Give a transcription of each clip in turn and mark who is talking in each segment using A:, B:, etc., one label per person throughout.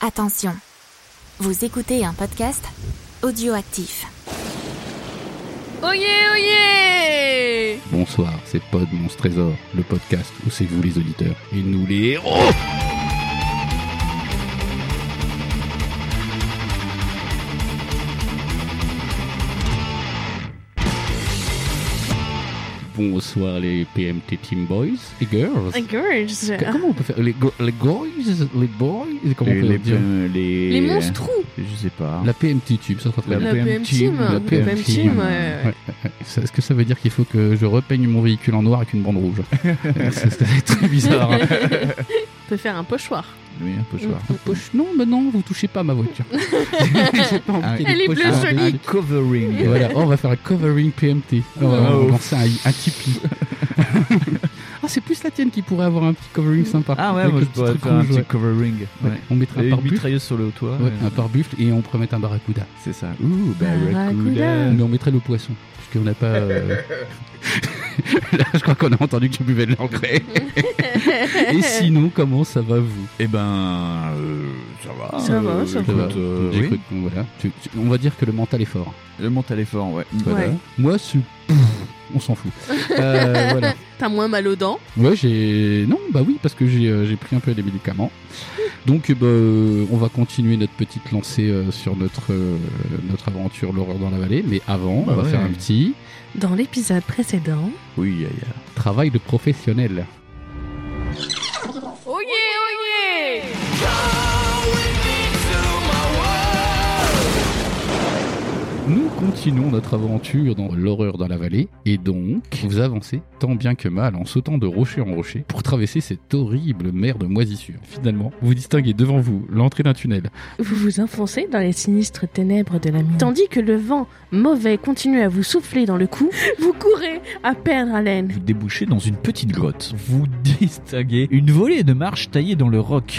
A: Attention, vous écoutez un podcast audioactif.
B: Oyez, oyez
C: Bonsoir, c'est Pod Monstre Trésor, le podcast où c'est vous les auditeurs et nous les héros. Bonsoir les PMT Team Boys et Girls.
D: Ah.
B: Gorge
C: Qu- Comment on peut faire les, gr- les boys, les boys, comment on
E: les,
C: peut
E: les,
C: dire
E: euh, les-
B: Les monstrous
E: Je sais pas.
C: La PMT Tube, ça sera très
E: La
C: bien.
B: La PM Team
C: la
B: La
C: PM
B: PM
C: Team,
B: Team, euh, ouais,
C: ouais. Ça- Est-ce que ça veut dire qu'il faut que je repeigne mon véhicule en noir avec une bande rouge Ça ça va être très bizarre. hein.
B: On peut faire un pochoir.
E: Oui, un peu choix.
C: Un poche- Non, mais non, vous touchez pas à ma voiture. J'ai pas envie qu'il y ait
B: Elle
C: des
B: est
C: poches
B: bleue
C: dans la
B: solide.
E: Covering.
C: Et voilà, Oh, on va faire un covering PMT. On va on va
E: Oh.
C: lancer un, un Tipeee. ah, c'est plus la tienne qui pourrait avoir un petit covering sympa.
E: Ah ouais,
C: Avec
E: moi
C: le
E: je
C: petit
E: pourrais
C: truc
E: faire un
C: rouge,
E: petit
C: ouais.
E: covering.
C: Ouais,
E: Ouais.
C: On mettra
E: Et
C: un
E: une
C: pare-buffle.
E: mitrailleuse sur le toit.
C: Ouais,
E: ouais.
C: un pare-buffle et on pourrait mettre un barracuda.
E: C'est ça. Ouh, bah,
B: Barracuda.
E: barracuda.
C: Mais on mettrait le poisson, puisqu'on n'a pas. euh, Là, je crois qu'on a entendu que tu buvais de l'engrais. et sinon, comment ça va vous
E: Eh ben, euh, ça va.
B: Ça va,
E: euh,
B: ça
C: Ça va
E: écoute, euh,
C: J'ai
E: oui.
C: cru que- voilà. Tu- tu- on va dire que le mental est fort.
E: Le mental est fort, ouais.
B: Ouais.
C: Moi, c'est. Pff, On s'en fout. Euh, voilà.
B: T'as moins mal aux dents.
C: Ouais, j'ai. Non, bah oui, parce que j'ai euh, j'ai pris un peu des médicaments. Donc, euh, bah, euh, on va continuer notre petite lancée euh, sur notre, euh, notre aventure, l'horreur dans la vallée. Mais avant,
E: Bah
C: on va
E: ouais.
C: faire un petit
B: Dans l'épisode précédent.
E: Oui, aïe,
C: travail de professionnel.
B: Oyez, oyez
C: Nous continuons notre aventure dans l'horreur dans la vallée. Et donc, vous avancez tant bien que mal en sautant de rocher en rocher pour traverser cette horrible mer de moisissure. Finalement, vous distinguez devant vous l'entrée d'un tunnel.
D: Vous vous enfoncez dans les sinistres ténèbres de la mine. Tandis que le vent mauvais continue à vous souffler dans le cou, vous courez à perdre haleine.
F: Vous débouchez dans une petite grotte. Vous distinguez une volée de marches taillées dans le roc.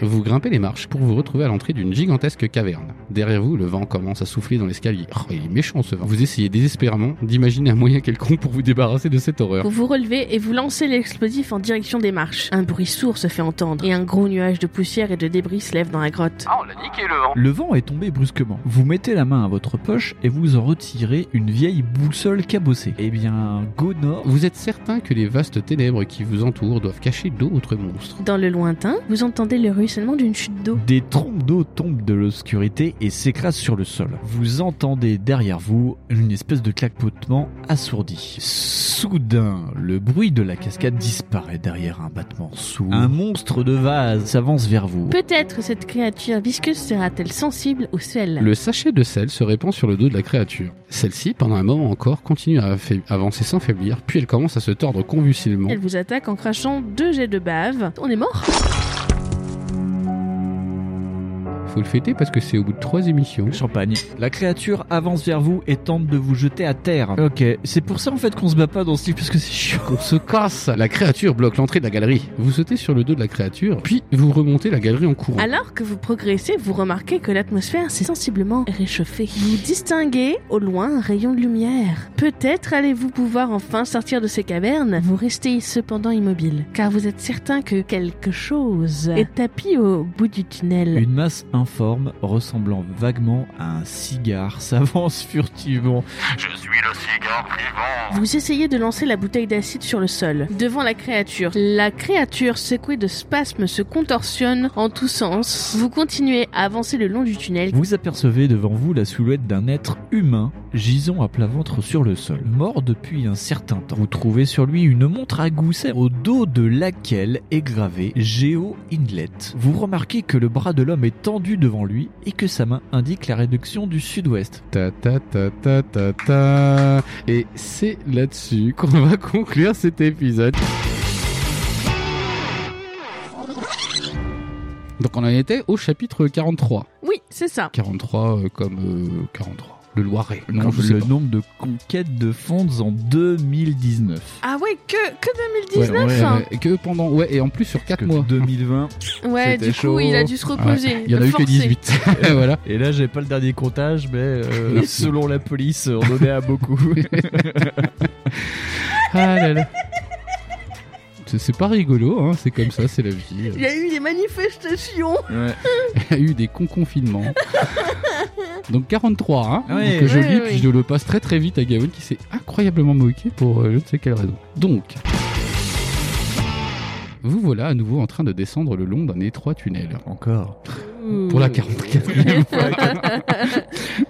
C: Vous grimpez les marches pour vous retrouver à l'entrée d'une gigantesque caverne. Derrière vous, le vent commence à souffler dans l'escalier. Oh, il est méchant ce vent. Vous essayez désespérément d'imaginer un moyen quelconque pour vous débarrasser de cette horreur.
D: Vous vous relevez et vous lancez l'explosif en direction des marches. Un bruit sourd se fait entendre et un gros nuage de poussière et de débris se lève dans la grotte.
F: Le vent est tombé brusquement. Vous mettez la main à votre poche et vous en retirez une vieille boussole cabossée. Eh bien, Gonor,
C: Vous êtes certain que les vastes ténèbres qui vous entourent doivent cacher d'autres monstres.
D: Dans le lointain, vous entendez le ruissellement d'une chute d'eau.
F: des troncs d'eau tombent de l'obscurité et s'écrasent sur le sol. Vous entendez derrière vous une espèce de claquepotement assourdi. Soudain, le bruit de la cascade disparaît derrière un battement sourd. Un monstre de vase s'avance vers vous.
D: Peut-être cette créature visqueuse sera-t-elle sensible au sel.
C: Le sachet de sel se répand sur le dos de la créature. Celle-ci, pendant un moment encore, continue à affa- avancer sans faiblir, puis elle commence à se tordre convulsivement.
D: Elle vous attaque en crachant deux jets de bave. On est mort
C: Faut le fêter parce que c'est au bout de trois émissions.
F: Champagne. La créature avance vers vous et tente de vous jeter à terre. Ok, c'est pour ça en fait qu'on se bat pas dans ce livre parce que c'est chiant.
C: On se casse La créature bloque l'entrée de la galerie. Vous sautez sur le dos de la créature, puis vous remontez la galerie en courant.
D: Alors que vous progressez, vous remarquez que l'atmosphère s'est sensiblement réchauffée. Vous distinguez au loin un rayon de lumière. Peut-être allez-vous pouvoir enfin sortir de ces cavernes. Vous restez cependant immobile, car vous êtes certain que quelque chose est tapis au bout du tunnel.
F: Une masse informe, ressemblant vaguement à un cigare, s'avance furtivement.
D: Vous essayez de lancer la bouteille d'acide sur le sol, devant la créature. La créature, secouée de spasmes, se contorsionne en tous sens. Vous continuez à avancer le long du tunnel.
F: Vous apercevez devant vous la silhouette d'un être humain gisant à plat ventre sur le sol, mort depuis un certain temps. Vous trouvez sur lui une montre à gousset au dos de laquelle est gravé Géo Inlet. Vous remarquez que le bras de l'homme est tendu devant lui et que sa main indique la réduction du sud-ouest.
C: Ta ta ta ta ta ta. Et c'est là-dessus qu'on va conclure cet épisode. Donc on en était au chapitre 43.
D: Oui, c'est ça.
C: 43 euh, comme euh, 43. Le Loiret. Non,
F: Comme
C: je sais
F: le
C: pas.
F: nombre de conquêtes de fonds en 2019.
D: Ah ouais, que, que 2019
C: Ouais, ouais,
D: hein.
C: ouais. Et que pendant ouais et en plus sur 4
F: Que
C: mois.
F: 2020.
D: Ouais,
C: C'était
D: du coup,
C: chaud.
D: il a dû se reposer.
C: Il y en a eu que
D: forcé.
C: 18. voilà.
F: Et là, j'ai pas le dernier comptage, mais euh, selon la police, on donnait à beaucoup.
C: Ah là là. C'est- C'est pas rigolo, hein, c'est comme ça, c'est la vie. Euh,
D: Il y a eu des manifestations.
E: Ouais.
C: Il y a eu des conconfinements. Donc 43, hein.
E: Ah ouais.
C: Donc, je
D: Ouais,
C: lis,
D: ouais,
C: puis je le passe très très vite à Gawain qui s'est incroyablement moqué pour euh, je ne sais quelle raison. Donc. Vous voilà à nouveau en train de descendre le long d'un étroit tunnel.
F: Encore.
C: Pour la 44e fois.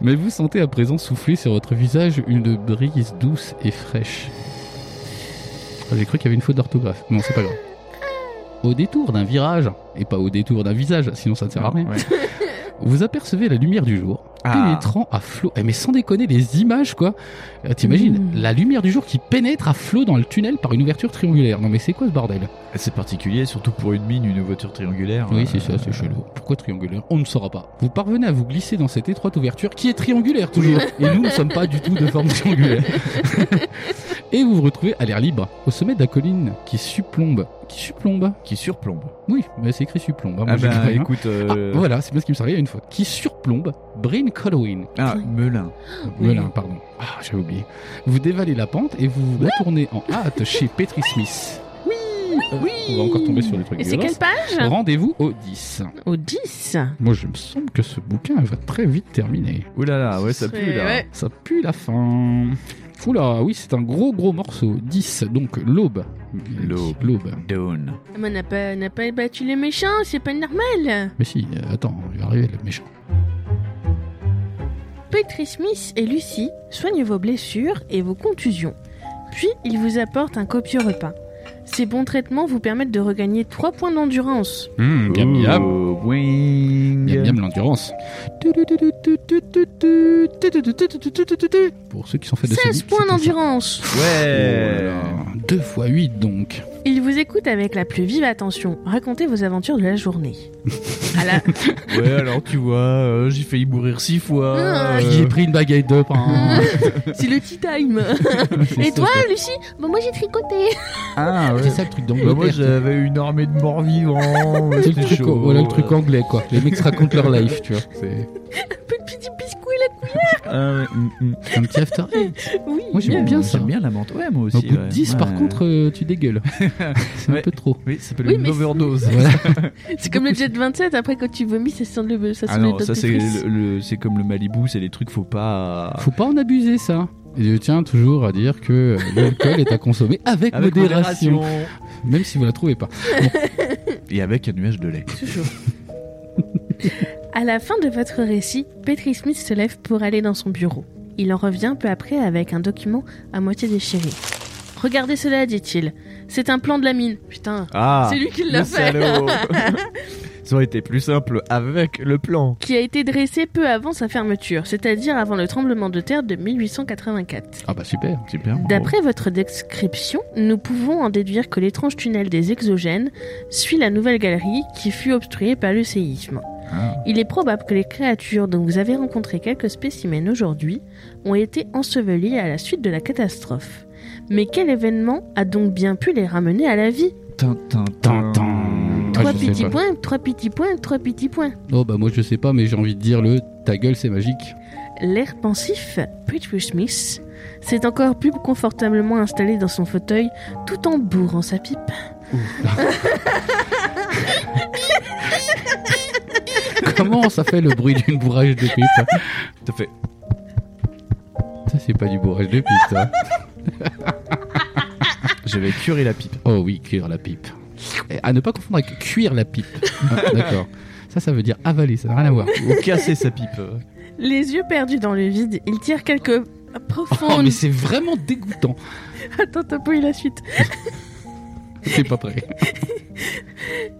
C: Mais vous sentez à présent souffler sur votre visage une brise douce et fraîche. Ah, J'ai cru qu'il y avait une faute d'orthographe. Non, c'est pas grave. Au détour d'un virage, et pas au détour d'un visage, sinon ça ne sert à rien.
E: Ouais.
C: Vous apercevez la lumière du jour,
E: Ah.
C: pénétrant à flot. Eh, mais sans déconner, les images, quoi. Euh, T'imagines, la lumière du jour qui pénètre à flot dans le tunnel par une ouverture triangulaire. Non, mais c'est quoi ce bordel
F: C'est particulier, surtout pour une mine, une voiture triangulaire. euh,
C: Oui, c'est ça, c'est chelou. Pourquoi triangulaire On ne saura pas. Vous parvenez à vous glisser dans cette étroite ouverture qui est triangulaire toujours. Et nous ne sommes pas du tout de forme triangulaire. Et vous vous retrouvez à l'air libre, au sommet de la colline qui supplombe. Qui supplombe
F: Qui surplombe.
C: Oui, mais c'est écrit supplombe. hein, moi,
F: Ah
C: j'y
F: bah
C: crois, hein.
F: écoute.
C: Ah,
F: euh,
C: voilà, c'est bien ce qui me servait il y a une fois. Qui surplombe Bryn Colwyn.
F: Ah, Melun.
C: Melun, pardon. Ah, j'avais oublié. Vous dévalez la pente et vous vous retournez en hâte chez Petri Smith. Oui, oui. On va encore tomber sur les trucs
D: Et c'est
C: violents.
D: quelle page
C: Rendez-vous au 10.
D: Au 10.
C: Moi, je me semble que ce bouquin va très vite terminer.
F: Ouh là là, ouais, ça pue là.
D: Ouais.
C: Ça pue la fin. Oula, oui, c'est un gros gros morceau. 10, donc l'aube.
F: L'aube.
C: L'aube.
F: Dawn.
D: Mais on n'a pas, on n'a pas battu les méchants, c'est pas normal.
C: Mais si, euh, attends, il va arriver le méchant.
D: Petri Smith et Lucie soignent vos blessures et vos contusions. Puis, ils vous apportent un copieux repas. Ces bons traitements vous permettent de regagner 3 points d'endurance.
F: Hmm,
C: Hum, miam miam.
E: Oh, wing.
C: Miam miam l'endurance. Pour ceux qui sont faits de ce
D: 16
C: beat,
D: points
C: c'était ça.
D: d'endurance
C: Oh là
E: Ouais.
C: là. 2 x 8 donc.
D: Ils vous écoutent avec la plus vive attention. Racontez vos aventures de la journée. À la-
F: Ouais, alors tu vois, euh, j'ai failli mourir six fois.
D: Ah,
F: euh,
C: J'ai pris une baguette de pain.
D: C'est le tea time
C: C'est
D: Et
C: ça,
D: toi,
C: quoi.
D: Lucie Bon, moi j'ai tricoté
E: Ah ouais.
C: C'est ça le truc d'anglais.
F: bah, moi j'avais une armée de morts vivants.
C: C'est le
F: c'était
C: truc,
F: chaud.
C: voilà le truc anglais quoi. Les mecs se racontent leur life, tu vois. C'est
D: Petit biscuit là
E: Ah, ouais. Mm, mm.
C: un petit after
D: Oui
C: Moi j'aime bien ça.
F: J'aime bien la menthe. Ouais, moi aussi.
C: Au bout de
F: ouais.
C: 10 par
F: Ouais.
C: contre euh, tu dégueules. C'est un
F: Ouais.
C: peu trop.
F: Oui, ça s'appelle
D: Oui,
F: une
D: mais
F: overdose.
C: Voilà.
D: C'est comme le jet 27, après quand tu vomis, ça sent le, ça sent
F: Ah
D: le
F: non, ça c'est
D: dentifrice.
F: le, le- c'est comme le Malibu, c'est les trucs faut pas.
C: Faut pas en abuser ça. Et je tiens toujours à dire que euh, l'alcool est à consommer avec,
F: Avec
C: modération,
F: modération.
C: même si vous la trouvez pas.
F: Et avec un nuage de lait.
D: À la fin de votre récit, Petri Smith se lève pour aller dans son bureau. Il en revient peu après avec un document à moitié déchiré. Regardez cela, dit-il. C'est un plan de la mine. Putain,
F: Ah.
D: c'est lui qui
F: le
D: l'a fait.
F: salaud. Ça aurait été plus simple avec le plan.
D: Qui a été dressé peu avant sa fermeture, c'est-à-dire avant le tremblement de terre de 1884.
C: Ah bah super.
F: Super. bravo.
D: D'après votre description, nous pouvons en déduire que l'étrange tunnel des exogènes suit la nouvelle galerie qui fut obstruée par le séisme.
E: Ah.
D: Il est probable que les créatures dont vous avez rencontré quelques spécimens aujourd'hui ont été ensevelies à la suite de la catastrophe. Mais quel événement a donc bien pu les ramener à la vie
F: Tintin.
C: Tintin. Ah,
D: Trois
C: je sais
D: petits
C: pas.
D: points, trois petits points, trois petits points.
C: Oh bah moi je sais pas mais j'ai envie de dire le ta gueule c'est magique.
D: L'air pensif, Petrie Smith s'est encore plus confortablement installé dans son fauteuil tout en bourrant sa pipe.
C: Comment ça fait le bruit d'une bourrage de pipe hein
F: Tout à fait.
C: Ça c'est pas du bourrage de pipe ça.
F: J'avais curé la pipe.
C: Oh oui, cuire la pipe. Et à ne pas confondre avec cuire la pipe. Ah, D'accord. Ça, ça veut dire avaler, ça n'a rien à voir.
F: Ou casser sa pipe.
D: Les yeux perdus dans le vide, il tire quelques
C: Oh,
D: profondes...
C: mais c'est vraiment dégoûtant.
D: Attends, t'as pas eu la suite.
C: C'est pas prêt.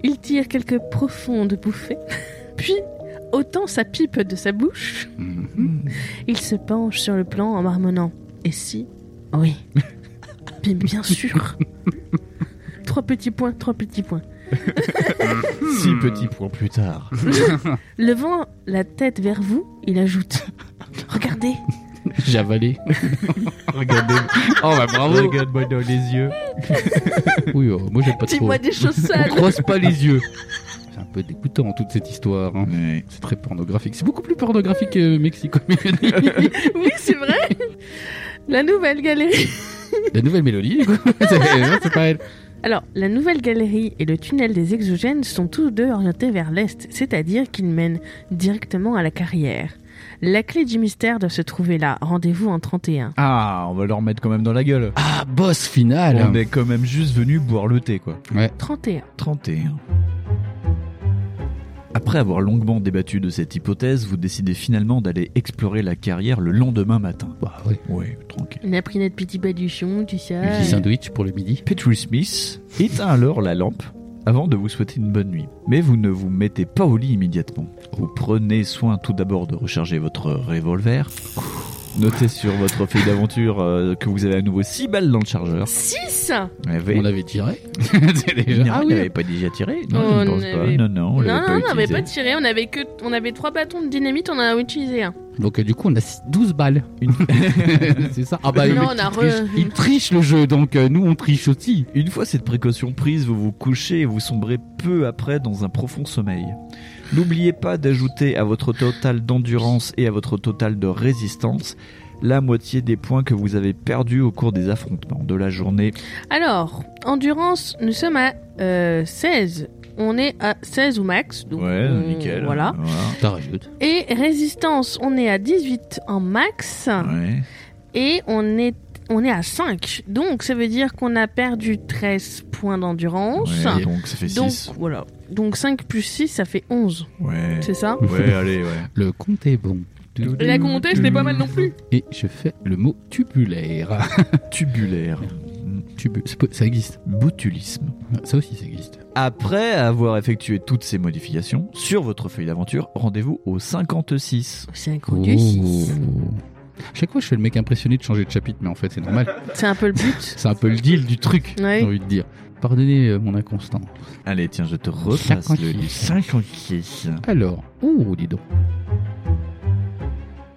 D: Il tire quelques profondes bouffées, puis, ôtant sa pipe de sa bouche, Il se penche sur le plan en marmonnant. Et si Oui. Bien, bien sûr. trois petits points, trois petits points.
F: Six petits points plus tard.
D: Levant la tête vers vous, il ajoute Regardez
C: J'ai avalé.
F: Regardez.
C: Oh bah bravo.
F: Regarde-moi dans les yeux.
C: Oui, oh, moi j'aime pas trop.
D: Dis-moi des choses
C: On
D: sales
C: croise pas les yeux. C'est un peu dégoûtant toute cette histoire. hein. C'est très pornographique. C'est beaucoup plus pornographique que Mexico Melody.
D: Oui, c'est vrai La nouvelle galerie
C: La nouvelle mélodie, du coup. C'est- non, c'est pas elle.
D: Alors, la nouvelle galerie et le tunnel des exogènes sont tous deux orientés vers l'est, c'est-à-dire qu'ils mènent directement à la carrière. La clé du mystère doit se trouver là. Rendez-vous en 31.
F: Ah, on va leur mettre quand même dans la gueule.
C: Ah, boss final
F: On est quand même juste venu boire le thé, quoi.
D: 31.
F: 31. Après avoir longuement débattu de cette hypothèse, vous décidez finalement d'aller explorer la carrière le lendemain matin.
C: Bah ouais.
F: Ouais, tranquille.
D: On a pris notre petit baduchon, tu sais.
C: Un petit sandwich pour le midi.
F: Petrie Smith éteint alors la lampe avant de vous souhaiter une bonne nuit. Mais vous ne vous mettez pas au lit immédiatement. Vous prenez soin tout d'abord de recharger votre revolver. Notez sur votre feuille d'aventure euh, que vous avez à nouveau 6 balles dans le chargeur.
D: 6
F: Vous avez-
C: On avait tiré. C'est déjà.
F: Non,
D: Ah
F: il
D: oui.
F: n'avait pas déjà tiré Non,
D: On
F: je ne pense pas.
D: avait-
F: Non, non, on
D: Oh, Non, non,
F: l'avait
D: non,
F: pas
D: on n'avait
F: utilisé.
D: pas tiré, on avait que on avait trois bâtons de dynamite, on en a utilisé un.
C: Donc euh, du coup, on a six- 12 balles. Une- c'est ça Ah bah le
D: non,
C: mec,
D: on a
C: il, triche,
D: re...
C: il triche le jeu, donc euh, nous on triche aussi.
F: Une fois cette précaution prise, vous vous couchez et vous sombrez peu après dans un profond sommeil. N'oubliez pas d'ajouter à votre total d'endurance et à votre total de résistance la moitié des points que vous avez perdus au cours des affrontements de la journée.
D: Alors, endurance, nous sommes à euh, 16. On est à 16 au max. Donc on- Voilà.
C: T'as rajoute.
D: Et résistance, on est à 18 en max.
F: Ouais.
D: Et on est, on est à 5. Donc ça veut dire qu'on a perdu 13 points d'endurance.
F: Ouais, donc ça fait
D: Donc
F: 6.
D: voilà. Donc 5 plus 6, ça fait 11.
F: Ouais.
D: C'est ça
F: Ouais, allez, ouais.
C: Le compte est bon. Mm.
D: La comptée, c'était pas mal non plus.
C: Et je fais le mot tubulaire.
F: Tubulaire.
C: Tubu- c'est pas- Ça existe.
F: Botulisme.
C: Ça aussi, ça existe.
F: Après avoir effectué toutes ces modifications, sur votre feuille d'aventure, rendez-vous au 56.
D: C'est un gros du 6.
C: Oh. Chaque fois, je fais le mec impressionné de changer de chapitre, mais en fait, c'est normal.
D: C'est un peu le but.
C: C'est un peu le deal du truc,
D: Ouais.
C: j'ai envie de dire. Pardonnez euh, mon inconstant.
F: Allez, tiens, je te repasse
C: 56.
F: le livre. 56.
C: Alors, ouh, dis donc.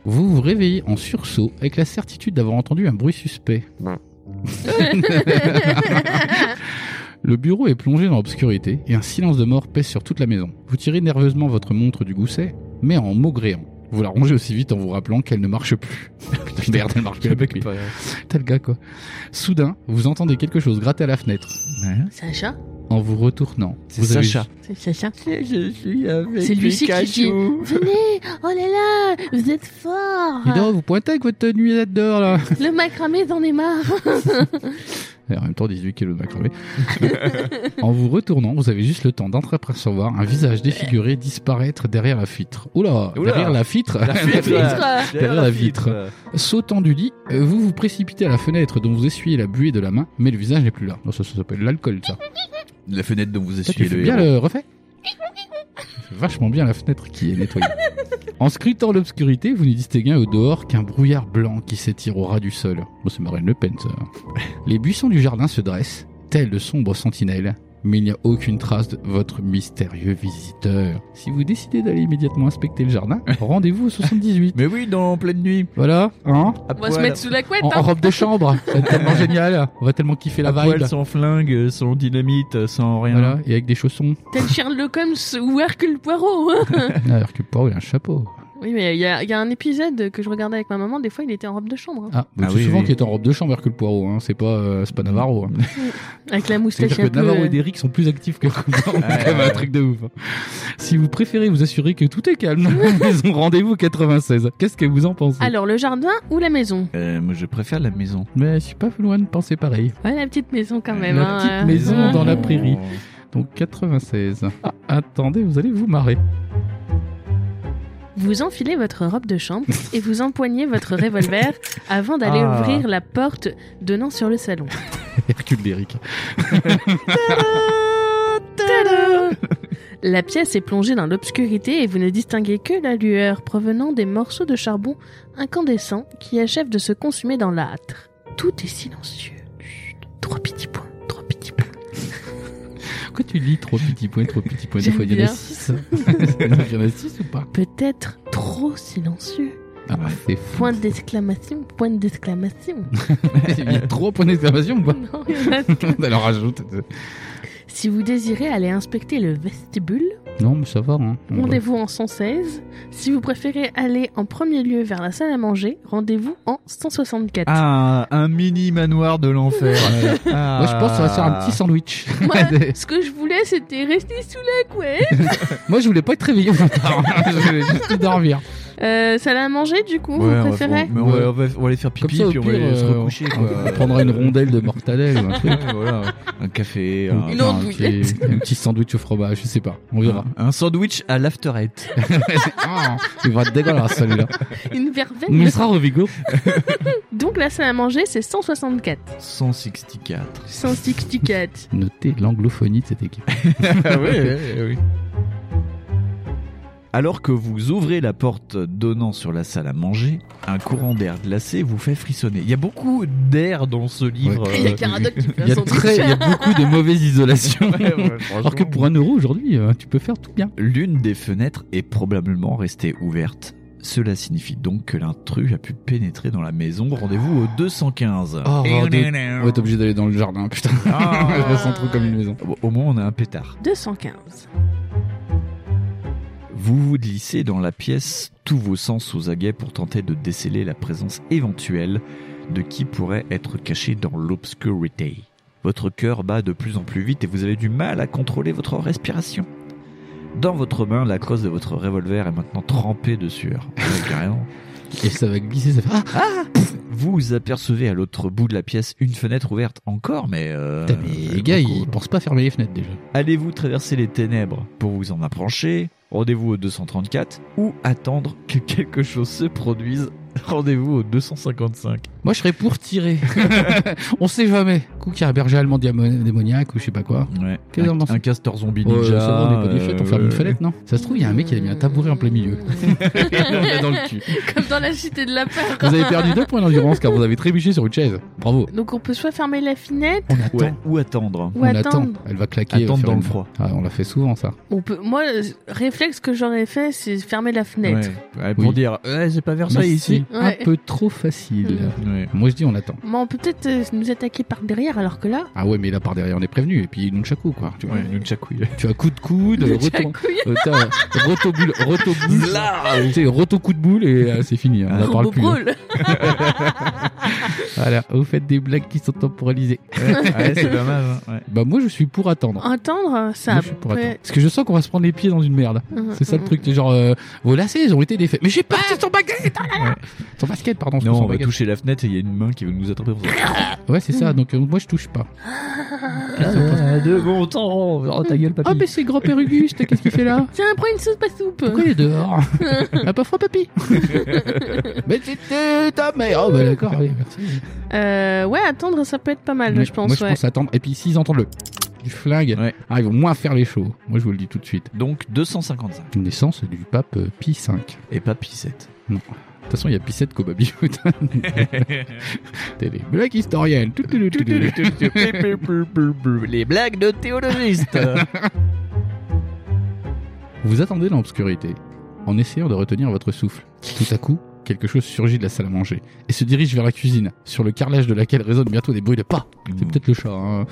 C: Vous vous réveillez en sursaut avec la certitude d'avoir entendu un bruit suspect. Le bureau est plongé dans l'obscurité et un silence de mort pèse sur toute la maison. Vous tirez nerveusement votre montre du gousset, mais en maugréant. Vous la rongez aussi vite en vous rappelant qu'elle ne marche plus. Putain, merde, elle marche plus. depuis. T'as le gars, quoi. Soudain, vous entendez quelque chose gratter à la fenêtre.
D: C'est un chat
C: En vous retournant,
F: C'est
C: vous avez-
F: Sacha.
D: C'est Sacha
F: Je suis avec
D: C'est Lucie qui dit Venez, oh là là, vous êtes fort
C: Dis donc, vous pointez avec votre nuisette dehors, là.
D: Le macramé, j'en ai marre
C: Et en même temps, 18 kilos de macramé. en vous retournant, vous avez juste le temps d'entreapercevoir un visage défiguré disparaître derrière la vitre. Oula,
F: Oula.
C: derrière la vitre. Derrière la vitre. Sautant du lit, euh, vous vous précipitez à la fenêtre dont vous essuyez la buée de la main, mais le visage n'est plus là. Non, ça, ça s'appelle l'alcool, ça.
F: La fenêtre dont vous
C: Ça, tu
F: essuyez
C: fais
F: le
C: bien
F: héros.
C: le refait C'est Vachement bien la fenêtre qui est nettoyée. en scrutant l'obscurité, vous ne distinguez au dehors qu'un brouillard blanc qui s'étire au ras du sol. Bon, c'est Marine Le Pen, ça. Les buissons du jardin se dressent, tels de sombres sentinelles, mais il n'y a aucune trace de votre mystérieux visiteur. Si vous décidez d'aller immédiatement inspecter le jardin, rendez-vous au 78.
F: Mais oui, dans pleine nuit.
C: Voilà, hein
F: À
D: On va se
F: poil.
D: mettre sous la couette,
C: en, en
D: hein
C: robe de chambre, c'est tellement génial, on va tellement kiffer la
F: À
C: vibe.
F: poil, sans flingue, sans dynamite, sans rien.
C: Voilà, et avec des chaussons.
D: Tel Sherlock Holmes ou Hercule Poirot hein.
C: Ah, Hercule Poirot, il a un chapeau.
D: Oui, mais il y, a- il y a un épisode que je regardais avec ma maman, des fois il était en robe de chambre, hein,
C: Ah,
F: Ah
C: c'est
F: oui,
C: souvent
F: oui. Mm.
C: qu'il est en robe de chambre Hercule Poirot, hein. c'est pas, euh, c'est pas Navarro. hein.
D: avec la moustache
C: C'est-à-dire
D: un
C: que
D: peu...
C: Navarro
D: euh,
C: et Derrick sont plus actifs que Hercule Poirot,
F: Ouais,
C: c'est quand même un
F: Ah, ouais.
C: truc de ouf. hein. Si vous préférez vous assurer que tout est calme, ils ont rendez-vous 96. Qu'est-ce que vous en pensez
D: euh. Alors, le jardin ou la maison
F: Euh, moi, je préfère la maison.
C: Mais je suis pas loin de penser pareil.
D: Ouais, la petite maison quand même.
C: La
D: hein,
C: petite
D: euh.
C: maison dans la prairie. Donc 96. Ah, attendez, vous allez vous marrer.
D: Vous enfilez votre robe de chambre et vous empoignez votre revolver avant d'aller
F: Ah.
D: ouvrir la porte donnant sur le salon.
C: Hercule Derrick.
D: Tadam La pièce est plongée dans l'obscurité et vous ne distinguez que la lueur provenant des morceaux de charbon incandescents qui achèvent de se consumer dans l'âtre. Tout est silencieux. Chut. Trois petits points, trois petits points.
C: Pourquoi tu dis trop petits points, trop petits points Des
D: J'aime
C: fois, il y en
D: bien.
C: a 6. Il y en a 6 ou pas
D: Peut-être trop silencieux.
C: ah,
F: Ouais.
C: C'est fou.
D: Point d'exclamation, point d'exclamation.
C: Il y a 3 points d'exclamation ou pas
D: Non, il y en a
C: On leur rajoute.
D: Si vous désirez aller inspecter le vestibule,
C: Non, mais ça va. Hein. On va-
D: Rendez-vous en 116. Si vous préférez aller en premier lieu vers la salle à manger, rendez-vous en 164.
F: Ah, un mini manoir de l'enfer. Ah.
C: Ouais. Moi, je pense qu'on va faire un petit sandwich.
D: Moi, ce que je voulais, c'était rester sous la couette.
C: Moi, je voulais pas être réveillé. je voulais juste dormir.
D: Euh, salle à manger, du coup, vous préférez
F: on, va, on va- on va aller faire pipi
C: Comme ça, au
F: puis on va aller
C: pire,
F: se
C: euh,
F: recoucher.
C: On,
F: quoi.
C: on prendra une rondelle de mortadelle ou un truc.
F: Ouais, voilà. Un café,
C: Ou-
F: un,
B: Une autre
C: un petit, un petit sandwich au fromage, je sais pas. On verra.
F: un sandwich à l'afterette.
C: Ah, il va être dégueulasse celui-là.
D: Une verveine.
C: Mais il sera revigo.
D: Donc la salle à manger, c'est 164.
F: 164.
D: 164.
C: Notez l'anglophonie de cette équipe.
F: Ah oui, oui, oui. Alors que vous ouvrez la porte donnant sur la salle à manger, un courant d'air glacé vous fait frissonner. Il y a beaucoup d'air dans ce livre.
D: Il y a
F: euh,
D: Caradoc qui fait
C: Il y
D: un
C: a,
D: sandwich.
C: très, il y a beaucoup de mauvaises isolations.
F: ouais, ouais,
C: Alors que
F: franchement.
C: pour un euro aujourd'hui, euh, tu peux faire tout bien.
F: L'une des fenêtres est probablement restée ouverte. Cela signifie donc que l'intrus a pu pénétrer dans la maison. Rendez-vous au 215.
C: Oh, rendez- On va être obligé d'aller dans le jardin, putain.
F: Ah.
C: Je sens trop comme une maison.
F: Au moins, on a un pétard.
D: 215.
F: Vous vous glissez dans la pièce, tous vos sens aux aguets pour tenter de déceler la présence éventuelle de qui pourrait être caché dans l'obscurité. Votre cœur bat de plus en plus vite et vous avez du mal à contrôler votre respiration. Dans votre main, la crosse de votre revolver est maintenant trempée de sueur. Ouais, carrément.
C: Et ça va glisser, ça fait. Ah,
F: Vous apercevez à l'autre bout de la pièce une fenêtre ouverte encore, mais... euh,
C: putain, mais les gars,
F: beaucoup.
C: ils pensent Ah, pas fermer les fenêtres déjà.
F: Allez-vous traverser les ténèbres pour vous en approcher Rendez-vous au 234 ou attendre que quelque chose se produise Rendez-vous au 255.
C: Moi, je serais pour tirer. On sait jamais. Coup qu'il y a un berger allemand diamo- démoniaque ou je sais pas quoi.
F: Ouais.
C: Quel
F: Un,
C: homme
F: un castor zombie
C: Ouais,
F: ninja.
C: ça va, on est pas des fêtes, on
F: euh,
C: ferme une
F: ouais.
C: fenêtre, non Ça se trouve, il y a un mec qui a mis un tabouret en plein milieu. Et on est dans le cul.
D: Comme dans la cité de la peur.
C: Vous avez perdu deux points d'endurance car vous avez trébuché sur une chaise. Bravo.
D: Donc on peut soit fermer la fenêtre
C: On attend.
F: Ouais, Ou attendre.
D: ou
C: On attend.
D: attendre.
C: Elle va claquer.
F: Attendre
C: faire
F: dans
C: une-
F: le froid.
C: Ah, on l'a fait souvent, ça.
D: On peut... Moi, le réflexe que j'aurais fait, c'est fermer la fenêtre.
F: Ouais. Ouais, pour
C: Oui.
F: dire, ouais, c'est pas vers ça
C: Mais
F: ici.
C: c'est
D: Ouais. Mm.
C: Un peu trop facile.
F: Ouais.
C: Moi, je dis, on attend.
D: Mais on peut peut-être euh, nous attaquer par derrière, alors que là,
C: Ah ouais, mais là, par derrière, on est prévenu. Et puis, nunchaku, quoi. Tu, vois.
F: Ouais, nunchaku.
C: tu as coup de coude, roto... euh, t'as rotobulle, rotobulle.
F: Là
C: Tu sais, roto-coup de boule et euh, c'est fini. hein,
F: Ah.
C: On en parle plus. hein.
D: Robobrol.
C: Voilà, vous faites des blagues qui sont temporalisées.
F: Ouais, c'est pas mal. hein, ouais.
C: Bah, moi, je suis pour attendre.
D: Entendre, Oh, ça
C: Moi, je suis pour
D: peut
C: attendre. Parce que je sens qu'on va se prendre les pieds dans une merde. C'est ça le truc, c'est genre, euh, vos lacets, ils ont été défaits. Mais j'ai pas acheté son oh basket
F: Ouais.
C: Son basket, pardon, je
F: Non,
C: trouve
F: on
C: son
F: va
C: baguette.
F: toucher la fenêtre et il y a une main qui va nous attraper. pour ça.
C: bah, Ouais, c'est ça, donc euh, moi je touche pas.
F: Ah, de bon temps Oh, ta gueule,
C: Ah, mais c'est grand père Auguste, qu'est-ce qu'il fait là
D: Tiens, prends une soupe à soupe.
C: Pourquoi il est dehors Ah, pas froid, papy Mais c'était ta mère Oh, bah d'accord, oui, merci.
D: Euh, ouais, attendre, ça peut être pas mal,
C: Mais
D: Ah, je pense.
C: Moi je
D: ouais.
C: pense attendre, et puis s'ils entendent le du flingue,
F: Ouais.
C: ah, ils vont moins faire les shows. Moi je vous le dis tout de suite.
F: Donc 255
C: Une naissance du pape euh, Pie V. De
F: et pas P7.
C: toute façon, il y a Pie VII qu'au Babyfoot. T'es des blagues historiennes.
F: Les blagues de théologiste.
C: Vous attendez dans l'obscurité, en essayant de retenir votre souffle. Tout à coup, quelque chose surgit de la salle à manger et se dirige vers la cuisine, sur le carrelage de laquelle résonnent bientôt des bruits de pas. C'est peut-être le chat. hein.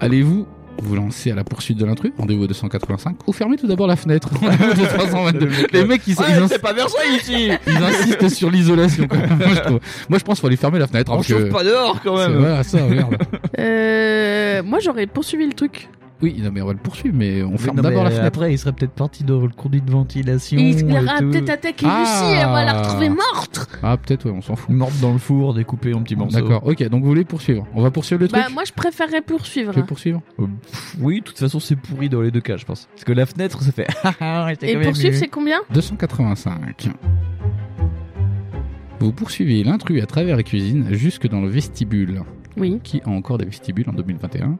C: Allez-vous vous lancer à la poursuite de l'intrus, rendez-vous au 285, ou fermez tout d'abord la fenêtre, rendez-vous au 322. Les mecs, ils, ils ins-
F: pas Versailles ici.
C: ils insistent sur l'isolation. quand même, Moi, je trouve. Moi, je pense qu'il faut aller fermer la fenêtre. hein, parce que-
F: pas dehors quand
C: c'est- voilà, ça, merde.
D: Euh, moi, j'aurais poursuivi le truc.
C: Oui, non, mais on va le poursuivre, mais on ferme
F: non,
C: d'abord la
F: mais
C: fenêtre.
F: Après, il serait peut-être parti dans le conduit de ventilation.
D: Et il
F: et
D: aura
F: tout.
D: peut-être attaqué
C: Ah.
D: Lucie, elle va la retrouver morte.
C: Ah, peut-être, ouais, on s'en fout.
F: Morte dans le four, découpée en petits morceaux.
C: D'accord, ok, donc vous voulez poursuivre. On va poursuivre le truc
D: Bah, moi, je préférerais poursuivre.
C: Tu veux poursuivre
F: Euh, pff, Oui, de toute façon, c'est pourri dans les deux cas, je pense. Parce que la fenêtre, ça fait. Ah, ah, c'était
D: Et
F: quand même
D: poursuivre,
F: mieux.
D: c'est combien
C: 285. Vous poursuivez l'intrus à travers la cuisine jusque dans le vestibule,
D: Oui.
C: qui a encore des vestibules en 2021,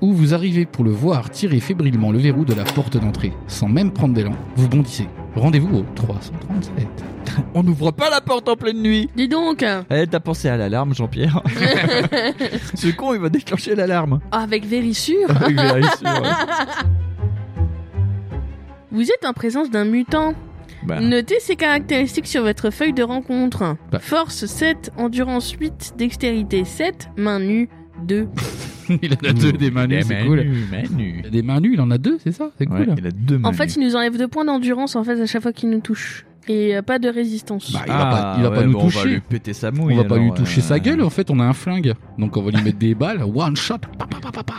C: où vous arrivez pour le voir tirer fébrilement le verrou de la porte d'entrée. Sans même prendre d'élan, vous bondissez. Rendez-vous au 337.
F: On n'ouvre pas la porte en pleine nuit.
D: Dis donc, euh,
F: Eh, t'as pensé à l'alarme, Jean-Pierre Ce con, il va déclencher l'alarme.
D: avec vérissure,
F: Avec vérissure, ouais.
D: vous êtes en présence d'un mutant.
F: Bah,
D: Notez ses caractéristiques sur votre feuille de rencontre.
C: Ah. Bah.
D: Force 7, endurance 8, dextérité 7, main nue 2.
C: il en a
F: euh,
C: deux des mains nues, c'est cool.
F: nues, mains nues.
C: Des mains nues, il en a deux, c'est ça C'est
F: Ouais,
C: cool.
F: il a deux
D: En
F: mains
D: fait,
F: nues.
D: il nous enlève deux points d'endurance en fait à chaque fois qu'il nous touche. Et euh, pas de résistance.
C: Bah, il va pas, il va
F: Ah,
C: pas
F: ouais,
C: nous
F: bon, On va lui
C: toucher.
F: péter sa
C: On
F: mouille.
C: va pas
F: alors,
C: lui toucher
F: euh,
C: sa gueule, en fait, on a un flingue. Donc on va lui mettre des balles, one shot, pa, pa, pa, pa, pa.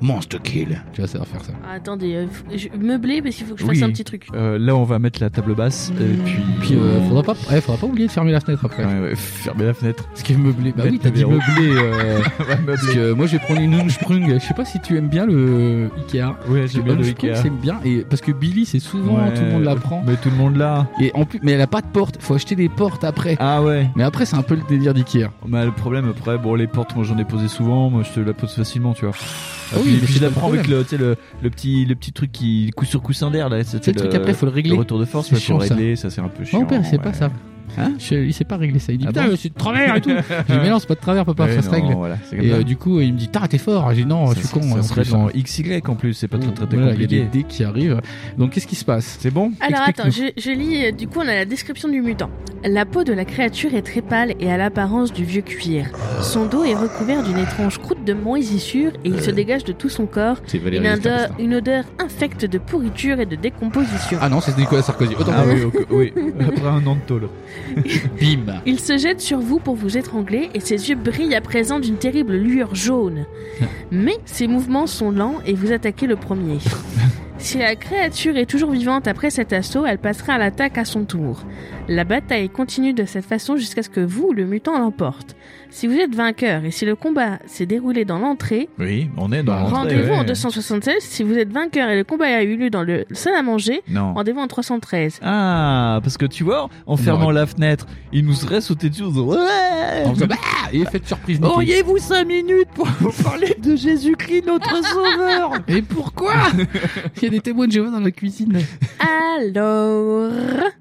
C: Monster kill. Tu vois, ça va faire ça.
D: Ah, attendez, euh, f- je- meublé parce qu'il faut que je fasse
F: Oui.
D: un petit truc.
F: euh, là, on va mettre la table basse et puis.
C: Puis euh, faudra, pas, eh, faudra pas oublier de fermer la fenêtre après.
F: Ouais, ouais, fermer la fenêtre.
C: Ce qui est meublé. Bah oui,
F: Mettre
C: t'as
F: le
C: dit
F: verrou.
C: meublé. euh,
F: Ouais,
C: parce que moi, j'ai prendre une Unsprung. Je sais pas si tu aimes bien le Ikea.
F: Ouais, j'aime bien le
C: Unsprung,
F: Ikea.
C: c'est bien. Et parce que Billy, c'est souvent,
F: Ouais.
C: tout le monde la prend.
F: Mais tout le monde là.
C: Et en plus, mais elle a pas de porte. Faut acheter des portes après.
F: Ah ouais.
C: Mais après, c'est un peu le délire d'Ikea.
F: Bah, le problème après, bon, les portes, moi j'en ai posé souvent, moi je te la pose facilement, tu vois.
C: Ah oui,
F: puis,
C: mais
F: puis
C: c'est
F: je
C: pas
F: la
C: le
F: prends avec
C: problème.
F: le, tu sais, le, le petit, le petit truc qui coup sur coussin d'air là.
C: C'est le truc après, faut le
F: le
C: régler.
F: retour de force,
C: C'est
F: ouais, faut
C: chiant, ça.
F: régler, ça, c'est un peu chiant.
C: Mon père, il sait pas
F: ouais.
C: ça.
F: Hein
C: Je- il sait pas régler ça. Il dit
F: Ah
C: putain,
F: bon
C: je suis de travers et tout. je dis mais non, c'est pas de travers, papa,
F: Ouais,
C: ça se
F: non,
C: règle.
F: voilà, c'est comme
C: Et
F: ça.
C: euh, du coup, il me dit, t'as t'es fort. J'ai dit non, Oh, je suis con. hein,
F: Ça
C: en
F: serait
C: plus.
F: dans XY en plus, c'est pas très très, très
C: Voilà, Il y a
F: compliqué.
C: des dés qui arrivent. Donc, qu'est-ce qui se passe
F: C'est bon
D: Alors attends,
C: Explique-nous.
D: je, je lis, euh, du coup on a la description du mutant. La peau de la créature est très pâle et à l'apparence du vieux cuir. Son dos est recouvert d'une étrange croûte de moisissure et il se dégage de tout son corps
C: Euh. C'est
D: une
C: Valérie
D: odeur,
C: Sternstein.
D: une odeur infecte de pourriture et de décomposition.
C: Ah non, c'est Nicolas Sarkozy. Autant
F: Ah
C: pour
F: oui, ok, oui. Après un an de tôle.
C: Bim
D: Il se jette sur vous pour vous étrangler et ses yeux brillent à présent d'une terrible lueur jaune. Mais ses mouvements sont lents et vous attaquez le premier. Si la créature est toujours vivante après cet assaut, elle passera à l'attaque à son tour. La bataille continue de cette façon jusqu'à ce que vous, le mutant, l'emporte. Si vous êtes vainqueur et si le combat s'est déroulé dans l'entrée,
F: Oui, on est dans
C: Bah,
F: l'entrée,
D: rendez-vous en
F: ouais.
D: 276. Si vous êtes vainqueur et le combat a eu lieu dans le salle à manger,
F: Non.
D: rendez-vous en 313.
F: Ah, parce que tu vois, en fermant la fenêtre, il nous serait sauté dessus en disant Ouais
C: En faisant, bah, Et effet de surprise,
D: Oh,
C: Nicky.
F: Auriez-vous 5 minutes pour vous parler de Jésus-Christ, notre sauveur
C: Et pourquoi Il y a des témoins de Jéhovah dans la cuisine.
D: Alors,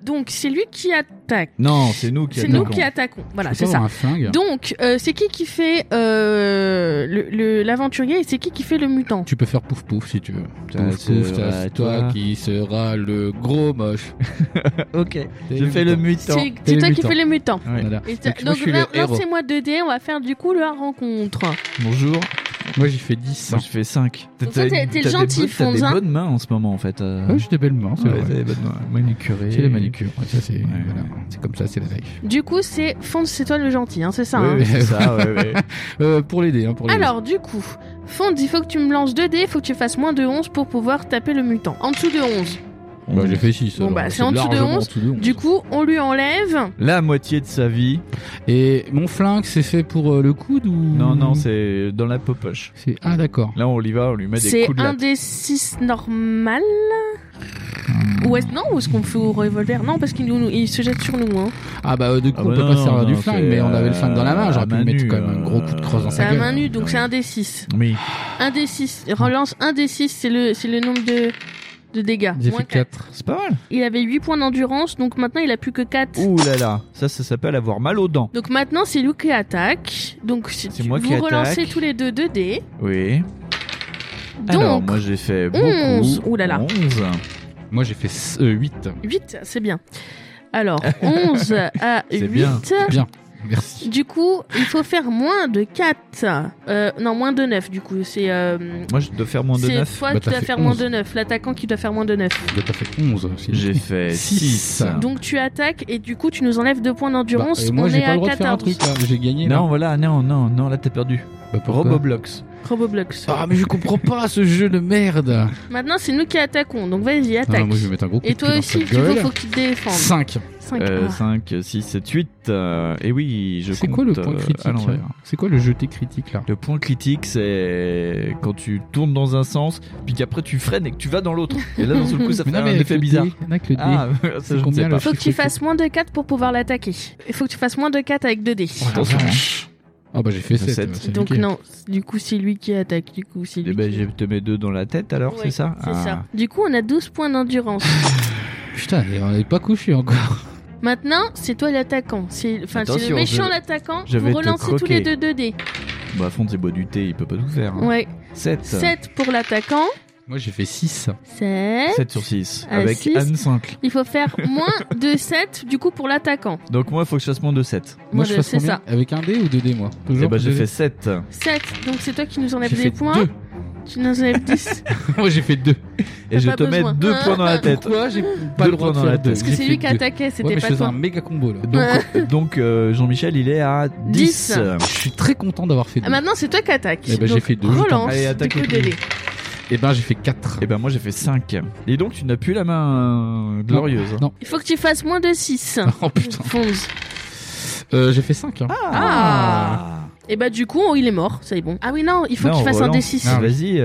D: donc c'est lui qui attaque.
F: Non, c'est nous qui
D: C'est nous
F: attaquons.
D: qui attaquons. Voilà,
C: Je
D: Ah, c'est
C: peux pas
D: ça.
C: avoir Un flingue.
D: Donc, euh, c'est qui qui fait euh, le- le- l'aventurier et c'est qui qui fait le mutant
C: Tu peux faire pouf pouf si tu veux.
F: Ça,
C: Pouf
F: c'est-
C: pouf, ça,
F: ouais,
C: c'est toi
F: toi.
C: qui sera le gros moche.
F: Ok, je fais le mutant.
D: C'est
C: t'es
D: c'est
C: le
D: toi qui
C: mutant.
D: fais le mutant.
F: Ouais.
C: Voilà.
D: Et t'as-
C: Donc, moi,
D: donc
C: je suis le
D: là,
C: héros.
D: lancez-moi 2D, on va faire du coup la rencontre.
F: Bonjour,
C: Moi, j'ai fait 10.
F: moi je fais 5.
D: Donc toi, t'es- t'es le gentil,
F: T'as des
D: Fonzin.
F: bonnes mains en ce moment en fait. euh.
C: Ouais, j'ai des belles mains, c'est
F: Ouais,
C: vrai.
F: t'as des bonnes mains. Manucuré.
C: C'est les manucures. Ouais, ça, c'est
F: Ouais.
C: voilà. C'est comme ça, c'est la life.
D: Du coup, c'est Fonce, c'est toi le gentil, hein, c'est ça.
F: Ouais,
D: hein.
F: ouais, c'est ça, ouais, ouais.
C: Euh, pour l'aider, hein, pour l'aider.
D: Alors, du coup, Fonce, il faut que tu me lances 2D, il faut que tu fasses moins de 11 pour pouvoir taper le mutant. En dessous de 11.
C: Bah, j'ai fait 6.
D: Bon, bah, c'est en dessous de 11. Du coup, on lui enlève.
F: La moitié de sa vie.
C: Et mon flingue, c'est fait pour euh, le coude ou
F: Non, non, c'est dans la popoche.
C: C'est ah d'accord.
F: Là, on y va, on lui met des
D: C'est
F: coups de
D: un
F: latte.
D: des 6 normal. Ou est-ce non ou est-ce qu'on fait au revolver Non parce qu'il nous, nous- il se jette sur nous hein.
C: Ah bah euh, du coup
F: Ah
C: on
F: bah
C: peut
F: non,
C: pas se servir
F: non,
C: du
F: c'est,
C: flingue, mais on avait le flingue dans la main,
F: euh,
C: j'aurais pu
F: à
C: lui
F: main
C: mettre
F: nue,
C: quand même un gros coup de crosse dans
D: C'est
C: sa
D: à
C: gueule.
D: main nue donc
F: ouais.
D: c'est un des 6
F: Oui.
D: Un des 6 Relance un des 6 c'est le c'est le nombre de de dégâts.
C: J'ai
D: Moins
C: fait
D: quatre.
C: 4.
F: C'est pas mal.
D: Il avait 8 points d'endurance donc maintenant il a plus que 4
F: Ouh là là, ça, ça s'appelle avoir mal aux dents.
D: Donc maintenant c'est lui qui attaque. Donc si
F: C'est
D: tu-
F: moi
D: vous
F: qui attaque.
D: relancez tous les deux 2 d
F: Oui. Alors,
D: Donc
F: moi, j'ai fait beaucoup.
D: 11. Ouh là là.
F: 11.
C: Moi j'ai fait euh, 8.
D: 8 c'est bien. Alors 11 à
F: C'est
D: 8
F: bien.
C: Bien. Merci.
D: Du coup, il faut faire moins de 4. Euh, non, moins de 9, du coup. C'est. Euh,
F: Moi, je dois faire moins de
D: c'est
F: 9.
D: toi
C: Bah,
D: qui
C: t'as
D: dois
C: fait
D: faire moins
C: 11.
D: de 9, l'attaquant qui doit faire moins de 9.
C: Bah, T'as fait 11 aussi.
F: J'ai fait
C: Six.
F: 6.
D: Donc tu attaques et du coup tu nous enlèves 2 points
C: Bah,
D: d'endurance.
C: et moi
D: On
C: j'ai
D: est
C: pas
D: à
C: le droit de faire un
D: 14.
C: truc là, j'ai gagné.
F: Non, voilà, non, non, non, là, t'as perdu.
C: là. Bah, pourquoi
F: Roboblox.
D: Roboblox.
C: Ah mais je comprends pas ce jeu de merde.
D: Maintenant c'est nous qui attaquons. Donc vas-y, attaque.
C: Non, Ah, moi je vais mettre un gros coup
D: et
C: de
D: toi aussi, il faut, faut qu'il te défende. Ah.
C: 5.
D: 5.
C: Euh,
F: 5, 6, 7, 8. euh, Et oui, je
C: C'est
F: compte,
C: quoi le
F: euh,
C: point
F: à
C: critique hein
F: l'envers.
C: C'est quoi le jeté critique là
F: Le point critique, c'est quand tu tournes dans un sens, puis qu'après tu freines et que tu vas à l'autre. Et là, d'un seul coup, ça fait un
C: avec
F: effet
C: le dé,
F: bizarre.
C: il y en a que le dé.
F: Ah, ça, je ne
C: combien
F: sais pas.
C: le
D: Faut que tu
C: chiffre
D: fasses moins de 4 pour pouvoir l'attaquer. Il faut que tu fasses moins de 4 avec 2 d
F: Attention.
C: Ah bah j'ai fait
F: Sept.
C: 7. c'est
D: Donc
C: nickel.
D: non, du coup c'est lui qui attaque. Du coup c'est lui.
F: Eh ben,
D: qui-
F: je te mets deux dans la tête alors,
D: Ouais,
F: c'est ça
D: C'est
F: Ah.
D: ça. Du coup on a 12 points d'endurance.
C: Putain, on n'est pas couché encore.
D: Maintenant, c'est toi l'attaquant. C'est enfin, c'est le
F: Attention,
D: méchant
F: je-
D: l'attaquant.
F: je vais
D: Vous
F: te
D: relancez tous les
F: croquer.
D: deux 2 d
C: Hein,
F: Bah, Fonz, il boit du thé, il peut pas tout faire.
D: Ouais.
F: 7.
D: 7 pour l'attaquant,
C: Moi j'ai fait 6.
D: 7.
F: 7 sur 6.
D: Un
F: avec
D: Ah, six.
F: Anne 5.
D: Il faut faire moins de 7 du coup pour l'attaquant.
F: Donc moi, il faut que je fasse moins de 7.
D: Moi,
C: je
D: je-
C: fasse
D: c'est
C: combien
D: ça.
C: Avec un dé ou deux dés moi
F: Eh
C: Toujours
F: ben, j'ai
C: deux
F: fait
C: dés.
F: 7.
D: 7. Donc c'est toi qui nous enlèves
C: J'ai fait
D: des points.
C: deux.
D: Tu nous enlèves 10.
C: Moi j'ai fait 2.
F: Et je
D: pas
F: te mets
D: besoin.
F: 2 points dans la tête.
C: Pourquoi j'ai pas
F: Deux
C: le droit
F: points
C: de
F: dans
C: faire
F: la
C: deux
F: tête.
D: Parce que
C: J'ai
D: c'est
C: fait
D: lui qui
C: deux.
D: attaquait,
C: Ouais,
D: c'était
C: mais je
D: pas
C: faisais
D: toi.
C: un méga combo là.
F: Donc, donc, euh, Jean-Michel, il est à 10.
D: Dix.
C: Je suis très content d'avoir fait
D: Ah,
C: 2.
D: maintenant c'est toi qui attaques.
C: Eh ben, j'ai
D: Donc,
C: fait deux.
D: Relance
F: Allez,
D: du
F: attaque
D: coup
F: le
D: de
F: plus.
D: dés.
C: Et ben j'ai fait 4.
F: Et ben moi, j'ai fait 5. Et donc, tu n'as plus la main euh, glorieuse.
C: Non.
D: Il faut que tu fasses moins de 6.
C: Oh putain.
D: Fonce.
C: Euh, j'ai fait 5. Hein.
D: Ah. Et bah du coup, oh, il est mort, ça y est bon. Ah oui, non, il faut
F: Non,
D: qu'il fasse un
F: relance.
D: D6.
F: Non, Vas-y.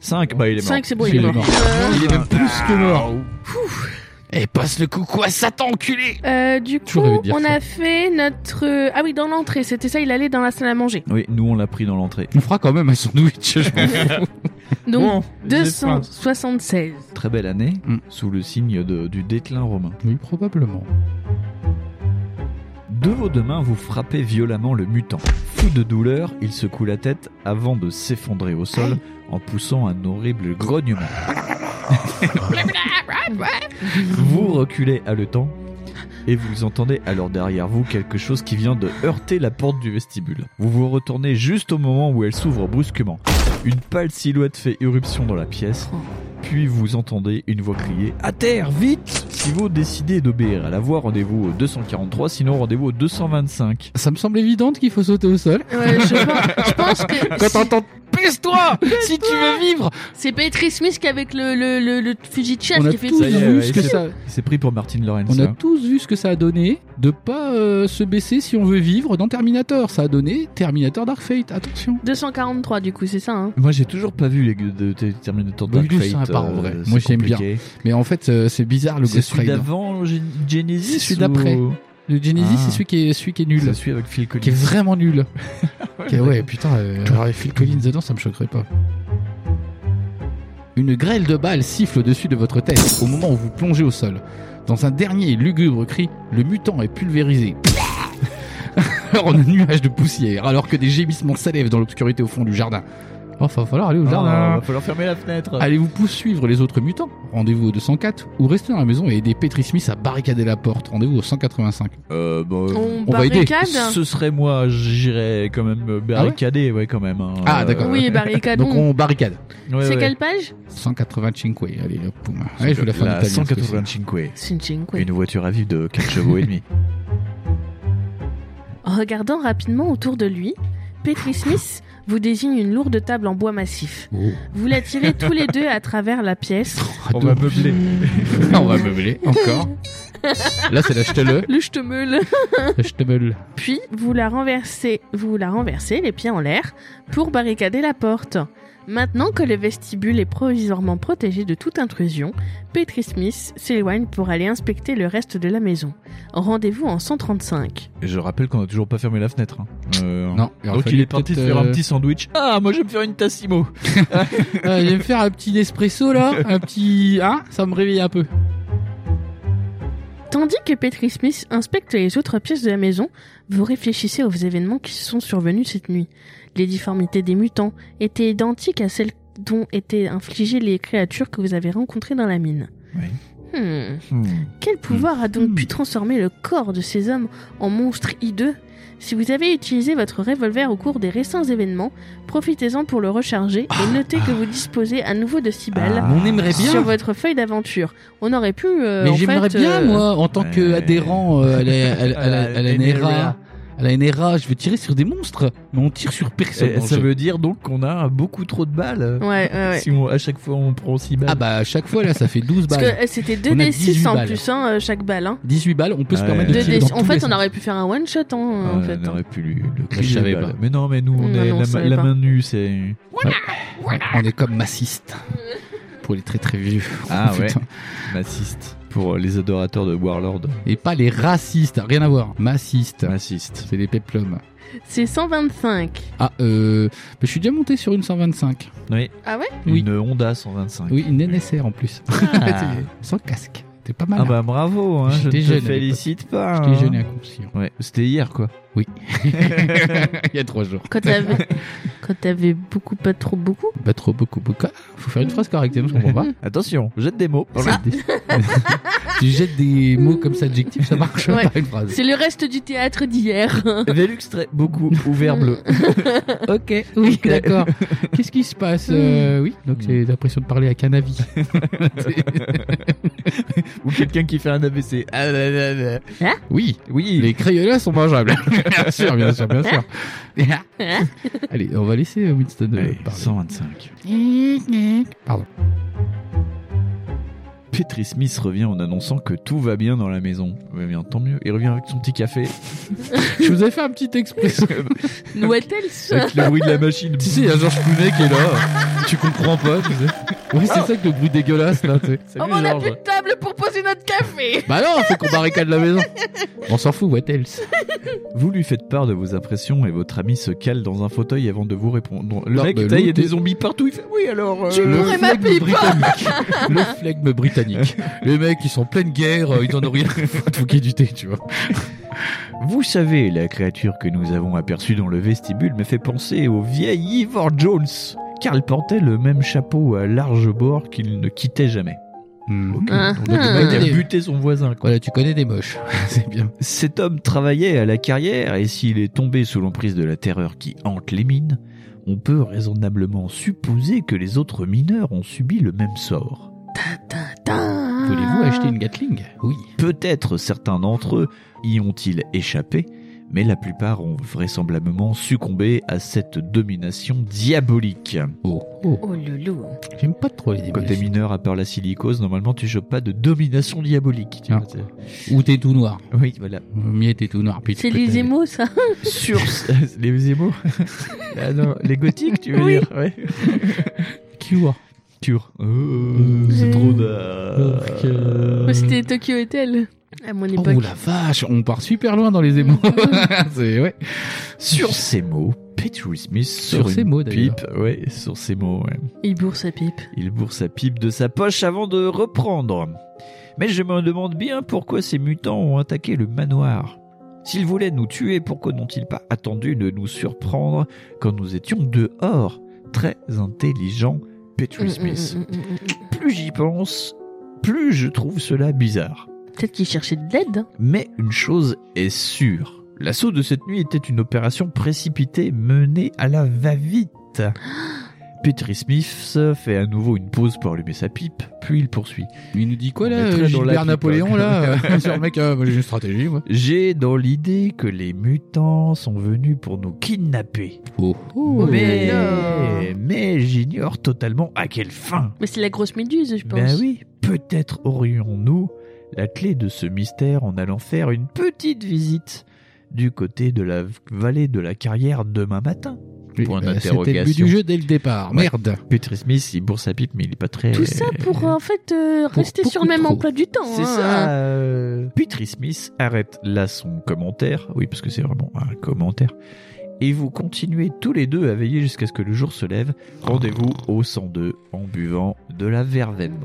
F: 5. Bah, il est mort.
D: 5, c'est bon,
C: Il
D: il est
C: est
D: mort.
C: mort.
D: Euh,
C: Il est même plus que mort. Et Eh, passe le coucou à Satan enculé
D: euh, du coup,
C: Toujours rêvé de dire
D: on
C: ça.
D: a fait notre... Ah oui, dans l'entrée, c'était ça, il allait dans la salle à manger.
F: Oui, nous, on l'a pris dans l'entrée.
C: On fera quand même un sandwich. je m'en fous.
D: Donc,
F: Bon, j'ai faim.
D: 276.
F: Très belle année,
C: Mm.
F: sous le signe de- du déclin romain.
C: oui, probablement.
F: De vos deux mains, vous frappez violemment le mutant. Fou de douleur, il secoue la tête avant de s'effondrer au sol en poussant un horrible grognement. vous reculez haletant et vous entendez alors derrière vous quelque chose qui vient de heurter la porte du vestibule. Vous vous retournez juste au moment où elle s'ouvre brusquement. Une pâle silhouette fait irruption dans la pièce. Puis vous entendez une voix crier À terre, vite Si vous décidez d'obéir à la voix, rendez-vous au 243, sinon rendez-vous au 225.
C: Ça me semble évident qu'il faut sauter au sol.
D: Ouais, Euh, je pense, je pense que
C: Quand
D: c'est-
C: t'entends Ah, Pèse-toi Si tu veux vivre
D: c'est Patrice Smith qu'avec le, le, le, le fusil de chasse
C: On a
D: qui fait
C: tous
F: Ça y est,
C: vu
F: ouais,
C: ce que
F: c'est-
C: ça.
F: C'est pris pour Martin Lawrence.
C: On a
F: hein.
C: tous vu ce que ça a donné de pas euh, se baisser si on veut vivre dans Terminator. Ça a donné Terminator Dark Fate. Attention.
D: 243 du coup, c'est ça. Hein.
F: Moi j'ai toujours pas vu les gueux de de- de Terminator
C: Bah,
F: Dark
C: il est
F: Fate,
C: sympa, en vrai.
F: euh,
C: Moi,
F: c'est
C: j'aime bien.
F: compliqué.
C: Mais en fait, euh, c'est bizarre le
F: C'est
C: Ghost
F: celui
C: Rider.
F: d'avant Gen- Genesis
C: C'est celui
F: ou-
C: d'après. Le Genesis,
F: Ah.
C: c'est celui qui est celui qui est nul,
F: C'est celui avec Phil Collins.
C: qui est vraiment nul. Qui est- ouais, putain. euh, alors les Phil Collins dedans, ça me choquerait pas. Une grêle de balles siffle au-dessus de votre tête au moment où vous plongez au sol. Dans un dernier et lugubre cri, le mutant est pulvérisé. en un nuage de poussière, alors que des gémissements s'élèvent dans l'obscurité au fond du jardin. Oh, va falloir aller au
F: Ah,
C: jardin.
F: va falloir fermer la fenêtre.
C: Allez-vous poursuivre les autres mutants Rendez-vous au 204 ou restez dans la maison et aider Petri Smith à barricader la porte Rendez-vous au 185.
F: Euh, bah,
D: On,
C: va aider.
D: barricade
F: ce serait moi, j'irais quand même me barricader, ouais, quand même. hein.
C: Ah,
F: Euh,
C: d'accord.
D: Oui, barricade.
C: Donc
D: on-
C: on barricade.
F: ouais,
D: C'est
F: ouais.
D: quelle page
C: 185, allez hop, poum. Ouais, je vous la fais en
F: La
C: italien, ce que
F: 185.
D: C'est une jingle, ouais.
F: Une voiture à vivre de 4 chevaux et demi.
D: En regardant rapidement autour de lui, Petrie Smith vous désigne une lourde table en bois massif.
C: c'est. Oh.
D: Vous la tirez tous les deux à travers la pièce.
C: Ah, donc-
F: meubler.
C: on va meubler, encore. Là, c'est l'achetez-le.
D: Le ch'temeul.
C: L'achetez-le.
D: Puis vous la renversez, vous la renversez les pieds en l'air pour barricader la porte. Maintenant que le vestibule est provisoirement protégé de toute intrusion, Petrie Smith s'éloigne pour aller inspecter le reste de la maison. Rendez-vous en 135.
F: Je rappelle qu'on a toujours pas fermé la fenêtre. hein. Euh,
C: Non, il aurait
F: Donc
C: fallu
F: il est parti se
C: peut-être,
F: faire un
C: euh,
F: petit sandwich. Ah, moi je vais me faire une Tassimo.
C: Euh, je vais me faire un petit espresso là, un petit. Hein Ça me réveille un peu.
F: Euh,
D: Tandis que Petrie Smith inspecte les autres pièces de la maison, vous réfléchissez aux événements qui se sont survenus cette nuit. Les difformités des mutants étaient identiques à celles dont étaient infligées les créatures que vous avez rencontrées dans la mine.
F: Oui.
D: Hmm. Quel pouvoir a donc
C: Hmm.
D: pu transformer le corps de ces hommes en monstres hideux Si vous avez utilisé votre revolver au cours des récents événements, profitez-en pour le recharger et notez que vous disposez à nouveau de 6 balles
C: Ah. On aimerait
D: sur
C: bien.
D: votre feuille d'aventure. On aurait pu. euh, en
C: Mais j'aimerais
D: fait,
C: bien,
D: euh,
C: moi, en tant
F: ouais.
C: qu'adhérent euh, à la- à la- à la- à la
F: À la
C: NRA.
F: NRA.
C: À la NRA, je veux tirer sur des monstres, mais on tire sur personne. dans le
F: Euh, ça
C: jeu.
F: veut dire donc qu'on a beaucoup trop de balles.
D: Ouais, ouais, ouais.
F: Si on, à chaque fois on prend 6 balles.
C: Ah bah à chaque fois là, ça fait 12
D: Parce
C: balles.
D: que euh, c'était
C: On a
D: 2d6 en
C: 18
D: plus, hein, euh, chaque balle. hein.
C: 18 balles, on peut se
F: Ouais.
C: permettre de
F: Deux
C: tirer
D: 2D6.
C: dans
D: En
C: tous les
D: fait, on
C: sens.
D: aurait pu faire un one shot. hein, en
F: Ouais,
D: fait,
F: Ah, on
D: hein.
F: aurait pu lui- le
C: Je savais
F: crier,
C: pas.
F: Mais non, mais nous, on
D: Non,
F: est
D: non, on
F: la,
D: savait
F: la
D: pas.
F: main nue, c'est.
C: On est comme massiste. Pour les très très vieux.
F: Ah ouais.
C: Putain.
F: Massiste. Pour euh, les adorateurs de Warlord.
C: Et pas les racistes, rien à voir. Massiste.
F: Massiste.
C: C'est des péplums.
D: C'est 125.
C: Ah, euh. mais je suis déjà monté sur une 125.
F: Oui.
D: Ah ouais
C: Oui.
F: Une Honda 125.
C: Oui, une NSR en plus.
F: Ah.
C: Sans casque. T'es pas mal.
F: Ah
C: hein.
F: bah bravo, hein, je ne
C: J'étais
F: te
C: jeune à
F: félicite pas.
C: Je t'ai
F: hein.
C: gêné inconscient.
F: Ouais, c'était hier quoi.
C: Oui. Il y a trois jours.
D: Quand t'avais, quand t'avais beaucoup, pas trop beaucoup.
C: Pas trop, beaucoup, beaucoup. Ah, Faut faire une phrase correcte, sinon je comprends pas.
F: Attention, jette des mots.
C: tu jettes des mots comme ça, adjectifs, ça marche
D: Ouais.
C: pas une phrase.
D: C'est le reste du théâtre d'hier.
F: Velux très beaucoup ouvert bleu.
C: Ok, oui, d'accord. Qu'est-ce qui se passe Euh, Oui, donc j'ai l'impression de parler à Canavi.
F: Ou quelqu'un qui fait un ABC. Ah, là, là, là.
C: oui,
F: Oui.
C: les crayonnats sont mangeables. bien sûr, bien sûr, bien sûr. Allez, on va laisser euh, Winston euh,
F: Allez,
C: parler.
F: 125.
C: Pardon.
F: Petri Smith revient en annonçant que tout va bien dans la maison. Eh bien, tant mieux. Il revient avec son petit café,
C: Je vous ai fait un petit expresso.
D: Noël, ça.
F: avec le bruit de la machine.
C: tu sais, il y a Georges Clooney qui est là. Tu comprends pas, tu sais. Oui, c'est ça que le bruit dégueulasse, là, tu sais.
D: Oh,
C: Salut,
D: mais on a
C: Georges.
D: plus de table pour poser notre café.
C: Bah non, faut qu'on barricade la maison. On s'en fout, what else
F: Vous lui faites part de vos impressions et votre ami se cale dans un fauteuil avant de vous répondre. Le
C: Non,
F: mec,
C: mais
F: putain, il y a
C: l'autre-
F: des zombies partout. Il fait oui alors. euh,
D: Tu
F: le-
D: pourrais- ma
C: flegme britannique. Le flegme britannique. Les mecs, ils sont en pleine guerre, euh, ils en ont rien à foutre, faut qu'il y ait du thé, tu vois.
F: Vous savez, la créature que nous avons aperçue dans le vestibule me fait penser au vieil Ivor Jones, car il portait le même chapeau à large bord qu'il ne quittait jamais.
C: Ok.
D: Ah,
C: Donc,
D: ah.
C: de manière
F: Il a
C: but-
F: buté son voisin. quoi.
C: Voilà, tu connais des moches. C'est bien.
F: Cet homme travaillait à la carrière et s'il est tombé sous l'emprise de la terreur qui hante les mines, on peut raisonnablement supposer que les autres mineurs ont subi le même sort.
C: Voulez-vous acheter une Gatling Oui.
F: Peut-être certains d'entre eux y ont-ils échappé, mais la plupart ont vraisemblablement succombé à cette domination diabolique.
C: Oh, oh.
D: Oh, loulou.
C: J'aime pas trop les
F: Quand t'es
C: dégueulasses.
F: mineur, à part la silicose, normalement tu chopes pas de domination diabolique. tu
C: Ah.
F: vois, c'est-
C: Ou t'es tout noir.
F: oui, voilà.
C: Le mien était tout noir. puis tu
D: C'est
C: peux
D: les
C: t'aller.
D: émaux, ça.
F: Sur les émaux Ah non, les gothiques, tu veux
D: Oui.
F: dire ouais. Oh,
C: Cure.
F: Culture.
D: c'est
C: Mmh.
D: trop
C: euh,
F: d'art.
D: C'était Tokyo Hotel. À mon époque.
C: Oh la vache, on part super loin dans les émaux. C'est ouais.
F: Sur ces mots, Petrie Smith sort
C: Sur ces
F: une
C: mots, d'ailleurs.
F: pipe. Ouais, sur ces mots, ouais.
D: Il bourre sa pipe.
F: Il bourre sa pipe de sa poche avant de reprendre. Mais je me demande bien pourquoi ces mutants ont attaqué le manoir. S'ils voulaient nous tuer, pourquoi n'ont-ils pas attendu de nous surprendre quand nous étions dehors Très intelligent, Petrie Smith.
D: Mm, mm, mm, mm, mm.
F: Plus j'y pense, plus je trouve cela bizarre.
D: Peut-être qu'il cherchait de l'aide. hein.
F: Mais une chose est sûre. L'assaut de cette nuit était une opération précipitée menée à la va-vite. Petrie Smith fait à nouveau une pause pour allumer sa pipe, puis il poursuit.
C: Il nous dit quoi
F: On est
C: là,
F: très dans la
C: Gilbert
F: pipe,
C: Napoléon
F: hein.
C: là Sur le mec, euh, moi, j'ai une stratégie moi.
F: J'ai dans l'idée que les mutants sont venus pour nous kidnapper.
C: Oh.
F: mais
D: là là.
F: mais j'ignore totalement à quelle fin.
D: Mais c'est la grosse méduse, je pense.
F: Ben oui, peut-être aurions-nous la clé de ce mystère en allant faire une petite visite du côté de la vallée de la carrière demain matin.
C: Oui,
F: Point
C: bah, C'était le but
F: d'interrogation.
C: du jeu dès le départ.
F: Ouais.
C: Merde.
F: Petri Smith, il bourre sa pipe, mais il est pas très.
D: Tout ça pour, euh, en fait, euh,
C: Pour
D: rester sur
C: beaucoup
D: le même
C: trop.
D: emploi du temps.
F: C'est
D: hein.
F: ça. euh, Petri Smith arrête là son commentaire. Oui, parce que c'est vraiment un commentaire. Et vous continuez tous les deux à veiller jusqu'à ce que le jour se lève. Rendez-vous au 102 en buvant de la verveine.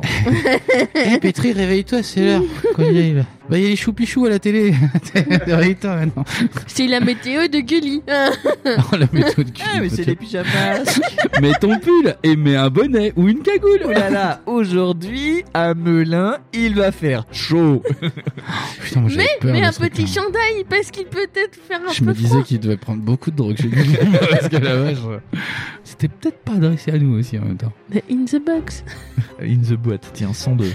C: Eh Pétri, réveille-toi, c'est l'heure. Quand il arrive. Bah, il y a les choupichous à la télé. réveille-toi maintenant.
D: C'est la météo de Gulli. hein.
C: Oh, la méthode qui
F: Ah, mais c'est les pyjamas
C: Mets ton pull et mets un bonnet ou une cagoule.
F: Oh là là, aujourd'hui, à Melun, il va faire chaud.
C: Putain, moi, j'avais peur
D: Mais
C: de
D: un
C: ce truc,
D: petit
C: hein.
D: chandail, parce qu'il peut peut-être faire un
C: Je
D: peu
C: me disais
D: froid.
C: qu'il devait prendre beaucoup de drogue chez lui. Parce que la vache. euh, C'était peut-être pas adressé à nous aussi en même temps.
D: Mais In the box.
F: In the boîte, tiens, 102.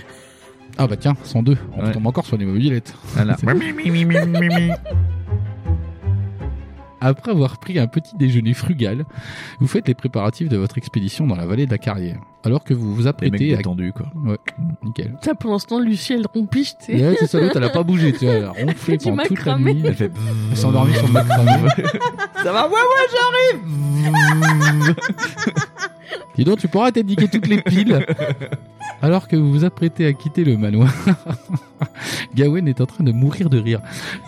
C: Ah bah tiens, 102. On
F: Ouais.
C: tombe encore sur les mobilettes.
F: Voilà.
C: Après avoir pris un petit déjeuner frugal, vous faites les préparatifs de votre expédition dans la vallée de la carrière. Alors que vous vous
F: Les mecs
C: apprêtez à...
F: détendus, quoi.
C: Ouais, nickel.
D: Ça, pour l'instant, Lucie, elle rompige, tu sais.
C: Ouais, c'est ça, l'autre, elle a pas bougé, tu vois, elle a ronflé
D: Du
C: pendant toute la
D: macramé.
C: nuit.
F: Elle fait...
C: Elle s'est endormie sur le macramé.
F: Ça va, ouais, ouais, j'arrive
C: Dis donc, tu pourras t'indiquer toutes les piles. Alors que vous vous apprêtez à quitter le manoir, Gawain est en train de mourir de rire.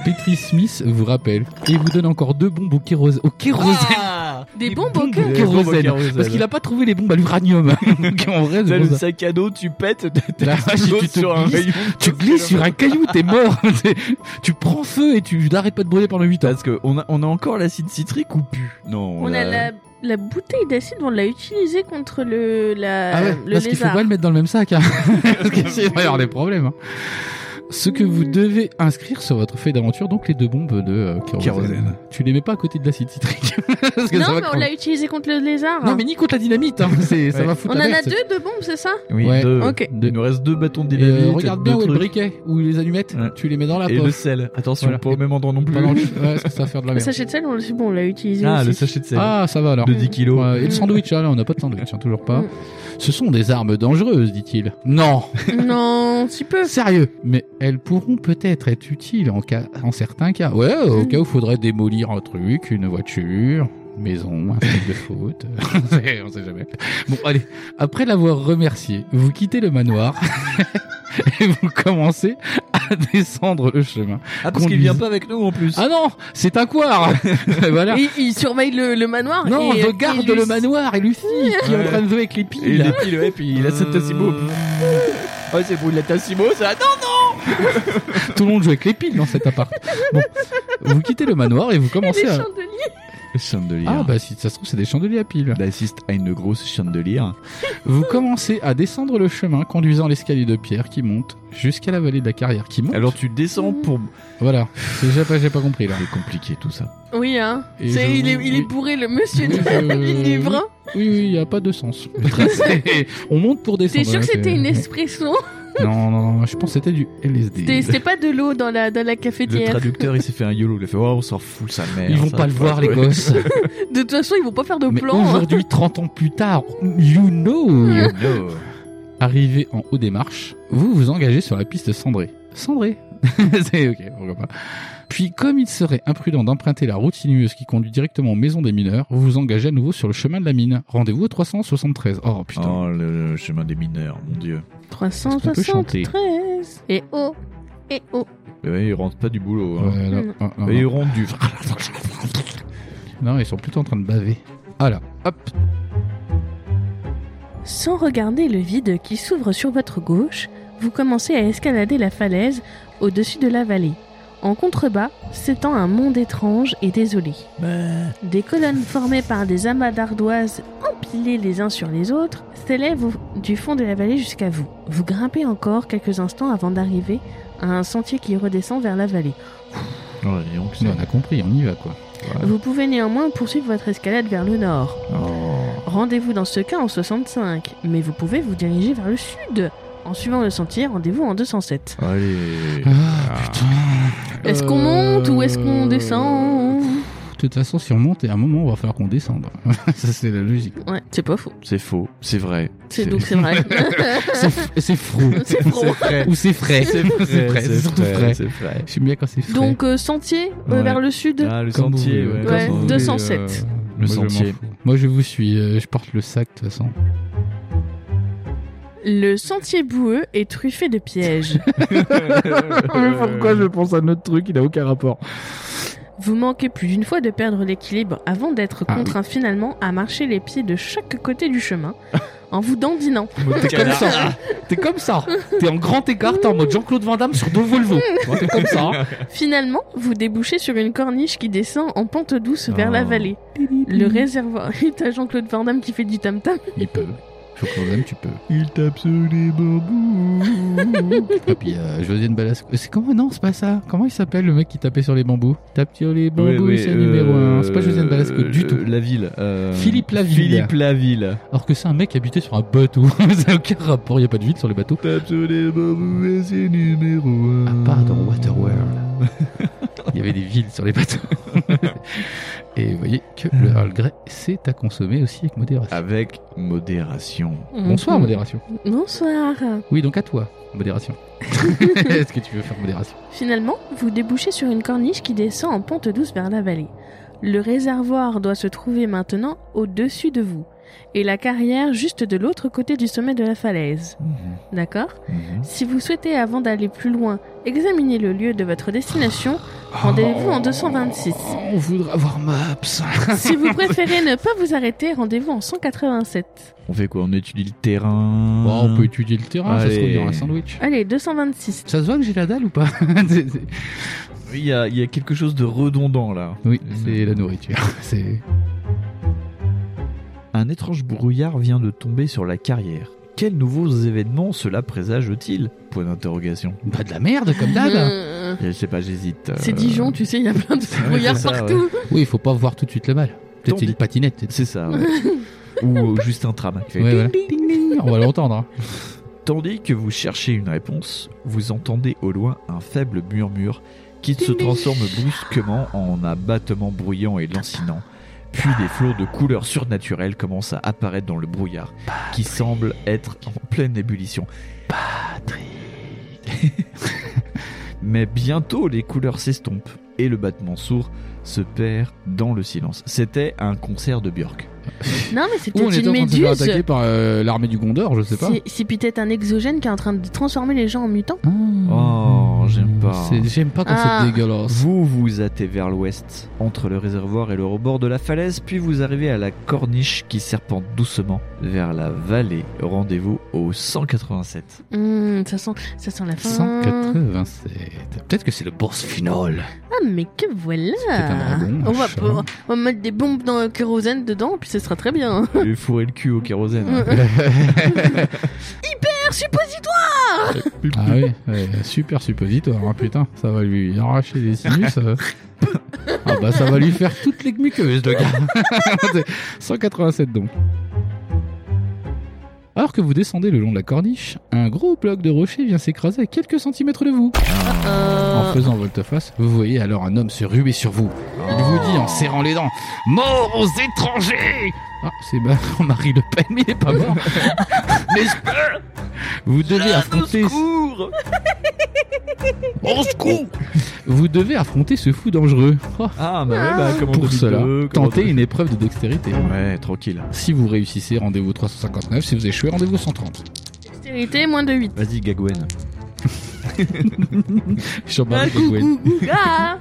C: Petrie Smith vous rappelle et vous donne encore deux bombes au kérosène. Au kérosène
F: Ah
B: Des bombes au
C: Au
B: cœur.
C: kérosène. Parce qu'il a pas trouvé les bombes à l'uranium. Donc en vrai, c'est
F: T'as
C: pour
F: le
C: ça.
F: sac à dos, tu pètes,
C: La vache,
F: t'as
C: tu te
F: sur un
C: glisses,
F: rayon.
C: Tu glisses sur un caillou, t'es mort. C'est- tu prends feu et tu n'arrêtes pas de brûler pendant 8 ans.
F: Parce qu'on a, on a encore l'acide citrique ou pu Non.
D: On a la, la bouteille d'acide, on l'a utilisée contre le, la,
C: Ah ouais,
D: Euh, le
C: parce qu'il faut
D: lézard.
C: pas le mettre dans le même sac. Hein. parce que c'est il va y avoir des problèmes. hein. Ce que vous devez inscrire sur votre feuille d'aventure, donc les deux bombes de euh, kérosène.
F: Kérosène.
C: Tu les mets pas à côté de l'acide citrique. Parce que ça
D: Non,
C: va
D: mais on
C: cramer.
D: l'a utilisée contre le lézard.
C: Non, mais ni contre la dynamite, hein. C'est- ça
F: Ouais.
C: va foutre
D: on en
C: la
D: a
C: merde,
D: deux de bombes, c'est ça
F: Oui,
C: Ouais.
F: deux.
D: Ok.
C: Deux.
F: Il nous reste deux bâtons de
C: Et, euh,
F: dynamite.
C: regarde
F: deux
C: bien où est le
F: trucs.
C: briquet, où les allumettes,
F: Ouais.
C: tu les mets dans la
F: Et
C: poche.
F: le sel. Attention,
C: Voilà.
F: pas au même endroit non plus.
C: Pas dans le- Ouais, ça, ça va faire de la
D: Le
C: merde.
D: sachet de sel, on l'a bon, on l'a utilisé
F: Ah,
D: aussi.
F: le sachet de sel.
C: Ah, ça va alors.
F: de 10 kilos.
C: Ouais, et le sandwich, ah, là, on n'a pas de sandwich, hein, toujours pas.
D: Mm.
C: Ce sont des armes dangereuses, dit-il. Non,
D: Non, si peu.
C: sérieux. Mais elles pourront peut-être être utiles en, cas, en certains cas. Ouais, au
D: Mm.
C: cas où faudrait démolir un truc, une voiture, une maison, un truc de faute. on sait jamais. Bon, allez. Après l'avoir remercié, vous quittez le manoir et vous commencez à descendre le chemin.
F: Ah, parce qu'il
C: Conduise.
F: vient pas avec nous en plus.
C: Ah non, c'est un couard. voilà.
D: Il, il surveille le, le manoir.
C: Ah. Non,
D: et,
C: regarde
D: et lui-
C: le manoir et Lucie qui est en train de jouer avec les piles.
F: Et il est pile, ouais, puis il a cette Tassimo. Oh, c'est pour la Tassimo, ça. Non,
C: Tout le monde joue avec les piles dans cet appart. Bon, vous quittez le manoir et vous commencez
D: Les
C: à.
D: chandeliers.
F: Le chandelier.
C: Ah bah si ça se trouve c'est des chandeliers à piles.
F: D'assiste à une grosse chandelier.
C: Vous commencez à descendre le chemin conduisant l'escalier de pierre qui monte jusqu'à la vallée de la carrière qui monte.
F: Alors tu descends pour.
C: Voilà, c'est déjà pas j'ai pas compris là.
F: C'est compliqué tout ça.
D: Oui, hein.
C: Et
D: C'est-
C: je-
D: il, est, il est bourré, le monsieur du
C: Euh,
D: du vin.
C: Oui oui, il y a pas de sens. C'est- On monte pour descendre.
D: T'es sûr que
C: là,
D: c'était
C: c'est-
D: une espresso
C: Non non non, je pense que c'était du LSD.
D: C'était c'était pas de l'eau dans la, dans la
F: Le
D: cafetière.
F: traducteur, il s'est fait un YOLO. Il a fait, oh, on s'en fout, sa mère.
C: Ils vont
F: ça,
C: pas le
F: ça,
C: voir
F: ça,
C: les
F: ouais.
C: gosses.
D: De toute façon, ils vont pas faire de
C: Mais
D: plan. hein.
C: aujourd'hui, 30 ans plus tard, you know
F: No.
C: Arrivé en haut des marches, vous vous engagez sur la piste cendrée. Cendrée C'est ok, pourquoi pas. Puis, comme il serait imprudent d'emprunter la route sinueuse qui conduit directement aux maisons des mineurs, vous vous engagez à nouveau sur le chemin de la mine. Rendez-vous au 373. Oh putain.
F: Oh, le le chemin des mineurs, mon dieu.
C: qu'on peut chanter
D: 373. Et oh. Et oh.
F: Mais Eh ouais, ils rentrent pas du boulot. hein.
C: Ouais, non,
D: Mm.
C: non, non,
F: Mais ils rentrent du.
C: ah.
F: Ah,
C: non. Non, ils sont plutôt en train de baver. Ah là, hop.
D: Sans regarder le vide qui s'ouvre sur votre gauche, vous commencez à escalader la falaise au-dessus de la vallée. En contrebas s'étend un monde étrange et désolé. Des colonnes formées par des amas d'ardoises empilées les uns sur les autres s'élèvent au- du fond de la vallée jusqu'à vous. Vous grimpez encore quelques instants avant d'arriver à un sentier qui redescend vers la vallée.
F: Ouais, et donc, c'est-
C: Mais on a compris, on y va quoi.
D: Vous pouvez néanmoins poursuivre votre escalade vers le nord.
F: Oh.
D: Rendez-vous dans ce cas en 65, mais vous pouvez vous diriger vers le sud. En suivant le sentier, rendez-vous en 207.
F: Allez.
C: Ah
F: Ah.
C: putain.
D: Est-ce qu'on
C: Euh,
D: monte ou est-ce qu'on descend
C: De toute façon, si on monte, à un moment, on va falloir qu'on descende. Ça, c'est la logique.
D: Ouais, c'est pas faux.
F: C'est faux, c'est vrai.
D: C'est donc c'est vrai.
C: C'est f- c'est fou.
D: c'est faux.
F: vrai.
C: Ou c'est frais.
F: C'est vrai,
C: C'est frais, c'est surtout frais.
F: C'est vrai.
C: J'aime bien quand c'est frais.
D: Donc euh, sentier euh,
F: Ouais.
D: vers le sud.
F: Ah, le
C: Comme vous
F: sentier,
C: voulez,
F: ouais.
C: comme
D: Ouais,
C: vous voulez,
D: 207.
C: euh, moi,
F: Le
C: je m'en
F: sentier.
C: fous. Moi, je vous suis. euh, je porte le sac, de toute façon.
D: Le sentier boueux est truffé de pièges.
C: pense à notre truc Il a aucun rapport.
D: vous manquez plus d'une fois de perdre l'équilibre avant d'être
C: Ah,
D: contraint finalement à marcher les pieds de chaque côté du chemin en vous dandinant.
C: T'es comme ça. hein. T'es comme ça. T'es en grand écart. T'es en mode Jean-Claude Van Damme sur deux Volvo. T'es comme ça. hein.
D: Finalement, vous débouchez sur une corniche qui descend en pente douce vers
F: Oh.
D: la vallée. Le réservoir. Et t'as Jean-Claude Van Damme qui fait du tam-tam.
C: Il peut. Jean-Claude Van Damme, tu peux.
F: Il tape sur les bambous.
C: Et puis, euh, Josiane Balasco. C'est comment Non, c'est pas ça. Comment il s'appelle le mec qui tapait sur les bambous Il tape sur les bambous, c'est numéro un. C'est pas Josiane Balasco du tout.
F: La ville. euh,
C: Philippe Laville.
F: Philippe Laville.
C: Alors que c'est un mec qui habitait sur un bateau. c'est aucun rapport. Il y a pas de vide sur les bateaux.
F: Tape sur les bambous et c'est numéro un.
C: À part dans Waterworld. Il y avait des villes sur les bateaux. Et vous voyez que le Earl Grey, c'est à consommer aussi avec modération.
F: Avec modération.
C: Bonsoir,
F: Mmh.
C: modération.
D: Bonsoir.
C: Oui, donc à toi, modération. Est-ce que tu veux faire modération
D: Finalement, vous débouchez sur une corniche qui descend en pente douce vers la vallée. Le réservoir doit se trouver maintenant au-dessus de vous. et la carrière juste de l'autre côté du sommet de la falaise.
F: Mhm,
D: D'accord
F: mhm.
D: Si vous souhaitez, avant d'aller plus loin, examiner le lieu de votre destination,
F: Ah,
D: rendez-vous en 226.
C: Oh, on voudra voir Maps.
D: Si vous préférez ne pas vous arrêter, rendez-vous en 187.
F: On fait quoi On étudie le terrain.
C: Bon, Bah, on peut étudier le terrain, ça se trouve
F: Allez.
C: dans la sandwich.
D: Allez, 226.
C: Ça se voit que j'ai la dalle ou pas C'est- c'est-
F: Il y, a, il y a quelque chose de redondant là.
C: Oui, c'est la nourriture. C'est
F: Un étrange brouillard vient de tomber sur la carrière. Quels nouveaux événements cela présage-t-il Point d'interrogation.
C: pas de la merde comme d'hab.
D: Euh,
F: Je sais pas, j'hésite. euh,
D: C'est Dijon, tu sais, il y a plein
C: Ah
D: de brouillards
F: c'est ça,
D: partout.
C: oui, il faut pas voir tout de suite le mal. Peut-être c'est
F: Tant
C: une
F: pis.
C: patinette. peut-être.
F: C'est ça, ouais. Ou euh, juste un tram. Qui fait
C: Ouais,
F: ding,
C: voilà.
F: ding.
C: On va l'entendre. hein.
F: Tandis que vous cherchez une réponse, vous entendez au loin un faible murmure qui se transforme brusquement en un battement bruyant et lancinant. Puis des flots de couleurs surnaturelles commencent à apparaître dans le brouillard, qui semble être en pleine ébullition. Mais bientôt les couleurs s'estompent et le battement sourd se perd dans le silence. C'était un concert de Björk.
D: Non, mais c'est
C: Ou on
D: peut-être
C: était
D: une
C: en train de se faire
D: méduse.
C: attaquer par euh, l'armée du Gondor, je sais pas.
D: C'est- C'est peut-être un exogène qui est en train de transformer les gens en mutants.
C: Ah.
F: Oh, j'aime pas.
C: C'est- J'aime pas quand
D: Ah.
C: c'est dégueulasse.
F: Vous vous hâtez vers l'ouest, entre le réservoir et le rebord de la falaise, puis vous arrivez à la corniche qui serpente doucement vers la vallée. Rendez-vous au 187.
D: Hum, ça, sent, ça sent la fin.
C: 187. Peut-être que c'est le boss final.
D: Ah, mais que voilà
C: un dragon,
D: on, va,
C: je sais
D: on
C: pas.
D: va- on va mettre des bombes dans le kérosène dedans, puis ce sera très bien.
F: Lui fourrer le cul au kérosène. hein.
D: Hyper suppositoire
C: Ah oui, ouais, super suppositoire, hein, putain, ça va lui arracher les sinus. euh. Ah bah ça va lui faire toutes les muqueuses, le gars. C'est 187 donc. Alors que vous descendez le long de la corniche, un gros bloc de rocher vient s'écraser à quelques centimètres de vous. En faisant volte-face, vous voyez alors un homme se ruer sur vous. Il vous dit en serrant les dents Mort aux étrangers Ah, c'est bah Marie Le Pen, mais il est pas mort N'est-ce pas Vous devez affronter. Au secours Vous devez affronter ce fou dangereux. Oh,
F: Ah, bah ouais, bah, comme en
C: Pour
F: 2002,
C: cela,
F: comme en
C: tentez une épreuve de dextérité.
F: 2002. Ouais, tranquille.
C: Si vous réussissez, rendez-vous 359. Si vous échouez, rendez-vous 130.
D: Dextérité, moins de 8.
F: Vas-y, Gagwen.
C: Jean-Marie Le Pen.
D: Ah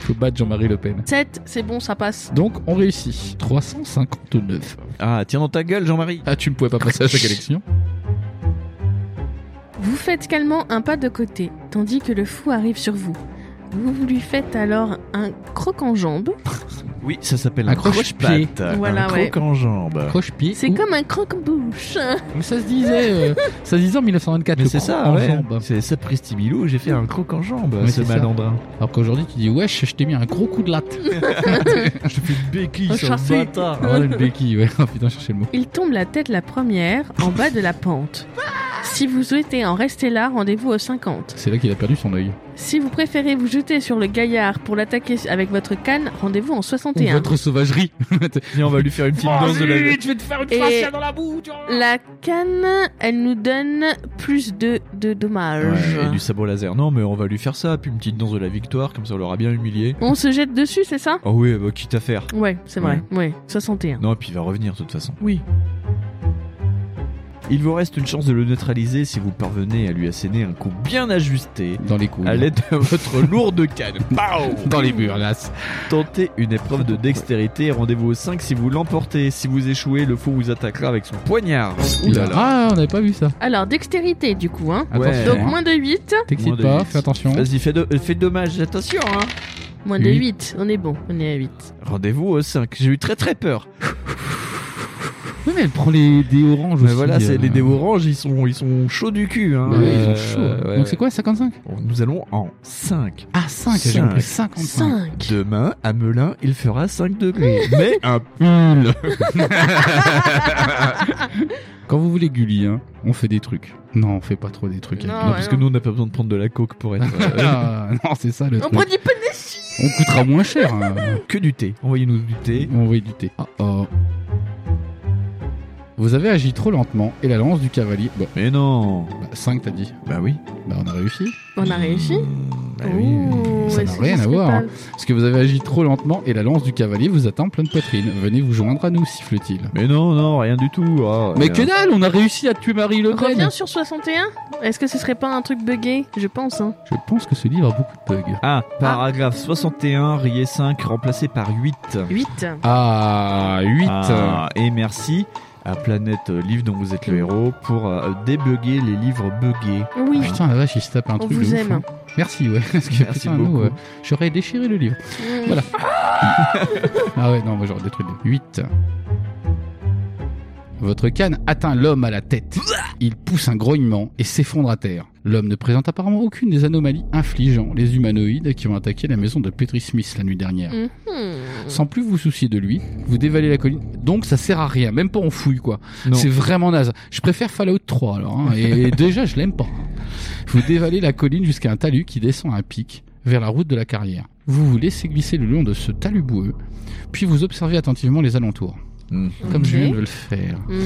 C: Faut battre Jean-Marie Le Pen.
D: 7, c'est bon, ça passe.
C: Donc on réussit. 359.
F: Ah, tiens dans ta gueule, Jean-Marie.
C: Ah, tu ne pouvais pas passer à chaque élection
D: Vous faites calmement un pas de côté, tandis que le fou arrive sur vous. Vous lui faites alors un croc en jambe.
F: Oui, ça s'appelle
C: Un
F: un
C: croche-pied.
F: croche-patte. Un
D: Voilà, ouais.
F: croc en jambe.
C: Croche-pied.
D: C'est
C: ou-
D: comme un croc-bouche.
C: Mais ça se disait, euh, ça se disait en 1924.
F: Mais
C: le
F: c'est
C: croc
F: ça,
C: en
F: ouais.
C: jambe.
F: C'est sapristi Milou, j'ai fait un croc en jambe,
C: Ouais,
F: ce
C: c'est ça.
F: malandrin.
C: Alors qu'aujourd'hui, tu dis, wesh, je t'ai mis un gros coup de latte.
F: Je te fais une béquille
D: Un
F: sur le
D: chassé.
F: bâtard.
C: Ah, une béquille, ouais. Oh, putain, cherchez le mot.
D: Il tombe la tête la première en bas de la pente. Si vous souhaitez en rester là, rendez-vous au 50.
C: C'est là qu'il a perdu son œil.
D: Si vous préférez vous jeter sur le gaillard pour l'attaquer avec votre canne, rendez-vous en 61.
C: Votre sauvagerie.
F: Viens, on va lui faire une petite danse de la
C: je vais te faire une
D: Et- fascia
C: dans la boue,
D: La canne, elle nous donne plus de, de dommages.
F: Ouais, et du sabot laser. Non, mais on va lui faire ça, puis une petite danse de la victoire, comme ça on l'aura bien humilié.
D: On se jette dessus, c'est ça
F: Oh oui, bah, quitte à faire.
D: Ouais, c'est vrai. Ouais, 61.
F: Non, et puis il va revenir de toute façon. Oui. Il vous reste une chance de le neutraliser si vous parvenez à lui asséner un coup bien ajusté
C: Dans les couilles.
F: à l'aide de votre lourde canne. Pow
C: Dans les burlasses.
F: Tentez une épreuve de dextérité et rendez-vous au 5 si vous l'emportez. Si vous échouez, le fou vous attaquera avec son poignard. Ouh là là.
C: Ah, on n'avait pas vu ça.
D: Alors, dextérité, du coup, hein.
F: Ouais.
C: Attention.
D: Donc,
C: hein.
D: moins de 8.
F: Moins
C: T'excites
F: de
C: pas,
F: huit.
C: fais attention.
F: Vas-y, fais, de... euh, fais dommage, attention hein
D: Moins de
C: Huit.
D: 8. On est bon, on est à 8.
F: Rendez-vous au 5. J'ai eu très très peur.
C: Oui, mais elle prend les dés oranges
F: Mais
C: aussi,
F: voilà, c'est
C: euh,
F: les dés oranges, ils sont, ils sont chauds du cul. Hein.
C: ouais, ils
F: Euh,
C: sont chauds.
F: ouais,
C: Donc
F: ouais.
C: c'est quoi, 55
F: Nous allons en 5.
C: Ah, 5, j'ai
F: Cinq.
C: compris 55.
D: 5.
F: Demain, à Melun, il fera 5 degrés. Mais un
C: Hul. Quand vous voulez Gulli, hein, on fait des trucs. Non, on fait pas trop des trucs.
D: Non,
C: avec-
D: ouais,
F: parce que nous, on n'a pas besoin de prendre de la coke pour être. euh,
C: Ah, non, c'est ça le
D: On
C: truc.
D: prend du peu de
C: On coûtera moins cher. hein.
F: que du thé. Envoyez-nous du thé.
C: On va y du thé. Ah, ah. oh. Vous avez agi trop lentement et la lance du cavalier. Bon,
F: Mais non
C: bah, 5 t'as dit.
F: Bah oui.
C: Bah on a réussi.
D: On a réussi
F: Mmh, Bah oui.
D: Oh,
C: Ça n'a
D: est-ce que
C: rien
D: ce
C: à
D: serait
C: voir,
D: pas-
C: hein. Parce que vous avez agi trop lentement et la lance du cavalier vous atteint en pleine poitrine. Venez vous joindre à nous, siffle-t-il.
F: Mais non, non, rien du tout. ah,
C: Mais
F: rien.
C: que dalle, on a réussi à tuer Marie Le Pen
D: Reviens sur 61 Est-ce que ce serait pas un truc buggé Je pense, hein.
C: Je pense que ce livre a beaucoup de bugs.
F: Ah, paragraphe 61, riez 5, remplacé par 8.
D: 8.
C: Ah, 8
F: Ah, et merci à Planète euh, Livre dont vous êtes le héros pour euh, débugger les livres buggés.
D: Oui.
C: Putain, la vache, il se tape Ah, un
D: On
C: truc de
D: vous
C: ouf,
D: aime.
C: hein. Merci, ouais. Parce que,
F: Merci
C: putain, nous,
F: beaucoup.
C: euh, j'aurais déchiré le livre.
D: Mmh.
C: hein. Voilà. Ah ouais, non, moi j'aurais détruit le 8. Votre canne atteint l'homme à la tête. Il pousse un grognement et s'effondre à terre. L'homme ne présente apparemment aucune des anomalies infligeant les humanoïdes qui ont attaqué la maison de Petri Smith la nuit dernière.
D: Mhm.
C: Sans plus vous soucier de lui, vous dévalez la colline. Donc ça sert à rien, même pas en fouille quoi.
F: Non.
C: C'est vraiment naze. Je préfère Fallout 3 alors. hein, et, et déjà je l'aime pas. Vous dévalez la colline jusqu'à un talus qui descend à un pic vers la route de la carrière. Vous vous laissez glisser le long de ce talus boueux, puis vous observez attentivement les alentours,
F: Mmh.
C: comme
D: Ok.
C: je viens de le faire.
D: Mhm.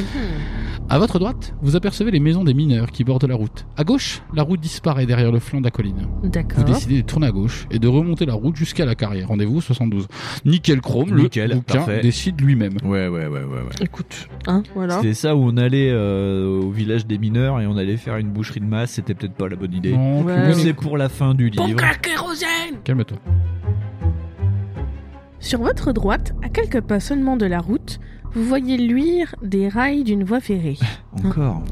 C: À votre droite, vous apercevez les maisons des mineurs qui bordent la route. À gauche, la route disparaît derrière le flanc de la colline. Vous
D: D'accord.
C: décidez de tourner à gauche et de remonter la route jusqu'à la carrière. Rendez-vous au 72. Nickel chrome,
F: Nickel,
C: le bouquin
F: parfait.
C: décide lui-même.
F: Ouais, ouais, ouais, ouais. ouais.
D: Écoute, hein, voilà.
F: C'était ça où on allait euh, au village des mineurs et on allait faire une boucherie de masse, c'était peut-être pas la bonne idée.
C: Non, tu
D: Ouais,
C: vois,
D: ouais.
C: les-
F: C'est pour la fin du livre.
D: Pourquoi le kérosène
C: Calme-toi.
D: Sur votre droite, à quelques pas seulement de la route, vous voyez luire des rails d'une voie ferrée.
F: Encore.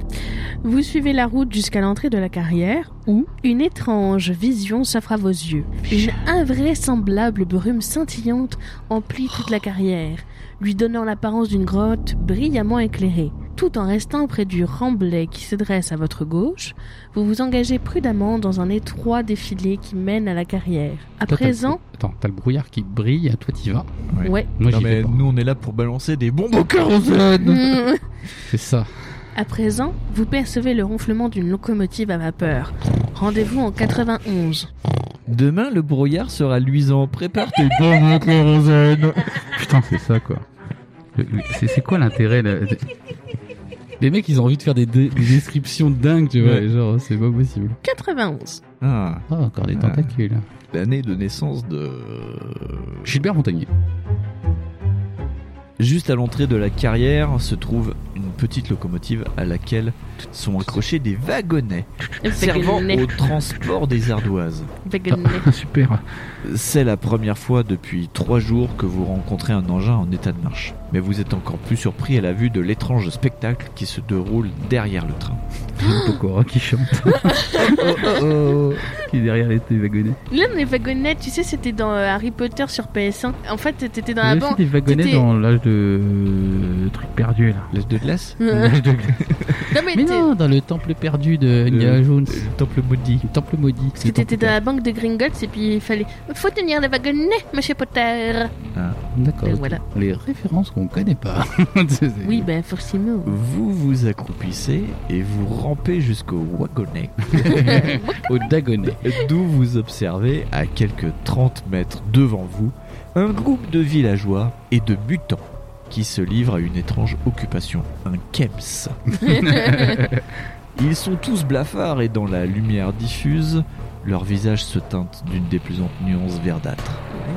D: Vous suivez la route jusqu'à l'entrée de la carrière où une étrange vision s'offre à vos yeux. Une invraisemblable brume scintillante emplit toute la carrière, lui donnant l'apparence d'une grotte brillamment éclairée. Tout en restant près du remblai qui se dresse à votre gauche, vous vous engagez prudemment dans un étroit défilé qui mène à la carrière. À
C: Toi, t'as le-
D: présent,
C: Attends, t'as le brouillard qui brille, à toi t'y vas.
F: le-
D: ouais.
C: Moi
F: non
C: j'y
F: mais
C: vais pas.
F: nous on est là pour balancer des bombes au cœur.
D: Mmh.
C: C'est ça.
D: À présent, vous percevez le ronflement d'une locomotive à vapeur. Rendez-vous en 91.
F: Demain le brouillard sera luisant. Prépare tes
C: Bon kérosène Putain, c'est ça quoi. Le- le- C'est c'est quoi l'intérêt là de- Les mecs ils ont envie de faire des, dé- des descriptions dingues, tu vois.
F: Ouais.
C: et Genre, c'est pas possible.
D: 91.
F: Ah,
C: Ah, encore des tentacules.
F: l'année de euh, naissance de
C: Gilbert Montagnier.
F: Juste à l'entrée de la carrière se trouve une petite locomotive à laquelle sont accrochés des wagonnets servant au transport des ardoises. Ah,
D: Wagonnet.
C: Super.
F: C'est la première fois depuis trois jours que vous rencontrez un engin en état de marche. Mais vous êtes encore plus surpris à la vue de l'étrange spectacle qui se déroule derrière le train.
C: Pokora qui chante. oh, Qui est derrière les wagonnets.
D: Là, les wagonnets, tu sais, c'était dans euh, Harry Potter sur PS1. En fait, t'étais dans la banque.
C: des wagonnets
D: t'étais- dans
C: l'âge de. truc perdu là.
F: L'âge de glace
D: Euh, non, mais,
C: Mais
D: t'es-
C: non, dans le temple perdu de Indiana Jones.
F: Le temple maudit.
C: Le Euh, temple maudit.
D: Parce que t'étais dans la banque de Gringotts et puis il fallait. Faut tenir les wagonnets, monsieur Potter.
C: D'accord.
D: Et
C: ok.
D: voilà.
C: Les références qu'on connaît pas. C'est- c'est-
D: Oui, ben forcément.
F: Vous vous accroupissez et vous rampez jusqu'au wagonnet.
C: Au Dagonet.
F: d'où vous observez à quelques 30 mètres devant vous un groupe de villageois et de mutants qui se livrent à une étrange occupation, un KEMS. Ils sont tous blafards et dans la lumière diffuse, leur visage se teinte d'une déplaisante nuance verdâtre.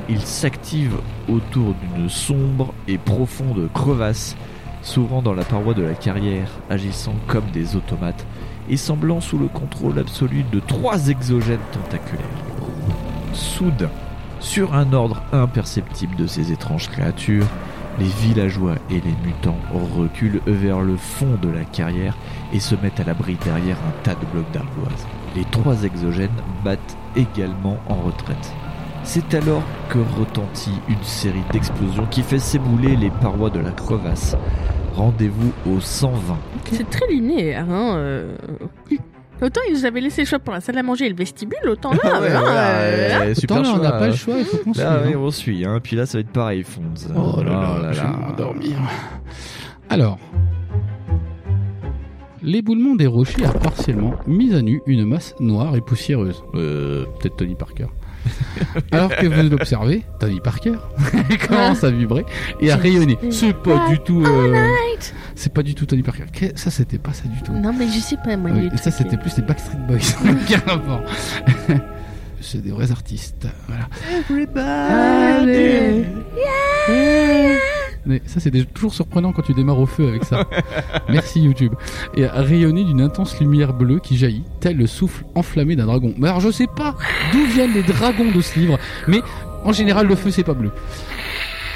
F: Ils s'activent autour d'une sombre et profonde crevasse s'ouvrant dans la paroi de la carrière, agissant comme des automates et semblant sous le contrôle absolu de trois exogènes tentaculaires. Soudain, sur un ordre imperceptible de ces étranges créatures, les villageois et les mutants reculent vers le fond de la carrière et se mettent à l'abri derrière un tas de blocs d'ardoise. Les trois exogènes battent également en retraite. C'est alors que retentit une série d'explosions qui fait s'ébouler les parois de la crevasse. Rendez-vous au 120.
D: C'est très linéaire, hein. euh. Autant ils nous avaient laissé le choix pour la salle à manger et le vestibule, autant là.
F: Ah ouais,
D: hein,
F: voilà,
D: euh,
F: ouais, super
C: Attends, là, on n'a
F: choix,
C: pas
F: euh.
C: le choix, il faut qu'on
F: Là,
C: suive,
F: ouais,
C: hein.
F: on suit. Hein. Puis là, ça va être pareil, Fonz.
C: Oh là là,
F: Oh
C: je vais m'endormir. Alors. L'éboulement des rochers a partiellement mis à nu une masse noire et poussiéreuse.
F: Euh,
C: Peut-être Tony Parker. Alors que vous l'observez, Tony Parker commence à vibrer et à rayonner. C'est pas du tout. euh, C'est pas du tout Tony Parker. Que- Ça, c'était pas ça du tout.
D: Non, mais je sais pas, moi.
C: Oui,
D: le
C: et ça,
D: truc,
C: c'était
D: euh,
C: plus les Backstreet Boys. Aucun rapport. C'est des vrais artistes. Voilà.
D: Allez.
C: Mais ça, c'est des- toujours surprenant quand tu démarres au feu avec ça. Merci YouTube. Et à rayonner d'une intense lumière bleue qui jaillit, tel le souffle enflammé d'un dragon. Mais alors, je sais pas d'où viennent les dragons de ce livre, mais en général, le feu, c'est pas bleu.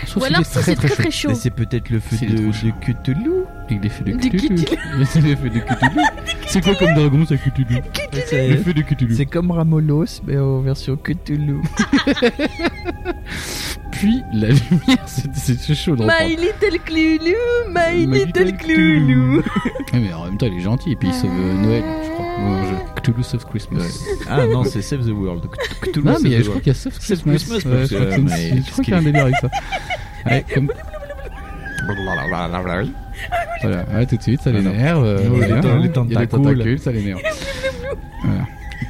C: Sauf
D: Ou
C: s'il
D: alors,
C: est
D: si c'est très très chaud.
F: Mais c'est peut-être le feu
C: C'est
F: de,
C: trop
F: de Cthulhu.
C: Avec des feux de
D: Des
C: Cthulhu. C'est des feux de Cthulhu. C'est quoi comme dragon, ça, Cthulhu Les
F: C'est-
C: feux de Cthulhu.
F: C'est comme Ramolos, mais en version Cthulhu.
C: Puis la lumière, c'est- c'est c'est chaud de
D: My
C: reprendre.
D: little Cthulhu, my
C: My
D: little
C: little
D: Cthulhu.
C: Ouais, Mais en même temps, il est gentil et puis il sauve euh, Noël, je crois. Ou un jeu. Cthulhu Sauve Christmas.
F: ah non, c'est Save the World. Cthulhu
C: Non, mais
F: Save
C: il y a-
F: the
C: je crois
F: World.
C: qu'il y a Sauve
F: Sauve
C: Christmas.
F: Christmas,
C: Ouais,
F: parce
C: je crois
F: que,
C: que c'est une-
F: mais
C: je crois qu'il y a un délire avec ça. Ouais, comme... Voilà, ouais, tout de suite, ça
F: Ah, non.
C: l'énerve. euh,
F: Il y a
C: voilà,
F: les temps-
C: hein.
F: les temps de
C: Il y a les
F: tentacules.
C: tentacules, ça l'énerve. Voilà.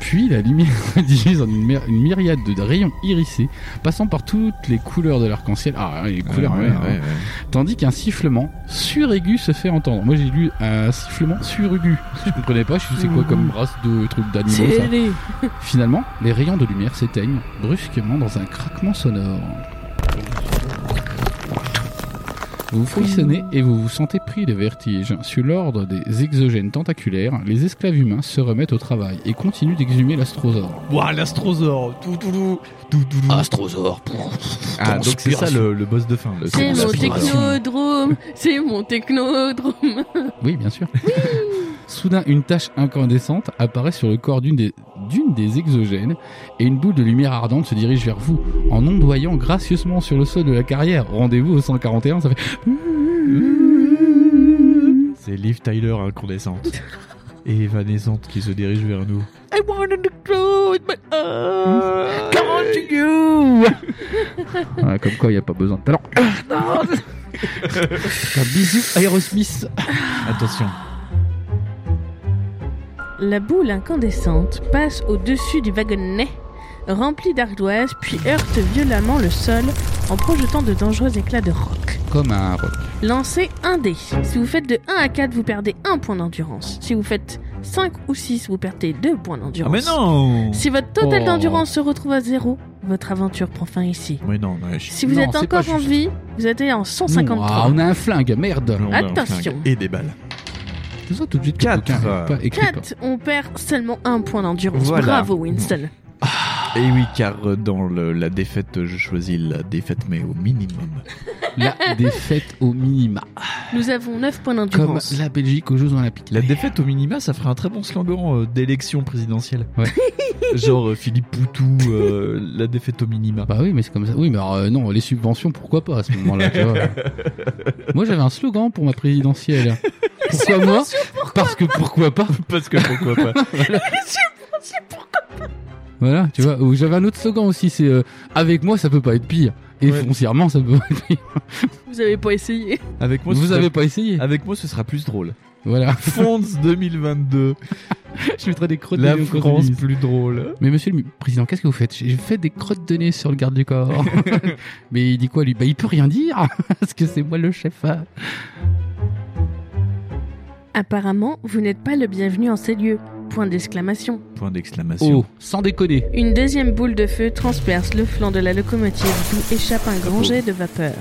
C: Puis la lumière divise en une, mer- une myriade de rayons irisés, passant par toutes les couleurs de l'arc-en-ciel. Ah, les couleurs, ouais, hein. Tandis qu'un sifflement suraigu se fait entendre. Moi j'ai lu un sifflement suraigu. Mmh. Je comprenais pas, je sais quoi comme race de trucs d'animaux ça. Finalement, les rayons de lumière s'éteignent brusquement dans un craquement sonore. Vous frissonnez et vous vous sentez pris de vertige. Sur l'ordre des exogènes tentaculaires, les esclaves humains se remettent au travail et continuent d'exhumer l'astrosaure.
F: Ouah, l'astrosaure. Tout, tout, tout. Tout, tout, tout.
C: Astrosaure
F: Ah, donc c'est ça le, le boss de fin. le-
D: C'est mon
C: Transpiration.
D: technodrome, c'est mon technodrome.
C: Oui, bien sûr. Soudain, une tache incandescente apparaît sur le corps d'une des, d'une des exogènes et une boule de lumière ardente se dirige vers vous en ondoyant gracieusement sur le sol de la carrière. Rendez-vous au 141, ça fait
F: C'est Liv Tyler incandescente. Et évanescente qui se dirige vers nous.
D: I wanna close my eyes.
C: Ouais, comme quoi, il n'y a pas besoin de talent. Un bisou, Aerosmith.
F: Attention.
D: La boule incandescente passe au-dessus du wagonnet, rempli d'ardoises, puis heurte violemment le sol en projetant de dangereux éclats de roc.
C: Comme un rock.
D: Lancez un dé. Si vous faites de 1 à 4, vous perdez 1 point d'endurance. Si vous faites 5 ou 6, vous perdez 2 points
F: Ah,
D: d'endurance.
F: mais non
D: Si votre total
C: Oh.
D: d'endurance se retrouve à 0, votre aventure prend fin ici.
F: Mais non, mais je-
D: Si vous
C: Non,
D: êtes
C: c'est pas
D: encore en
C: juste.
D: vie, vous êtes en
C: Ah,
D: 153.
C: on a un flingue, merde.
F: on a un
D: Attention.
F: flingue Et des balles.
C: C'est ça, tout de suite, que
F: Quatre.
C: quelqu'un n'avait pas écrit, quoi.
D: 4, on perd seulement 1 point d'endurance.
F: Voilà.
D: Bravo Winston.
F: Et oui, car euh, dans le- la défaite, je choisis la défaite, mais au minimum.
C: La défaite au minima.
D: Nous avons 9 points
C: Comme
D: d'endurance.
C: la Belgique aux Jeux Olympiques.
F: La défaite au minima, ça ferait un très bon slogan euh, d'élection présidentielle. Genre euh, Philippe Poutou, euh, la défaite au minima.
C: Bah oui, mais c'est comme ça. Oui, mais alors, euh, non, les subventions, pourquoi pas à ce moment-là, tu vois. Moi, j'avais un slogan pour ma présidentielle. Pourquoi moi Parce que pourquoi pas
F: Parce que pourquoi pas.
C: Voilà, tu vois. Ou J'avais un autre slogan aussi, c'est euh, avec moi, ça peut pas être pire. Et
F: Ouais.
C: foncièrement, ça peut pas être pire.
D: Vous avez pas essayé.
F: Avec moi, ce
C: Vous
F: sera-
C: avez pas essayé.
F: Avec moi, ce sera plus drôle.
C: Voilà.
F: Fonds 2022.
C: Je mettrai des crottes
F: La
C: de nez au cours
F: France
C: du-
F: plus drôle.
C: Mais monsieur le président, qu'est-ce que vous faites J'ai fait des crottes de nez sur le garde du corps. Mais il dit quoi lui Bah il peut rien dire parce que c'est moi le chef. hein.
D: Apparemment, vous n'êtes pas le bienvenu en ces lieux. Point d'exclamation.
F: Point d'exclamation.
C: Oh, sans déconner.
D: Une deuxième boule de feu transperce le flanc de la locomotive d'où échappe un grand jet de vapeur.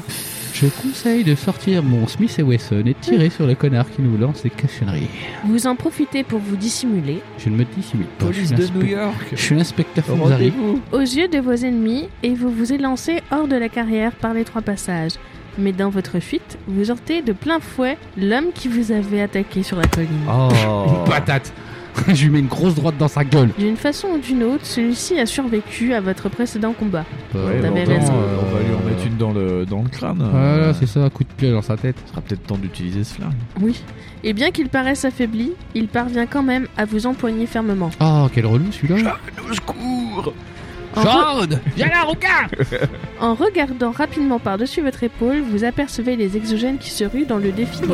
C: Je conseille de sortir mon Smith et Wesson et de tirer sur le connard qui nous lance des cochonneries.
D: Vous en profitez pour vous dissimuler.
C: Je ne me dissimule pas.
F: Police
C: je suis
F: de
C: l'inspe-
F: New York.
C: Je suis l'inspecteur Fonzari.
F: Rendez-vous.
D: aux yeux de vos ennemis et vous vous élancez hors de la carrière par les trois passages. Mais dans votre fuite, vous heurtez de plein fouet l'homme qui vous avait attaqué sur la colline.
F: Oh.
C: Patate Je lui mets une grosse droite dans sa gueule.
D: D'une façon ou d'une autre, celui-ci a survécu à votre précédent combat.
F: Ouais,
D: T'avais
F: longtemps,
D: raison.
F: euh, on va lui en mettre une dans le, dans le crâne.
C: Voilà,
F: Euh,
C: ah, c'est ça, coup de pied dans sa tête.
F: Ce sera peut-être temps d'utiliser ce flingue.
D: Oui. Et bien qu'il paraisse affaibli, il parvient quand même à vous empoigner fermement.
C: Ah, quel relou celui-là
F: Au secours
C: Jord Viens là, Rouquin
D: En regardant rapidement par-dessus votre épaule, vous apercevez les exogènes qui se ruent dans le défilé.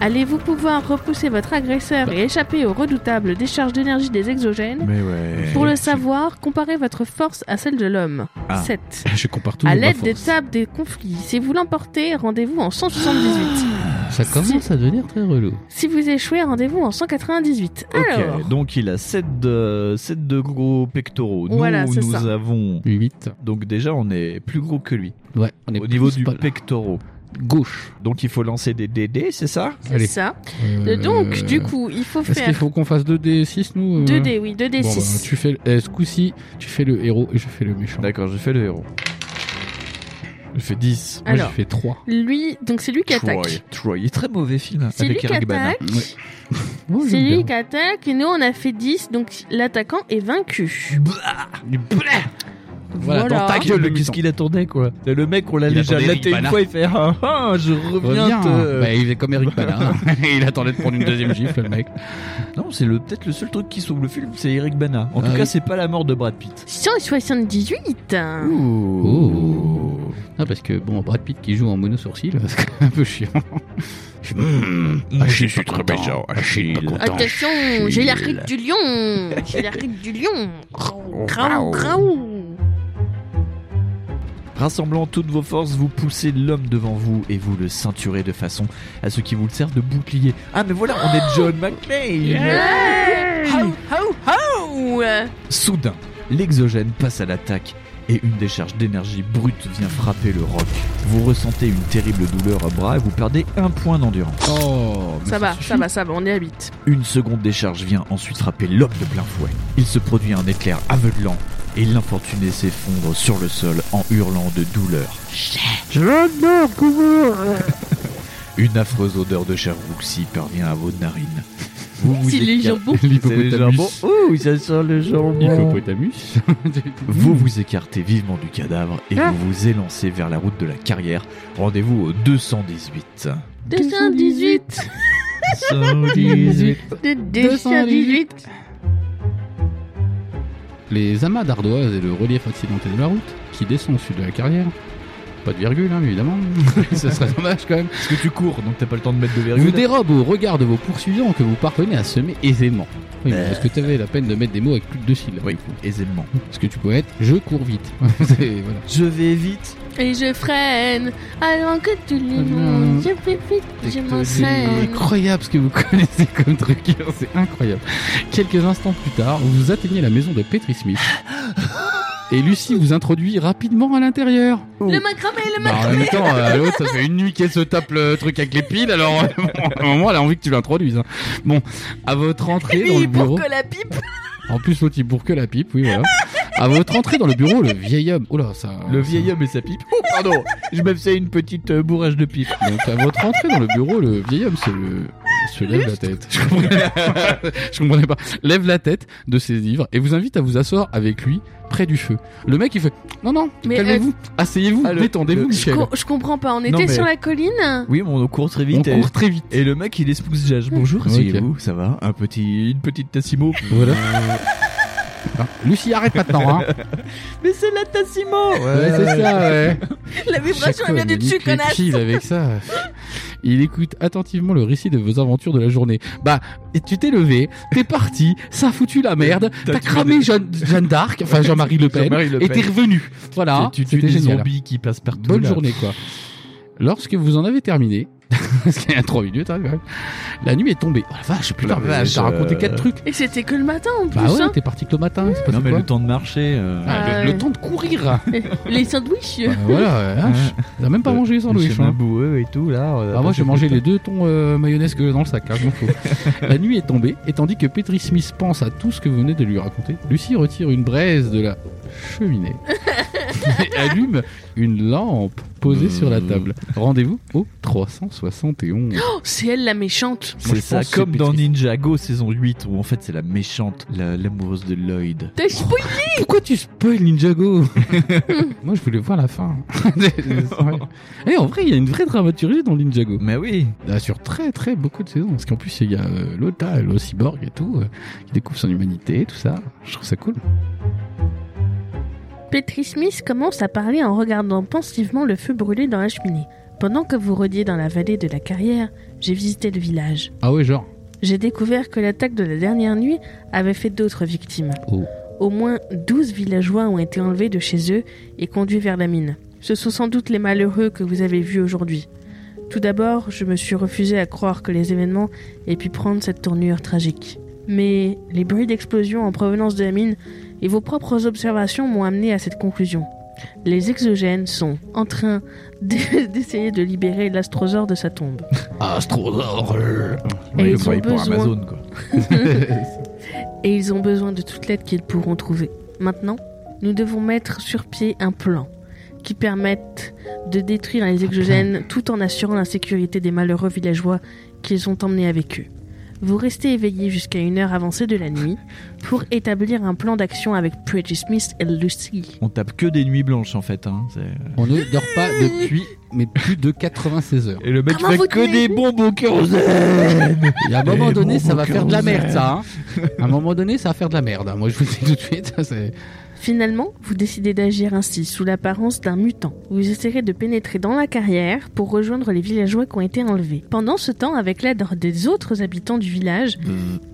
D: Allez-vous pouvoir repousser votre agresseur et échapper aux redoutables décharges d'énergie des exogènes
F: Mais ouais.
D: Pour le savoir, comparez votre force à celle de l'homme.
F: Ah.
D: 7.
C: Je compare tout
D: À
C: le monde
D: l'aide
C: ma
D: des
C: force.
D: tables des conflits, si vous l'emportez, rendez-vous en 178.
C: Ça commence à devenir très relou.
D: si vous échouez, rendez-vous en 198. Alors,
F: Ok, donc il a 7 de, sept de gros pectoraux. Nous,
D: Voilà, c'est
F: nous
D: ça.
F: avons.
C: 8.
F: Donc déjà, on est plus gros que lui.
C: Ouais, on est
F: Au niveau
C: plus
F: du
C: pas là.
F: pectoraux.
C: gauche.
F: Donc il faut lancer des DD, c'est ça
D: c'est ça.
C: Euh,
D: Donc, du coup, il faut
C: Est-ce qu'il
D: faire
C: faut qu'on fasse 2D6 nous euh
D: 2D, oui,
C: Bon, bah,
D: 2D6.
C: tu fais le- eh, ce coup-ci, tu fais le héros et je fais le méchant.
F: D'accord, je fais le héros. Je fais 10.
C: Moi, j'ai
D: Alors,
C: fait 3.
D: lui, donc c'est Ah, lui qui
F: Troy.
D: attaque.
F: Troy, il est très mauvais film.
D: C'est lui
F: avec
D: qui
F: Eric Bana.
D: attaque.
C: Ouais. Oh,
D: C'est lui qui attaque et nous on a fait 10 donc l'attaquant est vaincu. Voilà.
C: Voilà, dans ta gueule,
F: gueule,
C: Ah, le
F: qu'est-ce
C: mutant.
F: qu'il attendait quoi Le mec, on l'a
C: Il
F: déjà
C: attendait
F: laté
C: Eric
F: une
C: Bana.
F: fois, il fait ah ah, je reviens. euh,
C: Reviens.
D: euh,
F: te-
C: Bah, il est comme Eric Bana. hein. il attendait de prendre une deuxième gifle, le mec.
F: Non, c'est le peut-être le seul truc qui sauve le film, c'est Eric Bana. En
C: Ah
F: tout
C: oui.
F: cas, c'est pas la mort de Brad Pitt.
D: 178 hein.
F: Oh.
C: Ouh. Ah, parce que bon, Brad Pitt qui joue en mono sourcil, c'est quand même un peu chiant.
F: Hmm,
C: Ah, je suis trop méchant. Achille.
D: Attention, j'ai la rite du lion J'ai la rite du lion
C: Oh,
D: Graou, graou
F: Rassemblant toutes vos forces, vous poussez l'homme devant vous et vous le ceinturez de façon à ce qui vous le sert de bouclier. Ah, mais voilà, on est John McClane.
D: How, how, how
F: Soudain, l'exogène passe à l'attaque et une décharge d'énergie brute vient frapper le roc. Vous ressentez une terrible douleur au bras et vous perdez un point d'endurance.
C: Oh, mais
D: Ça va,
C: suffit.
D: ça va, ça va, on est à 8.
F: Une seconde décharge vient ensuite frapper l'homme de plein fouet. Il se produit un éclair aveuglant et l'infortuné s'effondre sur le sol en hurlant de douleur. Une affreuse odeur de chair roussie parvient à vos narines. Vous vous
D: C'est les
F: écar-
D: jambons.
F: C'est les
C: L'hippopotamus.
F: jambons. Ouh, ça sent le jambon.
C: L'hippopotamus.
F: Vous vous écartez vivement du cadavre et vous vous élancez vers la route de la carrière. Rendez-vous au 218.
D: 218 218
C: Les amas d'ardoise et le relief accidenté de la route, qui descend au sud de la carrière. Pas de virgule, hein, évidemment. Ce serait dommage quand même.
F: Parce que tu cours, donc t'as pas le temps de mettre de
C: Vous
F: virgule.
C: dérobe au regard de vos poursuivants que vous parvenez à semer aisément. Oui, mais parce que tu avais la peine de mettre des mots avec plus de deux syllabes.
F: Oui, aisément.
C: Parce que tu pouvais être je cours vite. C'est- voilà.
F: Je vais vite.
D: Et je freine Alors que tout le monde, je vais vite, je
C: C'est
D: m'enseigne
C: incroyable ce que vous connaissez comme truc. hein. C'est incroyable. Quelques instants plus tard, vous atteignez la maison de Petri Smith. Et Lucie vous introduit rapidement à l'intérieur.
D: Le macramé, le
C: Bah, en même temps, euh, l'autre, ça fait une nuit qu'elle se tape le truc avec les piles, alors bon, à un moment, elle a envie que tu l'introduises. hein. Bon, à votre entrée dans
D: macramé
C: le bureau.
D: Pour que la pipe
C: En plus, l'autre, il bourque la pipe, oui, voilà. À votre entrée dans le bureau, le vieil homme. Oh là, ça.
F: Le vieil homme et sa pipe. Oh, pardon. Je me faisais une petite euh, bourrage de pipe.
C: Donc, à votre entrée dans le bureau, le vieil homme se, se lève la tête. Je comprenais, pas. Je comprenais pas. Lève la tête de ses livres et vous invite à vous asseoir avec lui près du feu. Le mec, il fait Non, non,
D: Mais,
C: calmez-vous, asseyez-vous,
F: ah, le-
C: détendez-vous,
F: le-
C: Michel.
D: Com- je comprends pas, on était
F: Non, mais-
D: sur la colline
F: Oui, mais on court très
C: On
F: vite. euh. et...
C: court très vite.
F: et le mec, il espouse Jage. Bonjour,
C: Ok.
F: asseyez-vous, ça va Un petit, Une petite Tassimo.
C: Voilà. Ah, Lucie, arrête maintenant, hein.
D: Mais c'est la Tassimo
C: Ouais, c'est ça, ouais.
D: La vibration elle vient du dessus, connasse
C: Il avec ça. Il écoute attentivement le récit de vos aventures de la journée. Bah, et tu t'es levé, t'es parti, ça a foutu la merde,
F: T'as
C: t'as
F: tué
C: cramé
F: des-
C: Jeanne, Jeanne d'Arc, enfin Jean-Marie Le Pen,
F: Jean-Marie Le
C: et
F: Pen.
C: t'es revenu. Voilà,
F: tu tues
C: c'était
F: des
C: génial.
F: zombies qui passent partout.
C: Bonne
F: là.
C: journée, quoi. Lorsque vous en avez terminé, parce qu'il y a 3 minutes, hein, quand même, la nuit est tombée. Oh la vache, putain,
F: La vache,
C: j'ai raconté
F: euh,
C: 4 trucs.
D: Et c'était que le matin en plus
C: Bah ouais,
D: hein.
C: t'es parti que le matin, c'est pas
F: Non, mais
C: quoi
F: le temps de marcher. euh,
C: Ah, le-
D: Ah
C: le,
D: ouais.
C: temps de courir.
D: Les sandwichs
C: Bah, voilà, la vache. T'as même pas
F: Le-
C: mangé les
F: le
C: sandwichs.
F: chemin
C: hein.
F: boueux et tout là. euh, on a
C: Ah, moi,
F: passé
C: j'ai mangé
F: tout
C: les deux tons euh, mayonnaise que j'ai dans le sac, hein, je m'en fous. la nuit est tombée, et tandis que Petri Smith pense à tout ce que vous venez de lui raconter, Lucie retire une braise de la cheminée et allume une lampe posée sur la table. Rendez-vous au 371.
D: Oh, C'est elle la méchante
F: C'est ça,
C: pense que
F: comme
C: c'est
F: dans
C: Petri.
F: Ninjago saison 8, où en fait c'est la méchante, la- l'amoureuse de Lloyd.
D: T'as spoil-
C: Pourquoi tu spoil Ninjago Moi, je voulais voir la fin. C'est vrai. Et en vrai, il y a une vraie dramaturgie dans Ninjago.
F: Mais oui,
C: Là, sur très très beaucoup de saisons. Parce qu'en plus, il y a euh, Lota, le cyborg et tout, euh, qui découvre son humanité, tout ça. Je trouve ça cool.
D: Petrie Smith commence à parler en regardant pensivement le feu brûler dans la cheminée. Pendant que vous rôdiez dans la vallée de la carrière, j'ai visité le village.
C: Ah ouais, genre.
D: J'ai découvert que l'attaque de la dernière nuit avait fait d'autres victimes.
C: Oh.
D: Au moins 12 villageois ont été enlevés de chez eux et conduits vers la mine. Ce sont sans doute les malheureux que vous avez vus aujourd'hui. Tout d'abord, je me suis refusé à croire que les événements aient pu prendre cette tournure tragique. Mais les bruits d'explosion en provenance de la mine et vos propres observations m'ont amené à cette conclusion. Les exogènes sont en train d'e- d'essayer de libérer l'astrosaure de sa tombe.
C: Ah, Astrosaure
D: Et
F: le
D: ils ont
F: bail pour
D: besoin-
F: Amazon, quoi.
D: et ils ont besoin de toute l'aide qu'ils pourront trouver. Maintenant, nous devons mettre sur pied un plan qui permette de détruire les exogènes tout en assurant la sécurité des malheureux villageois qu'ils ont emmenés avec eux. Vous restez éveillés jusqu'à une heure avancée de la nuit pour établir un plan d'action avec Pretty Smith et Lucy.
F: On tape que des nuits blanches, en fait. hein. C'est-
C: On ne dort pas depuis mais plus de 96 heures.
F: Et le mec
D: Comment
F: fait
D: vous
F: que
D: tenez
F: des bombes au kérosène
C: Et à un moment
F: Eh,
C: donné,
F: bon,
C: ça
F: mon
C: va faire de la merde,
F: Kérosène.
C: ça. hein. à un moment donné, ça va faire de la merde. hein. Moi, je vous le dis tout de suite. ça, c'est-
D: Finalement, vous décidez d'agir ainsi, sous l'apparence d'un mutant. Vous essaierez de pénétrer dans la carrière pour rejoindre les villageois qui ont été enlevés. Pendant ce temps, avec l'aide des autres habitants du village,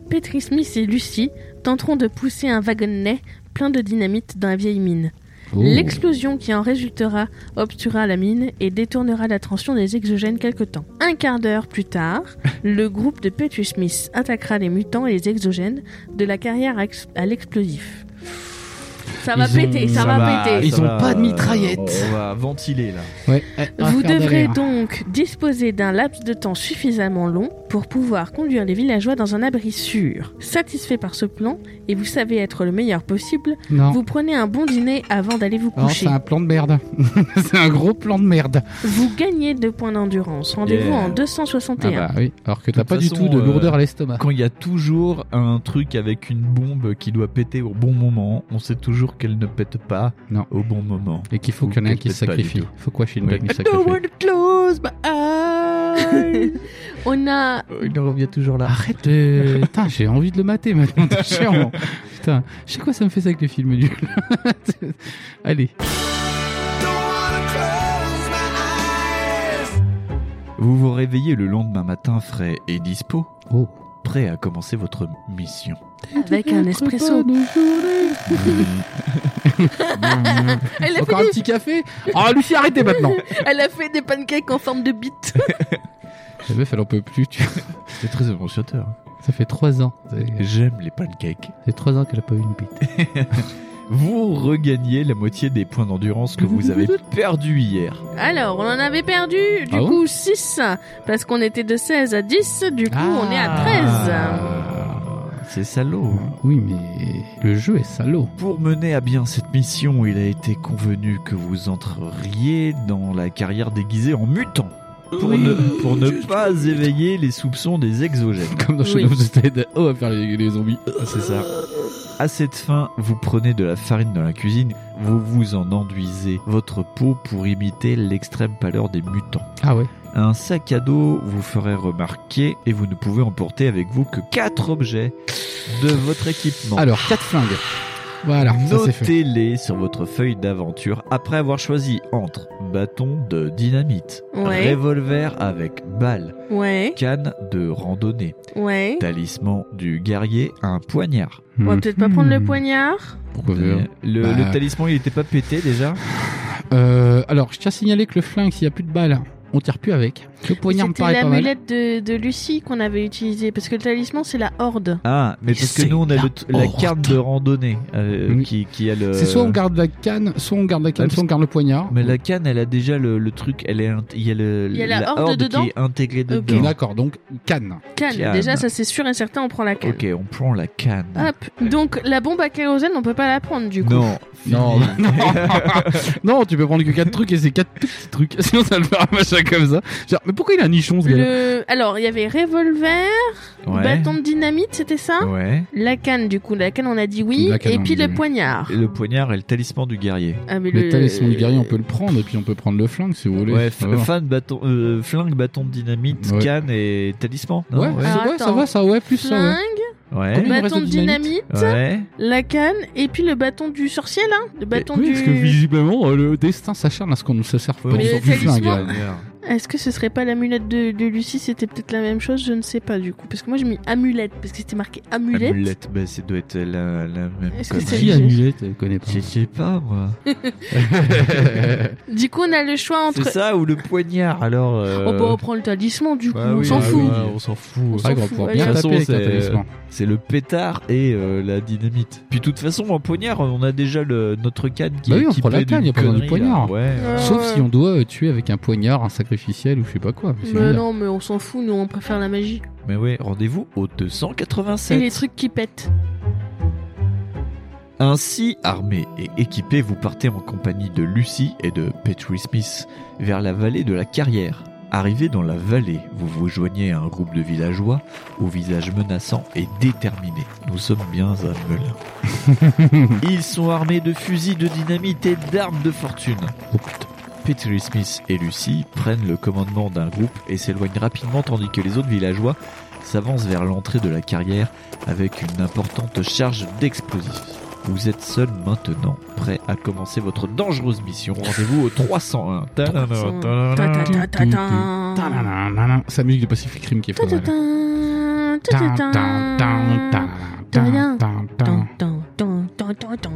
D: Petri Smith et Lucy tenteront de pousser un wagonnet plein de dynamite dans la vieille mine.
C: Oh.
D: L'explosion qui en résultera obturera la mine et détournera l'attention des exogènes quelque temps. Un quart d'heure plus tard, le groupe de Petri Smith attaquera les mutants et les exogènes de la carrière à ex- à l'explosif. Ça va
C: Ils ont-
D: péter, ça, va, péter.
C: Ils
F: ça
C: ont
F: va,
C: pas de
F: euh,
C: mitraillette.
F: On va ventiler, là.
C: Ouais. Eh, on va
D: Vous
C: faire des
D: devrez
C: rires.
D: donc disposer d'un laps de temps suffisamment long pour pouvoir conduire les villageois dans un abri sûr. Satisfait par ce plan, et vous savez être le meilleur possible,
C: Non.
D: vous prenez un bon dîner avant d'aller vous
C: Non,
D: coucher.
C: c'est un plan de merde. c'est un gros plan de merde.
D: Vous gagnez deux points d'endurance. Rendez-vous
F: Yeah.
D: en
C: Ah
D: 261.
C: bah oui. Alors que t'as
F: toute
C: pas du
F: façon,
C: tout de
F: euh,
C: lourdeur à l'estomac.
F: Quand il y a toujours un truc avec une bombe qui doit péter au bon moment, on sait toujours qu'elle ne pète pas
C: Non.
F: au bon moment.
C: Et qu'il faut qu'il y en ait un qui se
F: Peut-être pas du
C: sacrifie.
F: tout.
C: Faut quoi, chez
F: Ouais.
C: nous sacrifie
F: close my eyes.
C: bah.
D: On a
F: Euh, Il en revient toujours là.
C: Arrête de... Putain, j'ai envie de le mater maintenant, t'es chiant. Putain, je sais quoi ça me fait ça avec les films nuls. Allez.
F: Vous vous réveillez le lendemain matin frais et dispo,
C: Oh.
F: prêt à commencer votre mission.
D: avec un espresso. Elle a,
C: Encore un
D: fait
C: petit café Oh, Lucie, arrêtez maintenant
D: des, elle a fait des pancakes en forme de bite.
C: La meuf, elle en peut plus. tu-
F: C'est très émotionnateur.
C: Ça fait trois ans.
F: J'aime les pancakes.
C: C'est trois ans qu'elle a pas eu une bite.
F: Vous regagnez la moitié des points d'endurance que vous avez perdus hier.
D: Alors, on en avait perdu, du
C: Ah bon
D: coup 6, parce qu'on était de 16 à 10, du coup
C: Ah.
D: on est à 13.
F: Ah, C'est salaud.
C: Oui, mais le jeu est salaud.
F: Pour mener à bien cette mission, il a été convenu que vous entreriez dans la carrière déguisée en mutant. Pour ne, pour ne pas éveiller les soupçons des exogènes.
C: Comme dans Shadow
D: Oui.
C: of the Dead. Oh, on va faire les, les zombies. Ah,
F: C'est ça. À cette fin, vous prenez de la farine dans la cuisine, vous vous en enduisez votre peau pour imiter l'extrême pâleur des mutants.
C: Ah ouais
F: Un sac à dos vous ferait remarquer et vous ne pouvez emporter avec vous que 4 objets de votre équipement.
C: Alors, quatre flingues. Voilà, ça c'est fait.
F: Notez-les sur votre feuille d'aventure après avoir choisi entre bâton de dynamite,
D: Ouais.
F: revolver avec balle,
D: Ouais,
F: canne de randonnée,
D: ouais.
F: talisman du guerrier, un poignard.
D: On va peut-être pas
C: Hmm.
D: prendre le poignard.
C: Pourquoi
F: Euh,
C: faire
F: Le,
C: Bah.
F: le talisman, il était pas pété déjà
C: Euh, alors, je tiens à signaler que le flingue, s'il n'y a plus de balles, on tire plus avec. Le poignard me
D: C'était
C: paraît pas mal.
D: l'amulette de, de Lucie qu'on avait utilisée, parce que le talisman c'est la horde.
F: Ah, mais
C: Mais
F: parce que
C: c'est
F: nous, on a
C: la
F: le t- la,
C: horde.
F: carte de randonnée euh,
C: Oui.
F: qui, qui a le.
C: C'est soit on garde la canne, soit on garde la canne,
F: Ouais,
C: soit on garde le poignard.
F: Mais la canne, elle a déjà le, le truc, elle est, int- il y a, le,
D: Il y a la horde dedans
F: qui est intégrée
D: Ok.
F: dedans.
C: D'accord, donc canne.
D: Canne,
F: Canne.
D: déjà ça c'est sûr et certain, on prend la canne.
F: Ok, on prend la canne.
D: Hop, donc la bombe à kérosène on peut pas la prendre Ah, du coup.
F: non,
C: Non,
F: fini.
C: non, non, tu peux prendre que 4 trucs et c'est 4 tout petits trucs. Sinon, ça va le faire un machin comme ça. Genre, mais pourquoi il a un nichon ce gars
D: Le... Alors il y avait revolver,
F: Ouais.
D: bâton de dynamite, c'était ça
F: Ouais.
D: La canne du coup, la canne on a dit oui,
C: La canne,
D: et
C: on
D: puis
C: dit
D: le
C: oui.
D: poignard.
F: Et le poignard et le talisman du guerrier.
D: Ah, mais
C: Le, talisman du guerrier, on peut le prendre et puis on peut prendre le flingue si vous voulez.
F: Ouais,
C: Ça
F: f-
C: va.
F: fan bâton, euh, flingue, bâton de dynamite,
C: Ouais.
F: canne et talisman. non
C: Ouais, c'est-
D: Alors,
C: ouais, ça
D: attends.
C: va, ça, ouais, plus ça, ouais.
D: Flingue,
F: Ouais.
C: Combien de
D: Bâton de
C: restes de dynamite
D: dynamite,
F: Ouais.
D: la canne, et puis le bâton du sorcier, là Le bâton
C: oui,
D: du...
C: parce que visiblement, euh, le destin s'acharne à ce qu'on ne se serve pas
F: Mais
C: du
D: le
C: du flingue.
D: talisman-
C: hein.
D: Est-ce que ce serait pas l'amulette de, de Lucie C'était peut-être la même chose, je ne sais pas du coup. Parce que moi j'ai mis amulette, parce que c'était marqué amulette.
F: Amulette, bah, ça doit être la, la même.
D: Est-ce que
F: connerie.
D: c'est-
C: Qui amulette euh, connaît pas
F: Je sais pas, moi.
D: Du coup, on a le choix entre.
F: C'est ça ou le poignard, alors. euh,
D: Oh bah, on prend le talisman du coup,
F: bah
D: on
F: oui,
D: s'en
F: bah
D: fout.
F: oui, on s'en fout.
C: Ah,
D: s'en
C: grand,
D: fout,
C: pour
D: allez.
C: bien
F: De toute
C: taper avec
F: façon,
C: un
F: c'est-
C: talisman.
F: C'est le pétard et euh, la dynamite. Puis de toute façon, en poignard, on a déjà le, notre canne qui
C: Bah
F: est
C: oui, on
F: équipée
C: prend la canne,
F: d'une
C: y a pas besoin du
F: connerie, là.
C: poignard.
F: Ouais.
D: Ouais,
C: Sauf
D: ouais.
C: si on doit euh, tuer avec un poignard, un sacrificiel ou je sais pas quoi. mais c'est
D: Mais
C: bizarre.
D: non, mais on s'en fout, nous on préfère la magie.
F: Mais ouais, rendez-vous au 287.
D: Et les trucs qui pètent.
F: Ainsi armés et équipés, vous partez en compagnie de Lucy et de Petrie Smith vers la vallée de la carrière. Arrivé dans la vallée, vous vous joignez à un groupe de villageois au visage menaçant et déterminé. Nous sommes bien à Melun. Ils sont armés de fusils de dynamite et d'armes de fortune.
C: Oh, putain.
F: Petrie Smith et Lucy prennent le commandement d'un groupe et s'éloignent rapidement tandis que les autres villageois s'avancent vers l'entrée de la carrière avec une importante charge d'explosifs. Vous êtes seuls maintenant, prêts à commencer votre dangereuse mission. Rendez-vous au 301. Tadam, tadam.
D: Ta-ta-ta-ta-ta.
C: Ta-da-da-da-da. C'est la musique de Pacific Rim qui est hein. pas mal.
D: Ta-ta-ta, ta-ta-ta.
C: Ta-da-da-da-da-da.
D: Tan, tan, tan, tan, tan, tan.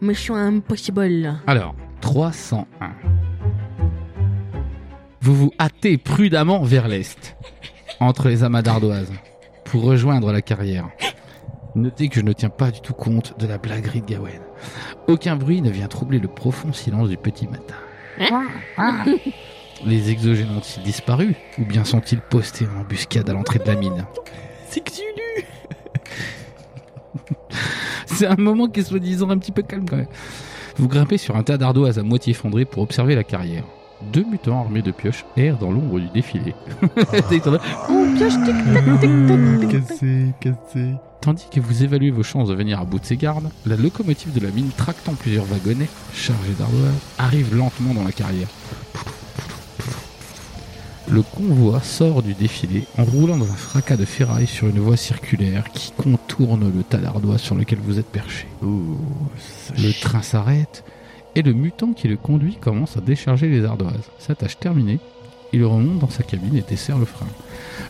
D: Mission impossible.
C: Alors, 301. Vous vous hâtez prudemment vers l'est, entre les amas d'ardoises, pour rejoindre la carrière. Notez que je ne tiens pas du tout compte de la blaguerie de Gawain. Aucun bruit ne vient troubler le profond silence du petit matin.
F: Hein
C: Les exogènes ont-ils disparu Ou bien sont-ils postés en embuscade à l'entrée de la mine
F: C'est que tu
C: C'est un moment qui est soi-disant un petit peu calme quand même. Vous grimpez sur un tas d'ardoises à moitié effondrées pour observer la carrière. Deux mutants armés de pioches errent dans l'ombre du défilé.
F: Ah.
C: Oh, Ils sont là.
F: Cassé, cassé.
C: Tandis que vous évaluez vos chances de venir à bout de ces gardes, la locomotive de la mine tractant plusieurs wagonnets chargés d'ardoises arrive lentement dans la carrière. Le convoi sort du défilé en roulant dans un fracas de ferraille sur une voie circulaire qui contourne le tas d'ardoises sur lequel vous êtes perché.
F: Ouh, ça
C: Le
F: chie.
C: train s'arrête et le mutant qui le conduit commence à décharger les ardoises. Sa tâche terminée, il remonte dans sa cabine et desserre le frein.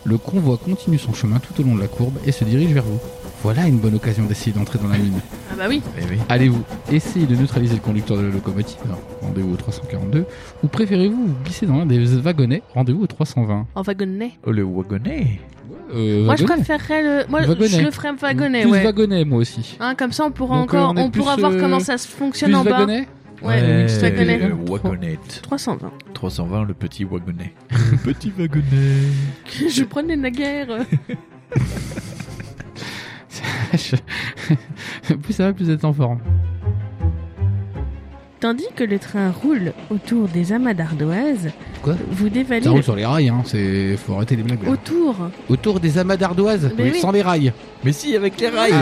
C: Le convoi continue son chemin tout au long de la courbe et se dirige vers vous. Voilà une bonne occasion d'essayer d'entrer dans la mine.
D: Ah bah oui.
F: Eh oui.
C: Allez-vous essayer de neutraliser le conducteur de la locomotive, rendez-vous au 342, ou préférez-vous vous glisser dans l'un des wagonnets, rendez-vous au 320
D: En wagonnet.
F: Oh, le wagonnet.
C: Euh,
D: Moi je
C: wagonnet.
D: préférerais le. Moi je
C: Wagonnet.
D: le ferais wagonnet,
C: Plus
D: ouais.
C: wagonnet, moi aussi.
D: Hein, comme ça on pourra
C: Donc,
D: encore.
C: euh, on est
D: on pourra
C: plus,
D: voir
C: euh,
D: comment ça se
C: Plus Euh,
D: fonctionne en bas.
C: wagonnet
D: Ouais,
F: le
D: plus wagonnet.
F: wagonnet.
D: 320.
F: 320, le petit wagonnet. Le petit wagonnet.
D: je prenais la guerre.
C: Plus ça va, plus vous êtes en forme.
D: Tandis que le train roule autour des amas d'ardoises,
C: Quoi
D: vous dévalez
C: Ça roule
D: le-
C: sur les rails, hein. C'est... faut arrêter les blagues. là.
D: autour.
C: Autour des amas d'ardoises,
D: Mais
C: mais
D: oui. Ah.
C: sans les rails.
F: Mais si, avec les rails.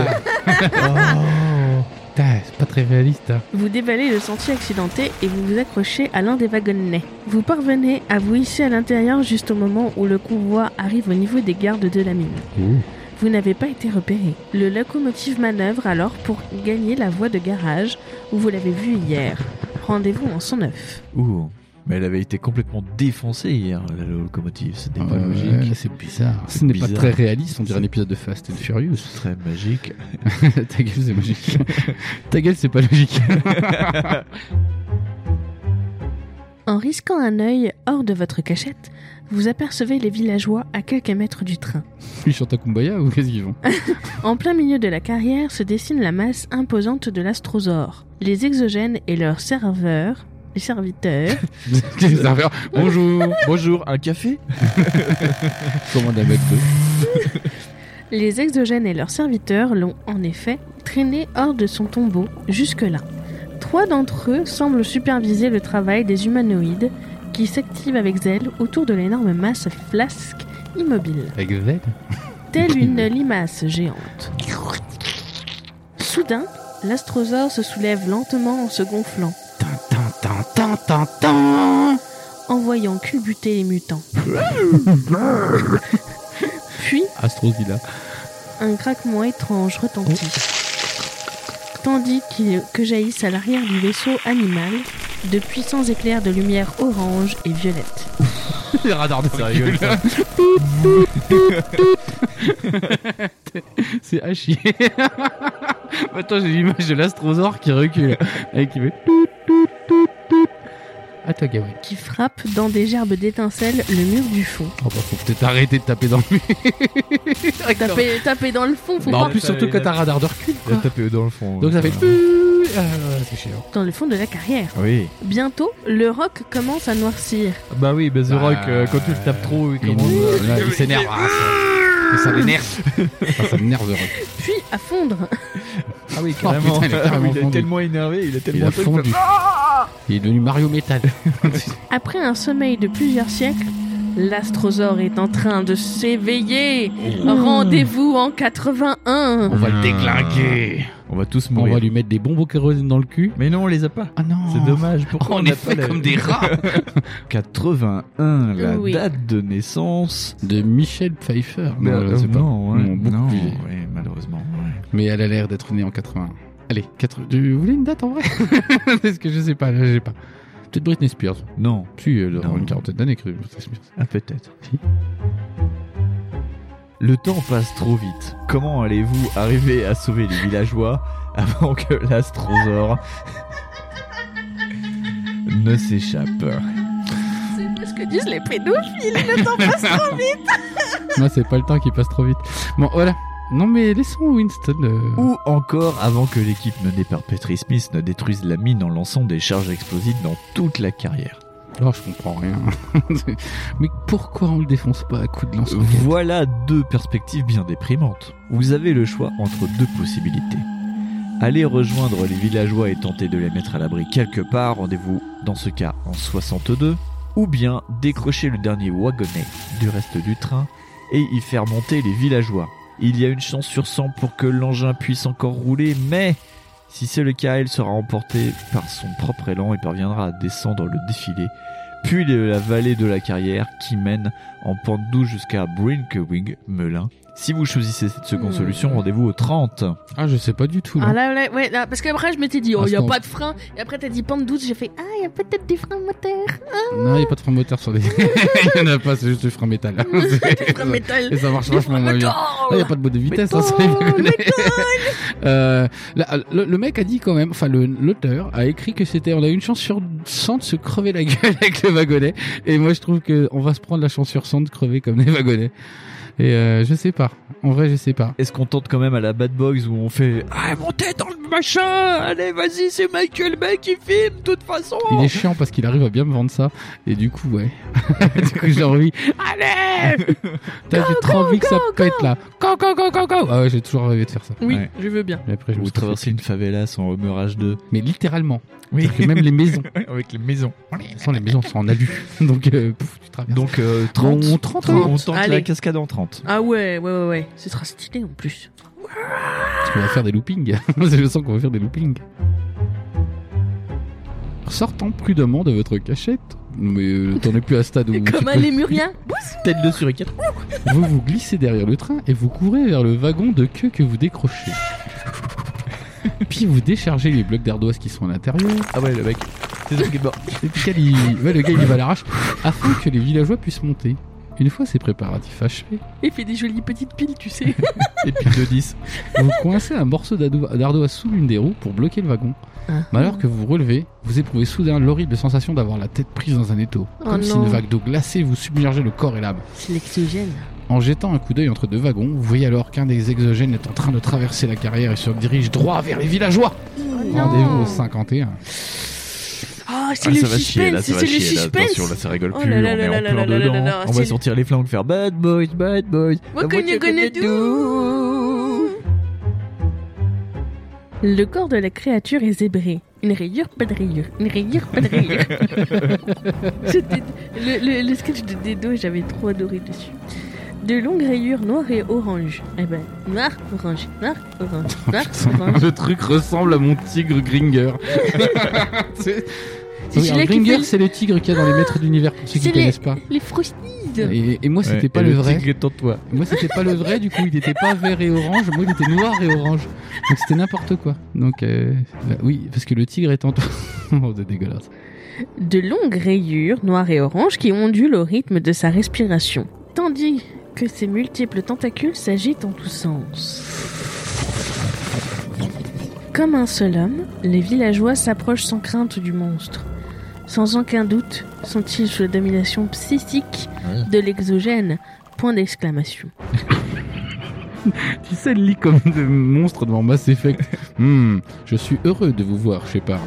C: Oh, Putain, c'est pas très réaliste. hein.
D: Vous dévalez le sentier accidenté et vous vous accrochez à l'un des wagonnets. Vous parvenez à vous hisser à l'intérieur juste au moment où le convoi arrive au niveau des gardes de la mine. Vous n'avez pas été repéré. Le locomotive manœuvre alors pour gagner la voie de garage où vous l'avez vu hier. Rendez-vous en 109.
F: Ouh. Mais elle avait été complètement défoncée hier, la locomotive. C'était pas
C: Euh,
F: logique.
C: C'est bizarre. Ce
F: C'est
C: n'est pas
F: bizarre.
C: très réaliste, on dirait un épisode de Fast and Furious.
F: Ce serait magique.
C: Ta gueule, c'est magique. Ta gueule, c'est pas logique.
D: En risquant un œil hors de votre cachette, vous apercevez les villageois à quelques mètres du train.
C: Ils chantent à Kumbaya ou qu'est-ce qu'ils font
D: En plein milieu de la carrière se dessine la masse imposante de l'astrosaure. Les exogènes et leurs serveurs, les serviteurs,
C: Les serveurs, bonjour.
F: Bonjour, un café
C: Commande un McDo.
D: les exogènes et leurs serviteurs l'ont en effet traîné hors de son tombeau jusque-là. Trois d'entre eux semblent superviser le travail des humanoïdes qui s'activent avec zèle autour de l'énorme masse flasque immobile,
C: Avec Z
D: telle une limace géante. Soudain, l'astrosaure se soulève lentement en se gonflant.
C: Tin, tin, tin, tin, tin, tin.
D: en voyant culbuter les mutants. Puis,
C: Astrozilla.
D: un craquement étrange retentit, tandis qu'il- que jaillissent à l'arrière du vaisseau animal de puissants éclairs de lumière orange et violette.
F: Les radars de
C: Ça rigole, ça. C'est à chier. Attends, j'ai l'image de l'astrosaure qui recule et qui fait tout, tout, tout, tout. À toi, Gabriel.
D: qui frappe dans des gerbes d'étincelles le mur du fond.
C: Oh, bah, faut peut-être arrêter de taper dans le mur.
D: Taper, taper dans le fond, faut
C: Bah, en
D: pas
C: plus, surtout que t'as un radar de recul.
F: Il a
C: quoi.
F: tapé dans le fond.
C: Donc ça fait.
F: Voilà.
C: Ah, C'est chiant.
D: dans le fond de la carrière.
F: Oui.
D: Bientôt, le roc commence à noircir.
F: Bah oui, bah The
C: Bah,
F: Rock, euh, quand tu le tapes trop, il commence à-
C: Là, il s'énerve. Ah, ça- ça m'énerve. Ah, ça m'énerve, Rock.
D: Puis à fondre.
F: Ah oui,
C: carrément.
F: il,
C: Ah oui, il a
F: est
C: tellement
F: tellement énervé, il a
C: Il
F: tellement
C: a fondu. Il est devenu Mario Metal.
D: Après un sommeil de plusieurs siècles, l'astrosaure est en train de s'éveiller.
C: Oh.
D: Rendez-vous en 81.
C: On va le déglinguer.
F: On va tous
C: Ah. On
F: mourir.
C: va lui mettre des bombes au kérosène dans le cul.
F: Mais non, on les a pas.
C: Ah non.
F: C'est dommage. Pourquoi on,
C: On
F: n'a
C: est fait
F: pas la-
C: comme des rats.
F: 81, la
D: Oui.
F: date de naissance.
C: De Michel Pfeiffer. Non, je
F: Euh,
C: sais pas.
F: non, ouais.
C: Non, beaucoup
F: Non,
C: plus vieille.
F: ouais, malheureusement. ouais.
C: Mais elle a l'air d'être née en 81. Allez, 80. Tu- Vous voulez une date en vrai Parce que je sais pas, là, j'ai pas. Peut-être Britney Spears.
F: Non.
C: Puis elle aura
F: Non.
C: une quarantaine d'années, que Britney Spears.
F: Ah, peut-être.
C: Si.
F: Le temps passe trop vite. Comment allez-vous arriver à sauver les villageois avant que l'astrosaure ne s'échappe
D: C'est ce que disent les pédophiles.
C: Non, c'est pas le temps qui passe trop vite. Bon, voilà. Non, mais laissons Winston. euh,
F: Ou encore avant que l'équipe menée par Petri Smith ne détruise la mine en lançant des charges explosives dans toute la carrière.
C: Oh, je comprends rien. mais pourquoi on le défonce pas à coups de lance
F: Euh, Voilà deux perspectives bien déprimantes. Vous avez le choix entre deux possibilités. Aller rejoindre les villageois et tenter de les mettre à l'abri quelque part, rendez-vous dans ce cas en 62, ou bien décrocher le dernier wagonnet du reste du train et y faire monter les villageois. Il y a une chance sur 100 pour que l'engin puisse encore rouler, mais si c'est le cas, il sera emporté par son propre élan et parviendra à descendre le défilé, puis le- la vallée de la carrière qui mène en pente douce jusqu'à Brinkewing, Melun. Si vous choisissez cette seconde
C: Hmm.
F: solution, rendez-vous au 30.
C: Ah, je sais pas du tout. là.
D: Ah là, là, ouais, là, parce qu'après je m'étais dit, oh,
C: Parce
D: y a
C: qu'on-
D: pas de frein. Et après t'as dit pente douce, j'ai fait, ah, y a peut-être des freins moteurs.
C: Non, il a pas de frein moteur sur les. il y en a pas, c'est juste du frein métal.
D: Des freins métal.
C: Et ça marche vachement moins bien.
D: Moteurs.
C: Il n'y a pas de mot de vitesse, hein,
D: Métal,
C: c'est les wagonnets. Euh, là, le, le mec a dit quand même, enfin le- l'auteur a écrit que c'était, on a une chance sur 100 de se crever la gueule avec le wagonnet. Et moi je trouve que on va se prendre la chance sur 100 de crever comme des wagonnets. Et euh, je sais pas. En vrai, je sais pas.
F: Est-ce qu'on tente quand même à la Bad Boys où on fait Ah, montez dans le machin Allez, vas-y, c'est Michael Bay qui filme, de toute façon
C: Il est chiant parce qu'il arrive à bien me vendre ça. Et du coup, ouais. du coup, j'ai envie. Allez T'as j'ai trop envie que ça pète là. Go, go, go, go, go Ah ouais, j'ai toujours rêvé de faire ça.
D: Oui,
F: Ouais.
D: je veux bien.
C: Mais après, je me
F: Vous
C: suis fait-
F: traversez une favela sans homerage 2.
C: Mais littéralement.
F: Oui,
C: C'est-à-dire que même les maisons.
F: avec les maisons.
C: De toute façon, les maisons sont en alu. Donc, euh, pouf, tu traverses.
F: Donc, euh, 30.
C: Bon, hein. 30,
F: On tente la
D: Allez.
F: cascade en 30.
D: Ah ouais, ouais, ouais, ouais. Ce sera stylé en plus.
C: On va faire des loopings. Je sens qu'on va faire des loopings. Sortant prudemment de votre cachette. Mais euh, t'en es plus à ce stade où tu
D: Comme un
C: peux-
D: lémurien.
F: Tête de sur 4.
C: vous vous glissez derrière le train et vous courez vers le wagon de queue que vous décrochez. Puis vous déchargez les blocs d'ardoise qui sont à l'intérieur.
F: Ah ouais, le mec. C'est ça qui est mort.
C: Et puis il- ouais, le gars il y va à l'arrache afin que les villageois puissent monter. Une fois ces préparatifs achevés,
D: Il fait des jolies petites piles, tu sais.
F: Et puis de 10.
C: vous coincez un morceau d'ado- d'ardoise sous l'une des roues pour bloquer le wagon.
D: Ah.
C: Mais alors que vous vous relevez, vous éprouvez soudain l'horrible sensation d'avoir la tête prise dans un étau,
D: Oh
C: comme si
D: non.
C: une vague d'eau glacée vous submergeait le corps et l'âme.
D: C'est l'exogène.
C: En jetant un coup d'œil entre deux wagons, vous voyez alors qu'un des exogènes est en train de traverser la carrière et se dirige droit vers les villageois. Rendez-vous au 51.
D: Oh Ah, c'est
F: Ah,
D: le
F: ça va chier,
D: suspense,
F: là, ça
D: c'est
F: va
D: le
F: chier, là,
D: suspense.
F: attention, là, ça rigole
D: Oh
F: plus,
D: là là
F: on est
D: là
F: en
D: là
F: plein
D: là là
F: dedans,
D: là là,
F: on
D: c'est
F: va
D: le-
F: sortir les flancs, faire bad boys, bad boys,
D: What
F: the
D: can you gonna do? Le corps de la créature est zébré. Une rayure, pas de rayure. Une rayure, pas de rayure. C'était- le, le- le sketch de Dedo, j'avais trop adoré dessus. De longues rayures noires et orange. Eh ben, noir, orange, noir, orange, noir, orange.
C: Le truc ressemble à mon tigre Gringer. C'est-
D: C'est
C: Oui, alors,
D: celui-là qui
C: Gringer,
D: fait
C: c'est le tigre qu'il y a dans les maîtres d'univers, pour ceux qui
D: C'est
C: ne
D: les-
C: connaissent pas.
D: les frustides.
C: Et, et moi, c'était pas le, vrai.
F: toi.
C: Moi, c'était pas le vrai, du coup, il était pas vert et orange. Moi, il était noir et orange. Donc, c'était n'importe quoi. Donc, euh, bah oui, parce que le tigre est en toi. oh, c'est dégueulasse.
D: de longues rayures noires et oranges qui ondulent au rythme de sa respiration, tandis que ses multiples tentacules s'agitent en tous sens. Comme un seul homme, les villageois s'approchent sans crainte du monstre. Sans aucun doute, sont-ils sous la domination psychique de l'exogène Point d'exclamation.
C: Tu sais, le lit comme de monstre devant Mass Effect. Hmm, je suis heureux de vous voir, Shepard.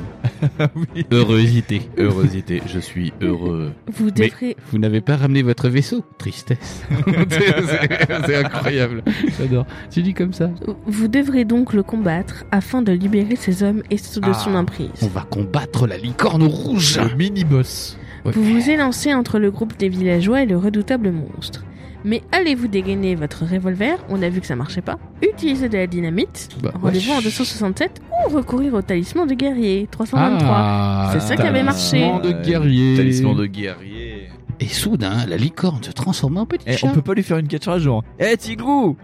F: Heureusité. Heureusité. Je suis Ah heureux.
D: Vous
C: Mais-
D: devrez
C: Vous n'avez pas ramené votre vaisseau. Tristesse. C'est- c'est c'est incroyable. J'adore. Tu dis comme ça.
D: Vous devrez donc le combattre afin de libérer ces hommes et ceux de son
C: Ah. On
D: emprise.
C: va combattre la licorne rouge.
F: Le mini-boss.
D: Vous vous élancez entre le groupe des villageois et le redoutable monstre. Mais allez-vous dégainer votre revolver On a vu que ça marchait pas. Utiliser de la dynamite,
C: Bah,
D: rendez-vous en
C: wesh.
D: 267 ou recourir au talisman de guerrier 323.
C: Ah,
D: C'est ça qui avait marché.
C: Talisman de guerrier.
F: Talisman de guerrier.
C: Et soudain, la licorne se transforma en petit
F: Eh,
C: chat.
F: on peut pas lui faire une catch genre. Eh Tigrou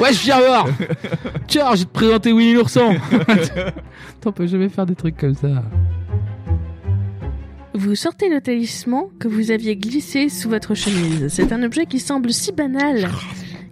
C: Ouais, je viens voir. Tiens, je vais te présenter Winnie l'ourson. T'en peux jamais faire des trucs comme ça.
D: Vous sortez le talisman que vous aviez glissé sous votre chemise. C'est un objet qui semble si banal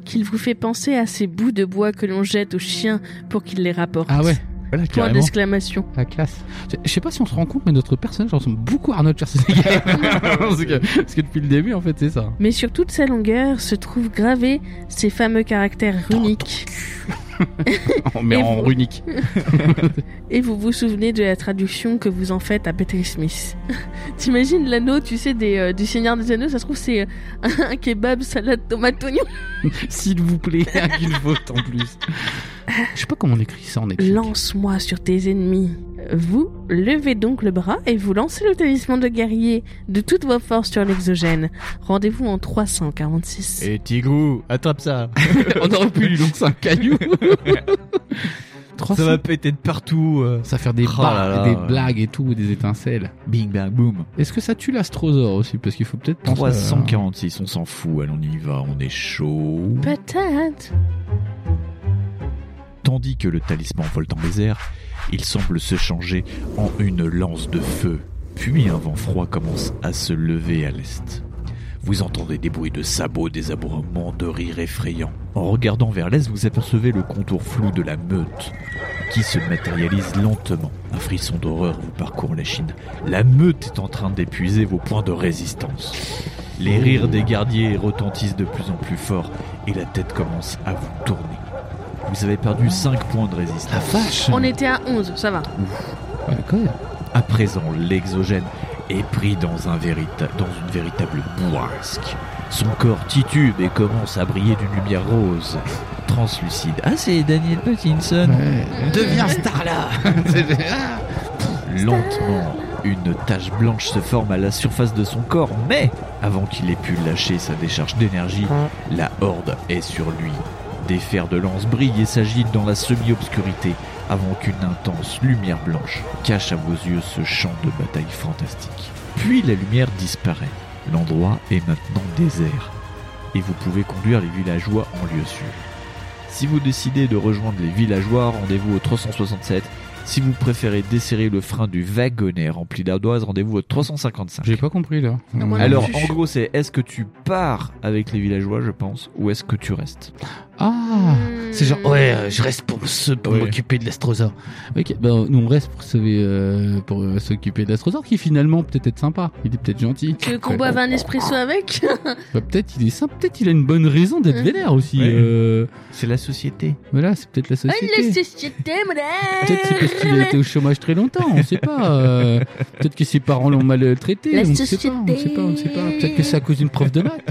D: qu'il vous fait penser à ces bouts de bois que l'on jette aux chiens pour qu'ils les rapportent.
C: Ah ouais,
F: Voilà,
D: Point
F: carrément.
D: d'exclamation.
C: la classe. Je- Je sais pas si on se rend compte, mais notre personnage ressemble beaucoup à Arnold Schwarzenegger. parce, que, parce que depuis le début, en fait, c'est ça.
D: Mais sur toute sa longueur se trouvent gravés ces fameux caractères runiques.
C: Mais
D: Et
C: en
D: vous-
C: runique.
D: Et vous vous souvenez de la traduction que vous en faites à Petri Smith. T'imagines l'anneau, tu sais, des, euh, du Seigneur des Anneaux, ça se trouve c'est euh, un kebab, salade, tomate, oignon.
C: S'il vous plaît, avec une faute en plus. Je sais pas comment on écrit ça en écrit.
D: Lance-moi sur tes ennemis. Vous levez donc le bras et vous lancez le talisman de guerrier de toutes vos forces sur l'exogène. Rendez-vous en 346.
F: Et Eh, Tigrou, attrape ça.
C: on aurait pu lui lancer un caillou. 300.
F: Ça va péter de partout. euh.
C: Ça va faire des,
F: Oh là
C: barres,
F: là,
C: des
F: ouais.
C: blagues et tout, des étincelles.
F: Bing bang boom.
C: Est-ce que ça tue l'astrosaure aussi Parce qu'il faut peut-être penser à-
F: Euh. 346, on s'en fout, allez on y va, on est chaud.
D: Patate
F: Tandis que le talisman vole dans les airs, il semble se changer en une lance de feu. Puis un vent froid commence à se lever à l'est. Vous entendez des bruits de sabots, des aboiements de rires effrayants. En regardant vers l'est, vous apercevez le contour flou de la meute qui se matérialise lentement. Un frisson d'horreur vous parcourt la Chine. La meute est en train d'épuiser vos points de résistance. Les rires des gardiers retentissent de plus en plus fort et la tête commence à vous tourner. Vous avez perdu 5 points de résistance.
C: La vache
D: On était à 11, ça va.
C: Ouais, quand même.
F: À présent, l'exogène est pris dans, un vérita- dans une véritable bourrasque. Son corps titube et commence à briller d'une lumière rose, translucide. Ah, c'est Daniel Pattinson
C: Deviens Starla
F: Lentement, une tache blanche se forme à la surface de son corps, mais avant qu'il ait pu lâcher sa décharge d'énergie, la horde est sur lui. Des fers de lance brillent et s'agitent dans la semi-obscurité avant qu'une intense lumière blanche cache à vos yeux ce champ de bataille fantastique. Puis la lumière disparaît. L'endroit est maintenant désert et vous pouvez conduire les villageois en lieu sûr. Si vous décidez de rejoindre les villageois, rendez-vous au 367 si vous préférez desserrer le frein du wagonnet rempli d'ardoises, rendez-vous au 355.
C: J'ai pas compris là.
D: moi non
F: Alors,
D: plus.
F: en gros, c'est est-ce que tu pars avec les villageois, je pense, ou est-ce que tu restes
C: Ah C'est genre,
D: Hmm.
C: ouais, euh, je reste pour, me- pour
F: Ouais.
C: m'occuper de l'astrosaure. Ok, ben, nous on reste pour sauver, euh, pour euh, s'occuper de l'astrosaure qui finalement peut-être est sympa. Il est peut-être gentil.
D: Tu veux qu'on boive un espresso avec
C: Bah, peut-être il est sympa, peut-être il a une bonne raison d'être
D: Ouais.
C: vénère aussi.
F: Ouais.
C: euh,
F: C'est la société.
C: voilà, c'est peut-être la société.
D: La société,
C: Peut-être c'est parce qu'il a été au chômage très longtemps, on sait pas. euh, peut-être que ses parents l'ont maltraité,
D: La
C: on sait pas, on sait
D: société.
C: pas, on sait pas. Peut-être que c'est à cause d'une prof de maths,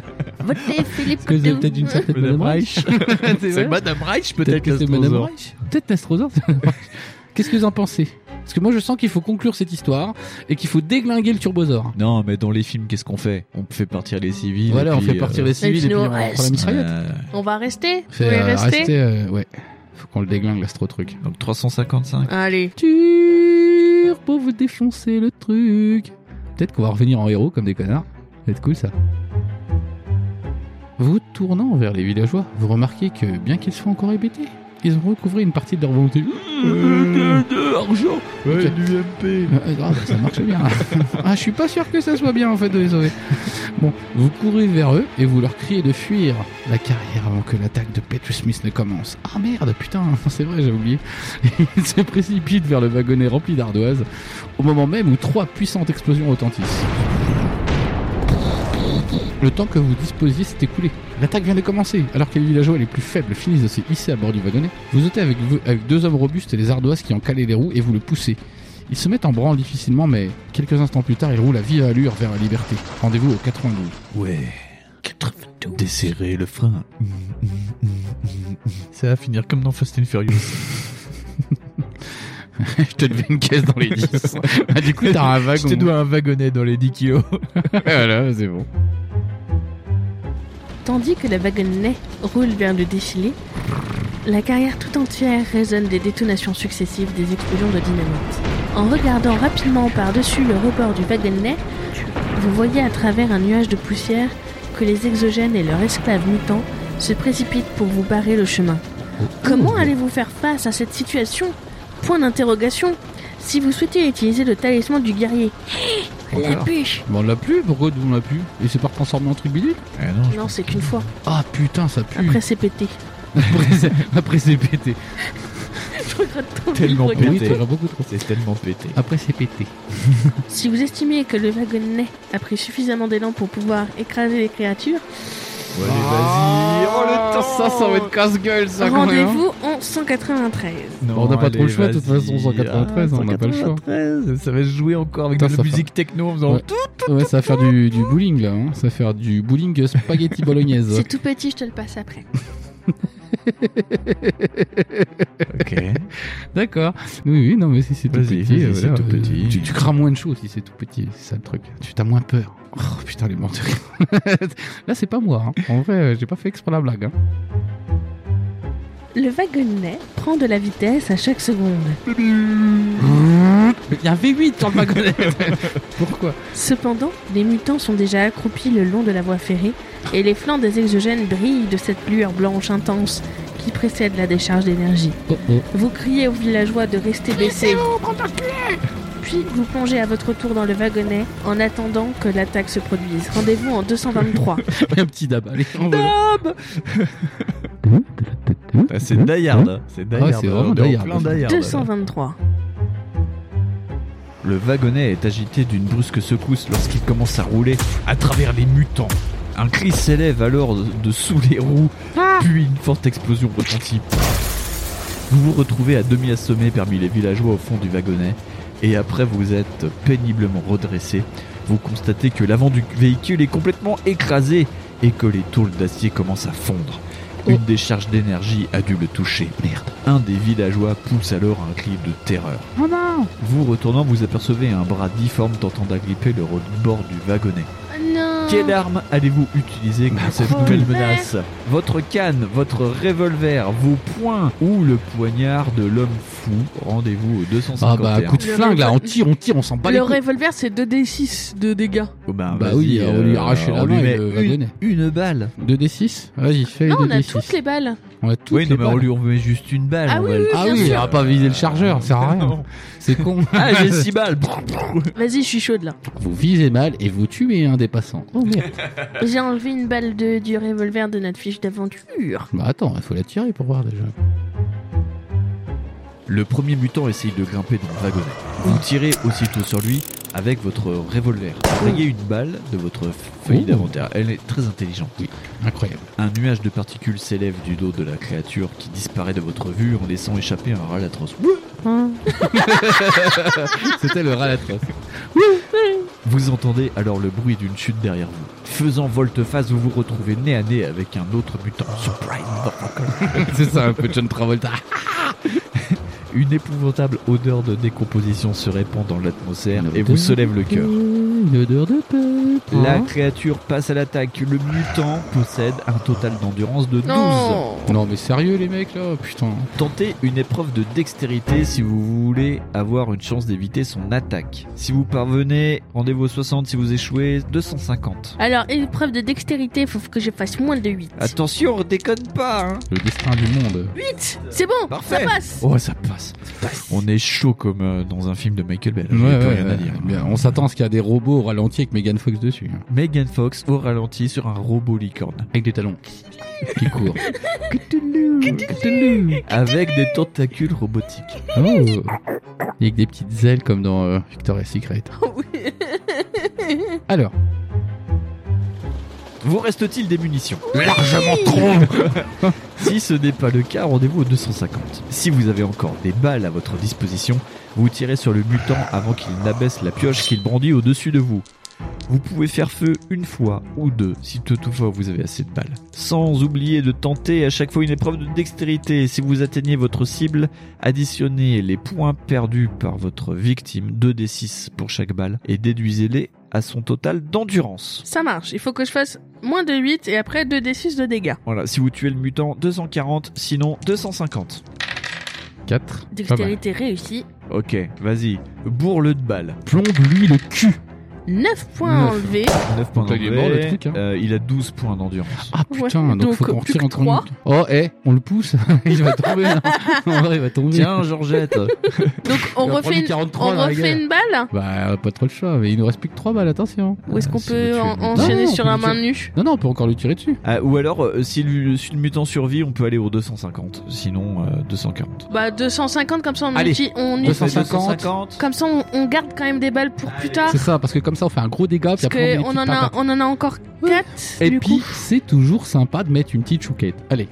D: Votez Philippe
C: parce que c'est peut-être une
D: Poutou.
C: certaine Madame Reich.
F: C'est Madame Reich,
C: Peut-être
F: peut-être
C: que c'est Madame
F: l'astrosaure.
C: Reich. Peut-être l'astrosaure. c'est Madame Reich. Qu'est-ce que vous en pensez Parce que moi je sens qu'il faut conclure cette histoire et qu'il faut déglinguer le turbosaure.
F: Non, mais dans les films, qu'est-ce qu'on fait On fait partir les civils.
C: Voilà,
F: et
C: on
F: puis,
C: fait partir
F: euh,
C: les civils
D: puis
C: et puis
D: nous,
C: on
D: on
C: prend la
D: reste.
C: mitraillette.
F: euh,
D: On va rester Vous
C: Fait,
D: voulez
C: euh,
D: rester
C: rester, euh, ouais. Faut qu'on le déglingue l'astro truc.
F: donc 355.
D: Allez.
C: Turc pour vous défoncer le truc. Peut-être qu'on va revenir en héros comme des connards. Ça va être cool ça. Vous tournant vers les villageois, vous remarquez que bien qu'ils soient encore hébétés, ils ont recouvré une partie de leur volonté.
F: Euh, de l'argent
C: Ouais.
F: du MP
C: Euh, grave, ça marche bien. ah, je suis pas sûr que ça soit bien en fait de les sauver. Bon, vous courez vers eux et vous leur criez de fuir la carrière avant que l'attaque de Petrus Smith ne commence. Ah merde, putain, c'est vrai, j'ai oublié. Ils se précipitent vers le wagonnet rempli d'ardoises au moment même où trois puissantes explosions retentissent. Le temps que vous disposiez s'est écoulé. L'attaque vient de commencer. Alors que les villageois les plus faibles finissent de se hisser à bord du wagonnet, vous ôtez avec, vous- avec deux hommes robustes et les ardoises qui ont calé les roues et vous le poussez. Ils se mettent en branle difficilement, mais quelques instants plus tard, ils roulent à vive allure vers la liberté. Rendez-vous au 92.
F: Ouais. Desserrer le frein. Ça va finir comme dans Fast and Furious.
C: Je te devais une caisse dans les 10. Ah, du coup, t'as un wagon.
F: Je te dois un wagonnet dans les 10 kilos.
C: voilà, c'est bon.
D: Tandis que la wagonnette roule vers le défilé, la carrière tout entière résonne des détonations successives des explosions de dynamite. En regardant rapidement par-dessus le rebord du wagonnet, vous voyez à travers un nuage de poussière que les exogènes et leurs esclaves mutants se précipitent pour vous barrer le chemin. Comment allez-vous faire face à cette situation Point d'interrogation. Si vous souhaitez utiliser le talisman du guerrier, la
C: Encore.
D: bûche
C: Bon, on l'a plus Pourquoi on l'a plus Et c'est pas transformé en truc bidule
F: Ah non,
D: Non, c'est qu'une fois.
C: Ah putain, ça pue.
D: Après, c'est pété.
C: Après, c'est- après, c'est pété.
D: Je regrette trop. de
F: Tellement
D: le
F: pété.
D: regarder.
C: Oui, t'auras beaucoup trop.
F: c'est tellement pété.
C: Après, c'est pété.
D: Si vous estimez que le wagonnet a pris suffisamment d'élan pour pouvoir écraser les créatures,
F: Ouais, allez, vas-y. Oh, le temps,
C: ça, ça va être casse-gueule, ça, quand même. hein.
D: rendez-vous en 193.
F: Non,
C: On n'a pas trop le
F: allez,
C: choix, de toute
F: vas-y.
C: façon, 193, on n'a pas le choix.
F: 193, Ça va se jouer encore avec
C: Putain,
F: de
C: ça
F: la
C: fait-
F: musique techno en faisant
C: Ouais. Ouais, ça va faire du, du bowling, là. hein. Ça va faire du bowling spaghetti bolognaise.
D: C'est tout petit, je te le passe après.
F: Ok.
C: Hein D'accord. Oui, oui, non, mais si c'est tout petit,
F: Vas-y, vas-y,
C: euh,
F: c'est tout petit.
C: Tu, tu crains moins de choses si c'est tout petit, c'est ça le truc. Tu t'as moins peur. Oh putain, les menteurs. Là, c'est pas moi. hein. En vrai, euh, j'ai pas fait exprès la blague. hein.
D: Le wagonnet prend de la vitesse à chaque seconde.
C: Mais Il y a un V8 dans le wagonnet. Pourquoi
D: Cependant, les mutants sont déjà accroupis le long de la voie ferrée et les flancs des exogènes brillent de cette lueur blanche intense qui précède la décharge d'énergie.
C: Oh, oh.
D: Vous criez aux villageois de rester baissés. Puis vous plongez à votre tour dans le wagonnet en attendant que l'attaque se produise. Rendez-vous en 223.
C: Un petit dab. Allez, on va.
F: Dab Ah, C'est Die Hard. C'est Die
C: Ah ouais,
F: Hard.
C: c'est vraiment
F: On est en
C: Die Hard.
F: plein Die Hard.
D: 223.
F: Le wagonnet est agité d'une brusque secousse lorsqu'il commence à rouler à travers les mutants. Un cri s'élève alors de, de sous les roues, puis une forte explosion retentit. Vous vous retrouvez à demi assommé parmi les villageois au fond du wagonnet, et après vous êtes péniblement redressé. Vous constatez que l'avant du véhicule est complètement écrasé et que les tôles d'acier commencent à fondre. Une décharge d'énergie a dû le toucher. Merde. Un des villageois pousse alors un cri de terreur.
C: Oh non
F: Vous retournant, vous apercevez un bras difforme tentant d'agripper le rebord du wagonnet.
D: Oh Non
F: Quelle arme allez-vous utiliser contre cette
D: Ah. revolver.
F: nouvelle menace Votre canne, votre revolver, vos poings ou le poignard de l'homme fou Rendez-vous au 251.
C: Ah bah, coup de
D: Le
C: flingue là, on
D: revolver.
C: tire, on tire, on s'en bat les
D: Le
C: couilles.
D: revolver, c'est 2d6 de dégâts.
F: Oh bah,
C: Bah
F: vas-y,
C: oui, on lui arrache la
F: on lui
C: main et
F: met
C: le
F: une,
C: wagonnet.
F: une balle.
C: 2d6 Vas-y, fais
D: Non, on a
C: 2d6.
D: toutes les balles.
C: On a toutes
F: oui,
C: les
F: non, mais on
C: balles.
F: lui on met juste une balle.
D: Ah
F: on
D: oui,
F: va le-
D: oui,
C: Ah
D: bien
C: oui,
D: sûr.
C: on va pas viser le chargeur, ça sert à rien. C'est con.
F: Ah, j'ai 6 balles.
D: Vas-y, je suis chaude là.
C: Vous visez mal et vous tuez un des passants. Oh merde.
D: J'ai enlevé une balle de, du revolver de notre fiche d'aventure.
C: Bah attends, il faut la tirer pour voir déjà.
F: Le premier mutant essaye de grimper dans le wagonnet. Vous tirez aussitôt sur lui avec votre revolver. Rayez une balle de votre feuille
C: Ouh.
F: d'inventaire. Elle est très intelligente.
C: Incroyable.
F: Un nuage de particules s'élève du dos de la créature qui disparaît de votre vue en laissant échapper un râle atroce.
C: C'était le rat atroce.
F: Vous entendez alors le bruit d'une chute derrière vous. Faisant volte-face, vous vous retrouvez nez à nez avec un autre mutant. Surprise motherfucker.
C: C'est ça un peu John Travolta.
F: Une épouvantable odeur de décomposition se répand dans l'atmosphère
C: Une
F: et
C: odeur
F: vous se lève le cœur.
C: une odeur de peuple. hein.
F: La créature passe à l'attaque. Le mutant possède un total d'endurance de 12.
B: Non
C: Non mais sérieux les mecs là, putain.
F: Tentez une épreuve de dextérité si vous voulez avoir une chance d'éviter son attaque. Si vous parvenez, rendez-vous 60. Si vous échouez, 250.
D: Alors, épreuve de dextérité, faut que je fasse moins de 8.
F: Attention, on déconne pas, hein
C: Le destin du monde.
D: 8 C'est bon Ça
F: Parfait
D: passe
F: Oh, ça passe. On est chaud comme euh, dans un film de Michael Bay. là. Il y a plus rien à dire.
C: Bien, on s'attend à ce qu'il y a des robots au ralenti avec Megan Fox dessus. hein.
F: Megan Fox au ralenti sur un robot licorne.
C: Avec des talons qui courent.
F: Avec des tentacules robotiques.
C: Oh. Et Avec des petites ailes comme dans euh, Victoria's Secret. Alors,
F: Vous reste-t-il des munitions
C: largement trop
F: Si ce n'est pas le cas, rendez-vous au 250. Si vous avez encore des balles à votre disposition, vous tirez sur le mutant avant qu'il n'abaisse la pioche qu'il brandit au-dessus de vous. Vous pouvez faire feu une fois ou deux si toutefois vous avez assez de balles. Sans oublier de tenter à chaque fois une épreuve de dextérité. Si vous atteignez votre cible, additionnez les points perdus par votre victime, 2d6 pour chaque balle, et déduisez-les à son total d'endurance.
D: Ça marche, il faut que je fasse moins de 8 et après 2d6 de dégâts.
F: Voilà, si vous tuez le mutant, 240, sinon 250.
C: 4.
D: Dextérité réussie,
F: Ok, vas-y, bourre-le de balles.
C: Plombe-lui le cul
D: 9 points
C: Neuf.
D: enlevés.
F: 9 points
C: Donc, il est
F: d'entrée.
C: mort, le truc, hein.
F: Euh, il a 12 points d'endurance.
C: Ah
D: Ouais,
C: putain, donc,
D: donc,
C: faut qu'on
D: plus
C: retire
D: que trois.
C: encore une- Oh, eh, on le pousse Il va tomber là. En vrai, il va tomber.
F: Tiens, Georgette
D: Donc on
C: Il va prendre
D: refait
C: du
D: une,
C: 43,
D: on
C: là, les
D: refait
C: gars.
D: une balle
C: Bah, pas trop le choix, mais il nous reste plus que 3 balles, attention.
D: Ou est-ce qu'on
F: si vous
D: peut
F: tuez
D: en-
F: le-
D: enchaîner
C: Non,
D: sur
C: on peut
D: la
C: le
D: main
C: tuer.
D: nue
C: Non, non, on peut encore lui tirer dessus.
F: Ah, Ou alors, euh, si le, si le mutant survit, on peut aller au 250, sinon euh, 240.
D: Bah 250 comme ça on
C: Allez.
D: utilise- on utilise-
C: 250.
D: Comme ça on, on garde quand même des balles pour plus tard.
C: C'est ça, parce que comme ça, on fait un gros dégât, puis
D: Parce
C: après,
D: que
C: on, met
D: on
C: des
D: en
C: petites
D: a
C: patates.
D: on en a encore 4
C: Et
D: du
C: puis,
D: coup.
C: c'est toujours sympa de mettre une petite chouquette. Allez,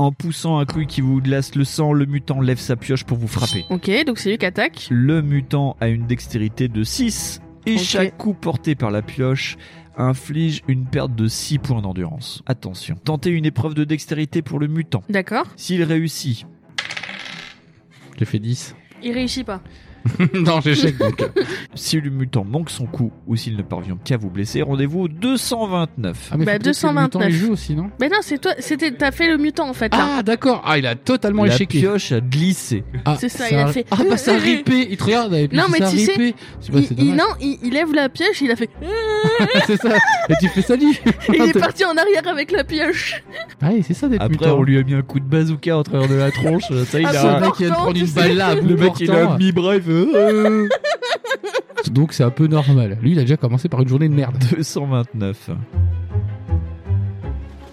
F: En poussant un clou qui vous glace le sang, le mutant lève sa pioche pour vous frapper.
D: Ok donc c'est lui qui attaque.
F: Le mutant a une dextérité de 6 et
D: Ok.
F: chaque coup porté par la pioche inflige une perte de 6 points d'endurance. Attention, tentez une épreuve de dextérité pour le mutant.
D: D'accord.
F: S'il réussit,
C: j'ai fait 10.
D: Il réussit pas.
C: non, j'échec donc.
F: si le mutant manque son coup ou s'il ne parvient qu'à vous blesser, rendez-vous au 229.
C: Ah, mais
D: Bah,
C: faut peut-être que le mutant, il
D: 229.
C: joue aussi, non
D: Mais non c'est toi c'était t'as fait le mutant en fait là.
C: Ah, d'accord. Ah, il a totalement
F: la
C: échec.
F: pioche a glissé.
C: Ah,
D: C'est ça, il a fait-
C: Ah, bah, ça a ripé. Il te regarde, et puis
D: Non, mais
C: ça a
D: tu sais,
C: ripé. C'est pas-
D: Il,
C: c'est
D: il-
C: dommage.
D: non, il, il lève la pioche, il a fait.
C: c'est ça. Et tu fais salut.
D: Il est parti en arrière avec la pioche.
C: Ah, oui, c'est ça d'être
F: Après,
C: mutant.
F: on lui a mis un coup de bazooka en travers de la tronche. Ça, il
D: Ah,
C: Ce
D: bon,
F: a...
C: mec, il vient
D: portant,
C: de prendre
D: tu
C: une
D: sais.
C: balle là.
F: Le mec, il a mi-bras, il fait, euh, euh.
C: Donc c'est un peu normal. Lui, il a déjà commencé par une journée de merde.
F: 229.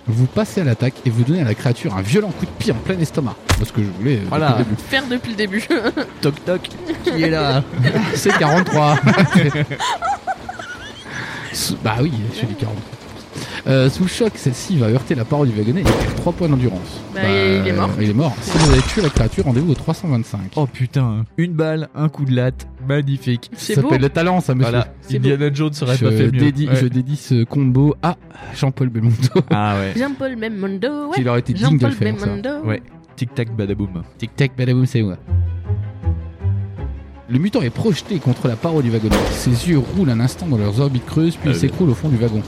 C: Vous passez à l'attaque et vous donnez à la créature un violent coup de pied en plein estomac. Parce que je voulais. euh,
F: Voilà.
C: depuis le début.
D: Faire depuis le début.
F: Toc toc, qui est là
C: C'est 43. Sous- bah oui, je dis 43. Euh, sous le choc, celle-ci va heurter la paroi du wagonnet et perd 3 points d'endurance.
D: Bah, il est mort.
C: Il est mort. Si vous avez tué la créature, rendez-vous au 325.
F: Oh putain, une balle, un coup de latte, magnifique.
D: C'est
C: ça
D: beau.
C: s'appelle le talent, ça, monsieur.
F: Voilà,
D: C'est
F: Indiana Jones serait
C: Je
F: pas fait mieux.
C: dédie,
F: Ouais.
C: je dédie ce combo à Jean-Paul Belmondo.
F: Ah ouais.
D: Jean-Paul Memondo, ouais.
C: Il aurait été digne de le
D: Jean-Paul
C: faire. ça.
D: Memondo.
F: Ouais. Tic tac badaboum.
C: Tic tac, badaboum, c'est moi. Le mutant est projeté contre la paroi du wagonnet. Ses yeux roulent un instant dans leurs orbites creuses, puis
F: Euh, Bah,
C: il s'écoule au fond du wagon.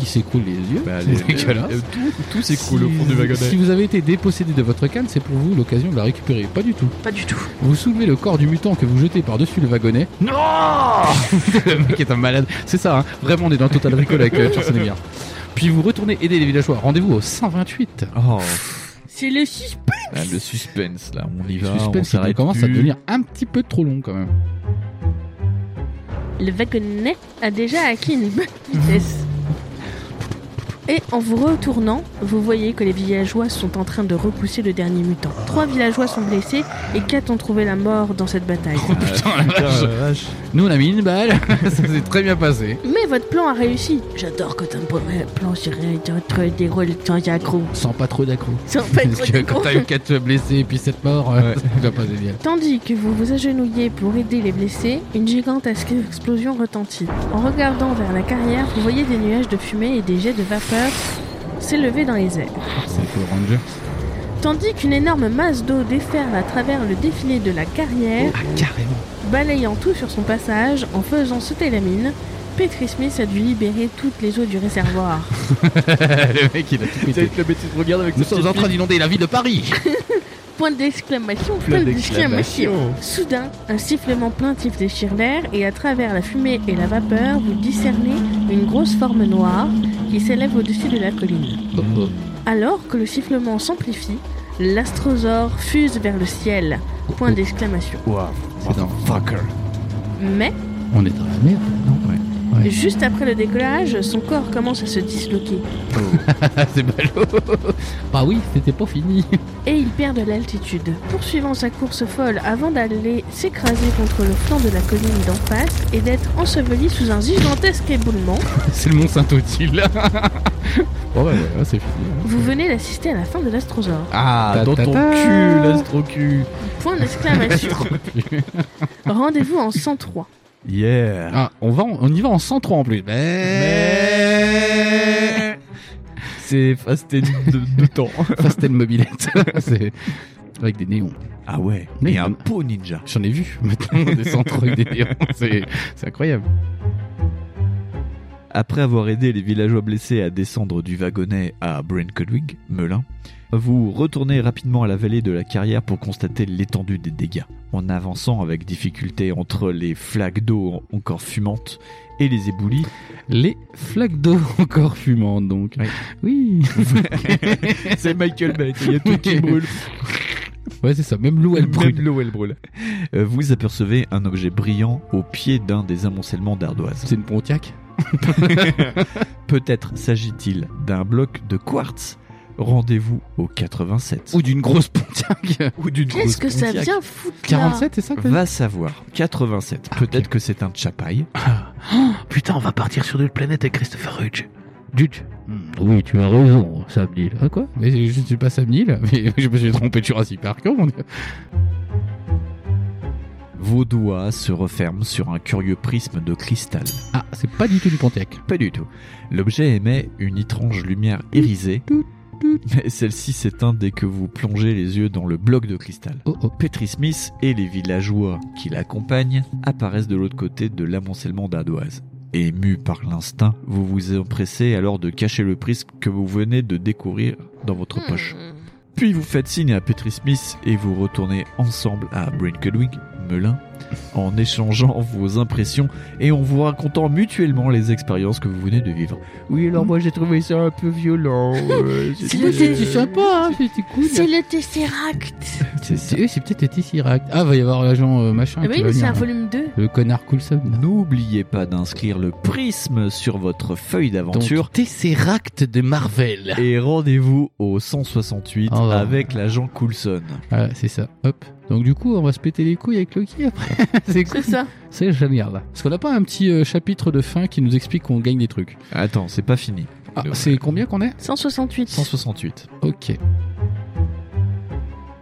C: Il s'écoule les yeux. c'est dégueulasse.
F: euh, tout tout s'écoule au
C: Si-
F: fond du wagonnet.
C: Si vous avez été dépossédé de votre canne, c'est pour vous l'occasion de la récupérer. Pas du tout.
D: Pas du tout.
C: Vous soulevez le corps du mutant que vous jetez par-dessus le wagonnet. Non Le mec est un malade. C'est ça, hein. vraiment, on est dans Total Recall avec euh, Schwarzenegger. Puis vous retournez aider les villageois. Rendez-vous au 128.
F: Oh,
D: C'est le suspense.
F: ah, le suspense là, on y
C: Le
F: va, on
C: suspense qui
F: s'arrête
C: commence à
F: plus.
C: devenir un petit peu trop long quand même.
D: Le wagonnet a déjà acquis une bonne vitesse. Et en vous retournant, vous voyez que les villageois sont en train de repousser le dernier mutant. Trois villageois sont blessés et quatre ont trouvé la mort dans cette bataille.
C: Putain, la
F: Ah,
C: vache. Nous, on a mis une balle. ça s'est très bien passé.
D: Mais votre plan a réussi. J'adore quand un mauvais plan se réalise entre des rôles sans accro.
C: Sans pas trop d'accro.
D: Sans pas
C: Parce que quand
D: accro.
C: t'as eu 4 blessés et puis 7 morts, euh, ça va pas génial.
D: Tandis que vous vous agenouillez pour aider les blessés, une gigantesque explosion retentit. En regardant vers la carrière, vous voyez des nuages de fumée et des jets de vapeur s'élever dans les airs.
C: C'est Power Rangers.
D: Tandis qu'une énorme masse d'eau déferle à travers le défilé de la carrière,
F: carrément.
D: balayant tout sur son passage en faisant sauter la mine, Petri Smith a dû libérer toutes les eaux du réservoir.
C: le mec, il a tout pété.
F: le métier de regard avec
C: Nous sommes en train d'inonder la ville de Paris.
D: Point d'exclamation, point d'exclamation. Soudain, un sifflement plaintif déchire l'air et à travers la fumée et la vapeur, vous discernez une grosse forme noire qui s'élève au-dessus de la colline.
C: Oh, oh.
D: Alors que le sifflement s'amplifie, l'astrosaure fuse vers le ciel. Point d'exclamation.
C: C'est dingue.
F: Fucker.
D: Mais,
C: On est dans la merde.
F: Non, ouais.
C: Ouais.
D: juste après le décollage, son corps commence à se disloquer
C: Ah, c'est ballot. Bah oui, c'était pas fini.
D: et il perd de l'altitude. Poursuivant sa course folle avant d'aller s'écraser contre le flanc de la colline d'en face et d'être enseveli sous un gigantesque éboulement,
C: C'est le Mont Saint-Otile. bon, bah, voilà, c'est fini. hein.
D: vous venez d'assister à la fin de l'astrosaure.
F: Ah,
C: Ta-
F: dans
C: ta-
F: ton
C: ta.
F: cul, l'astro-cul.
D: Point d'exclamation. Rendez-vous en 103.
F: Yeah.
C: Ah, on, va en- on y va en 103 en plus. Mais...
F: C'est Fast and de, de temps.
C: Fastel mobilette. C'est- Avec des néons.
F: Ah ouais.
C: Mais euh,
F: Et un
C: non.
F: pot ninja.
C: J'en ai vu maintenant des 103 avec des néons. C'est c'est incroyable.
F: Après avoir aidé les villageois blessés à descendre du wagonnet à Brinkedwig, Melun, vous retournez rapidement à la vallée de la carrière pour constater l'étendue des dégâts, en avançant avec difficulté entre les flaques d'eau encore fumantes et les éboulis.
C: Les flaques d'eau encore fumantes, donc. Oui.
F: C'est Michael Bay, il y a
C: tout qui brûle. Ouais, c'est ça. Même l'eau, elle brûle.
F: l'eau, elle brûle. Euh, Vous apercevez un objet brillant au pied d'un des amoncellements d'ardoises.
C: C'est une pontiac
F: Peut-être s'agit-il d'un bloc de quartz. Rendez-vous au 87.
C: Ou d'une grosse pontiac
F: Ou d'une
D: Qu'est-ce
F: grosse
D: que ça
F: Pontiac.
D: vient foutre là
C: 47, c'est ça que t'as dit
F: Va savoir. 87. Peut-être que c'est un chapaille.
G: Putain, on va partir sur notre planète avec Christopher Hudge. Dudge.
C: Oui, tu as raison, Sam Neill. Ah quoi Mais je ne suis pas Sam Neill, mais je me suis trompé de Jurassic Park. comment on dit
F: Vos doigts se referment sur un curieux prisme de cristal.
C: Ah, c'est pas du tout une Pontiac.
F: Pas du tout. L'objet émet une étrange lumière irisée, mais celle-ci s'éteint dès que vous plongez les yeux dans le bloc de cristal.
C: Oh oh.
F: Petri Smith et les villageois qui l'accompagnent apparaissent de l'autre côté de l'amoncellement d'ardoises. Ému par l'instinct, vous vous empressez alors de cacher le prisme que vous venez de découvrir dans votre poche. Puis vous faites signe à Petri Smith et vous retournez ensemble à Brinkedwig, Melun, en échangeant vos impressions et en vous racontant mutuellement les expériences que vous venez de vivre. Oui, alors moi j'ai trouvé ça un peu violent. euh,
C: sympa, hein, c'était cool.
D: C'est le Tesseract
F: C'est ça.
C: C'est eux, c'est peut-être Tesseract. Ah, va y avoir l'agent euh, machin.
D: Ah
C: qui
D: Oui,
C: va
D: mais c'est
C: venir,
D: un
C: là.
D: volume 2.
C: Le connard Coulson. là.
F: N'oubliez pas d'inscrire le prisme sur votre feuille
C: Donc,
F: d'aventure
C: Tesseract de Marvel.
F: et rendez-vous au 168
C: Oh.
F: avec l'agent Coulson.
C: Voilà, Ah, c'est ça. Hop. Donc du coup, on va se péter les couilles avec Loki après. c'est cool.
D: C'est ça.
C: C'est génial. là. Parce qu'on n'a pas un petit euh, chapitre de fin qui nous explique qu'on gagne des trucs.
F: Attends, c'est pas fini.
C: Ah, c'est combien qu'on est
D: 168.
F: 168.
C: Ok.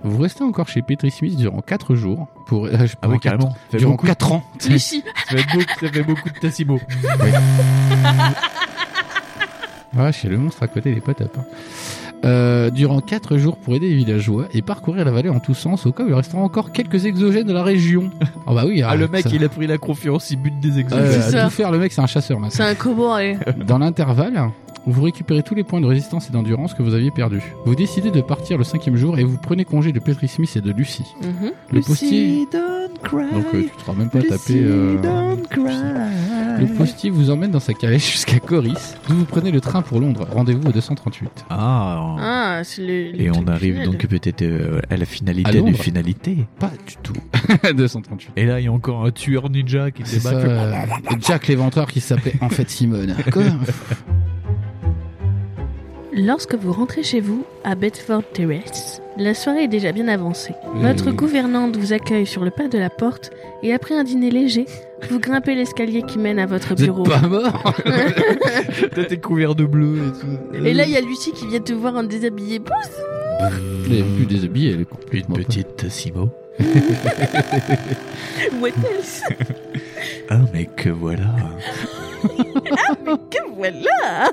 C: Vous restez encore chez Petri Smith durant 4 jours. Pour, euh, je-
F: Ah
C: durant
F: oui,
C: quatre-
F: carrément. Ça fait
C: Durant
F: beaucoup-
C: 4 ans.
D: Lucie,
F: ça fait beaucoup- ça fait beaucoup de Tassimo.
C: Ouais, chez le monstre à côté des potes à pain. Euh, durant 4 jours pour aider les villageois et parcourir la vallée en tous sens au cas où il restera encore quelques exogènes de la région. Ah bah oui,
F: Ah, le mec,
C: ça-
F: il a pris la confiance, il bute des exos.
C: Euh,
D: C'est
C: à
D: ça.
C: tout faire, le mec c'est un chasseur maintenant.
D: c'est un cowboy.
C: Dans l'intervalle, vous récupérez tous les points de résistance et d'endurance que vous aviez perdus. Vous décidez de partir le cinquième jour et vous prenez congé de Petri Smith et de Lucie.
D: Mhm.
F: Oh.
C: Le postier...
F: don't cry.
C: Donc euh, tu ne seras même pas tapé... euh, Le postier vous emmène dans sa calèche jusqu'à Coris, d'où vous prenez le train pour Londres. Rendez-vous au 238.
F: Ah.
D: Ah, c'est le. le
F: Et on
D: truc
F: arrive
D: final.
F: donc peut-être euh, à la
C: À
F: finalité
C: Londres.
F: des finalités.
C: Pas du tout. 238.
F: Et là, il y a encore un tueur ninja qui
C: C'est ça,
F: débarque.
C: euh, Jack l'éventreur qui s'appelait en fait Simone. Quoi
D: Lorsque vous rentrez chez vous, à Bedford Terrace, la soirée est déjà bien avancée. Votre
C: Euh,
D: gouvernante vous accueille sur le pas de la porte et après un dîner léger, vous grimpez l'escalier qui mène à votre
C: Vous
D: bureau.
C: êtes pas mort
F: Peut-être est couvert de bleu et tout.
D: Et là, il y a Lucie qui vient te voir en déshabillé. Pouh
F: Euh,
C: Vous l'avez plus déshabillé, elle est
F: Une
C: complètement
F: petite Tassimo.
D: What else
F: Ah, mais que voilà.
D: Que voilà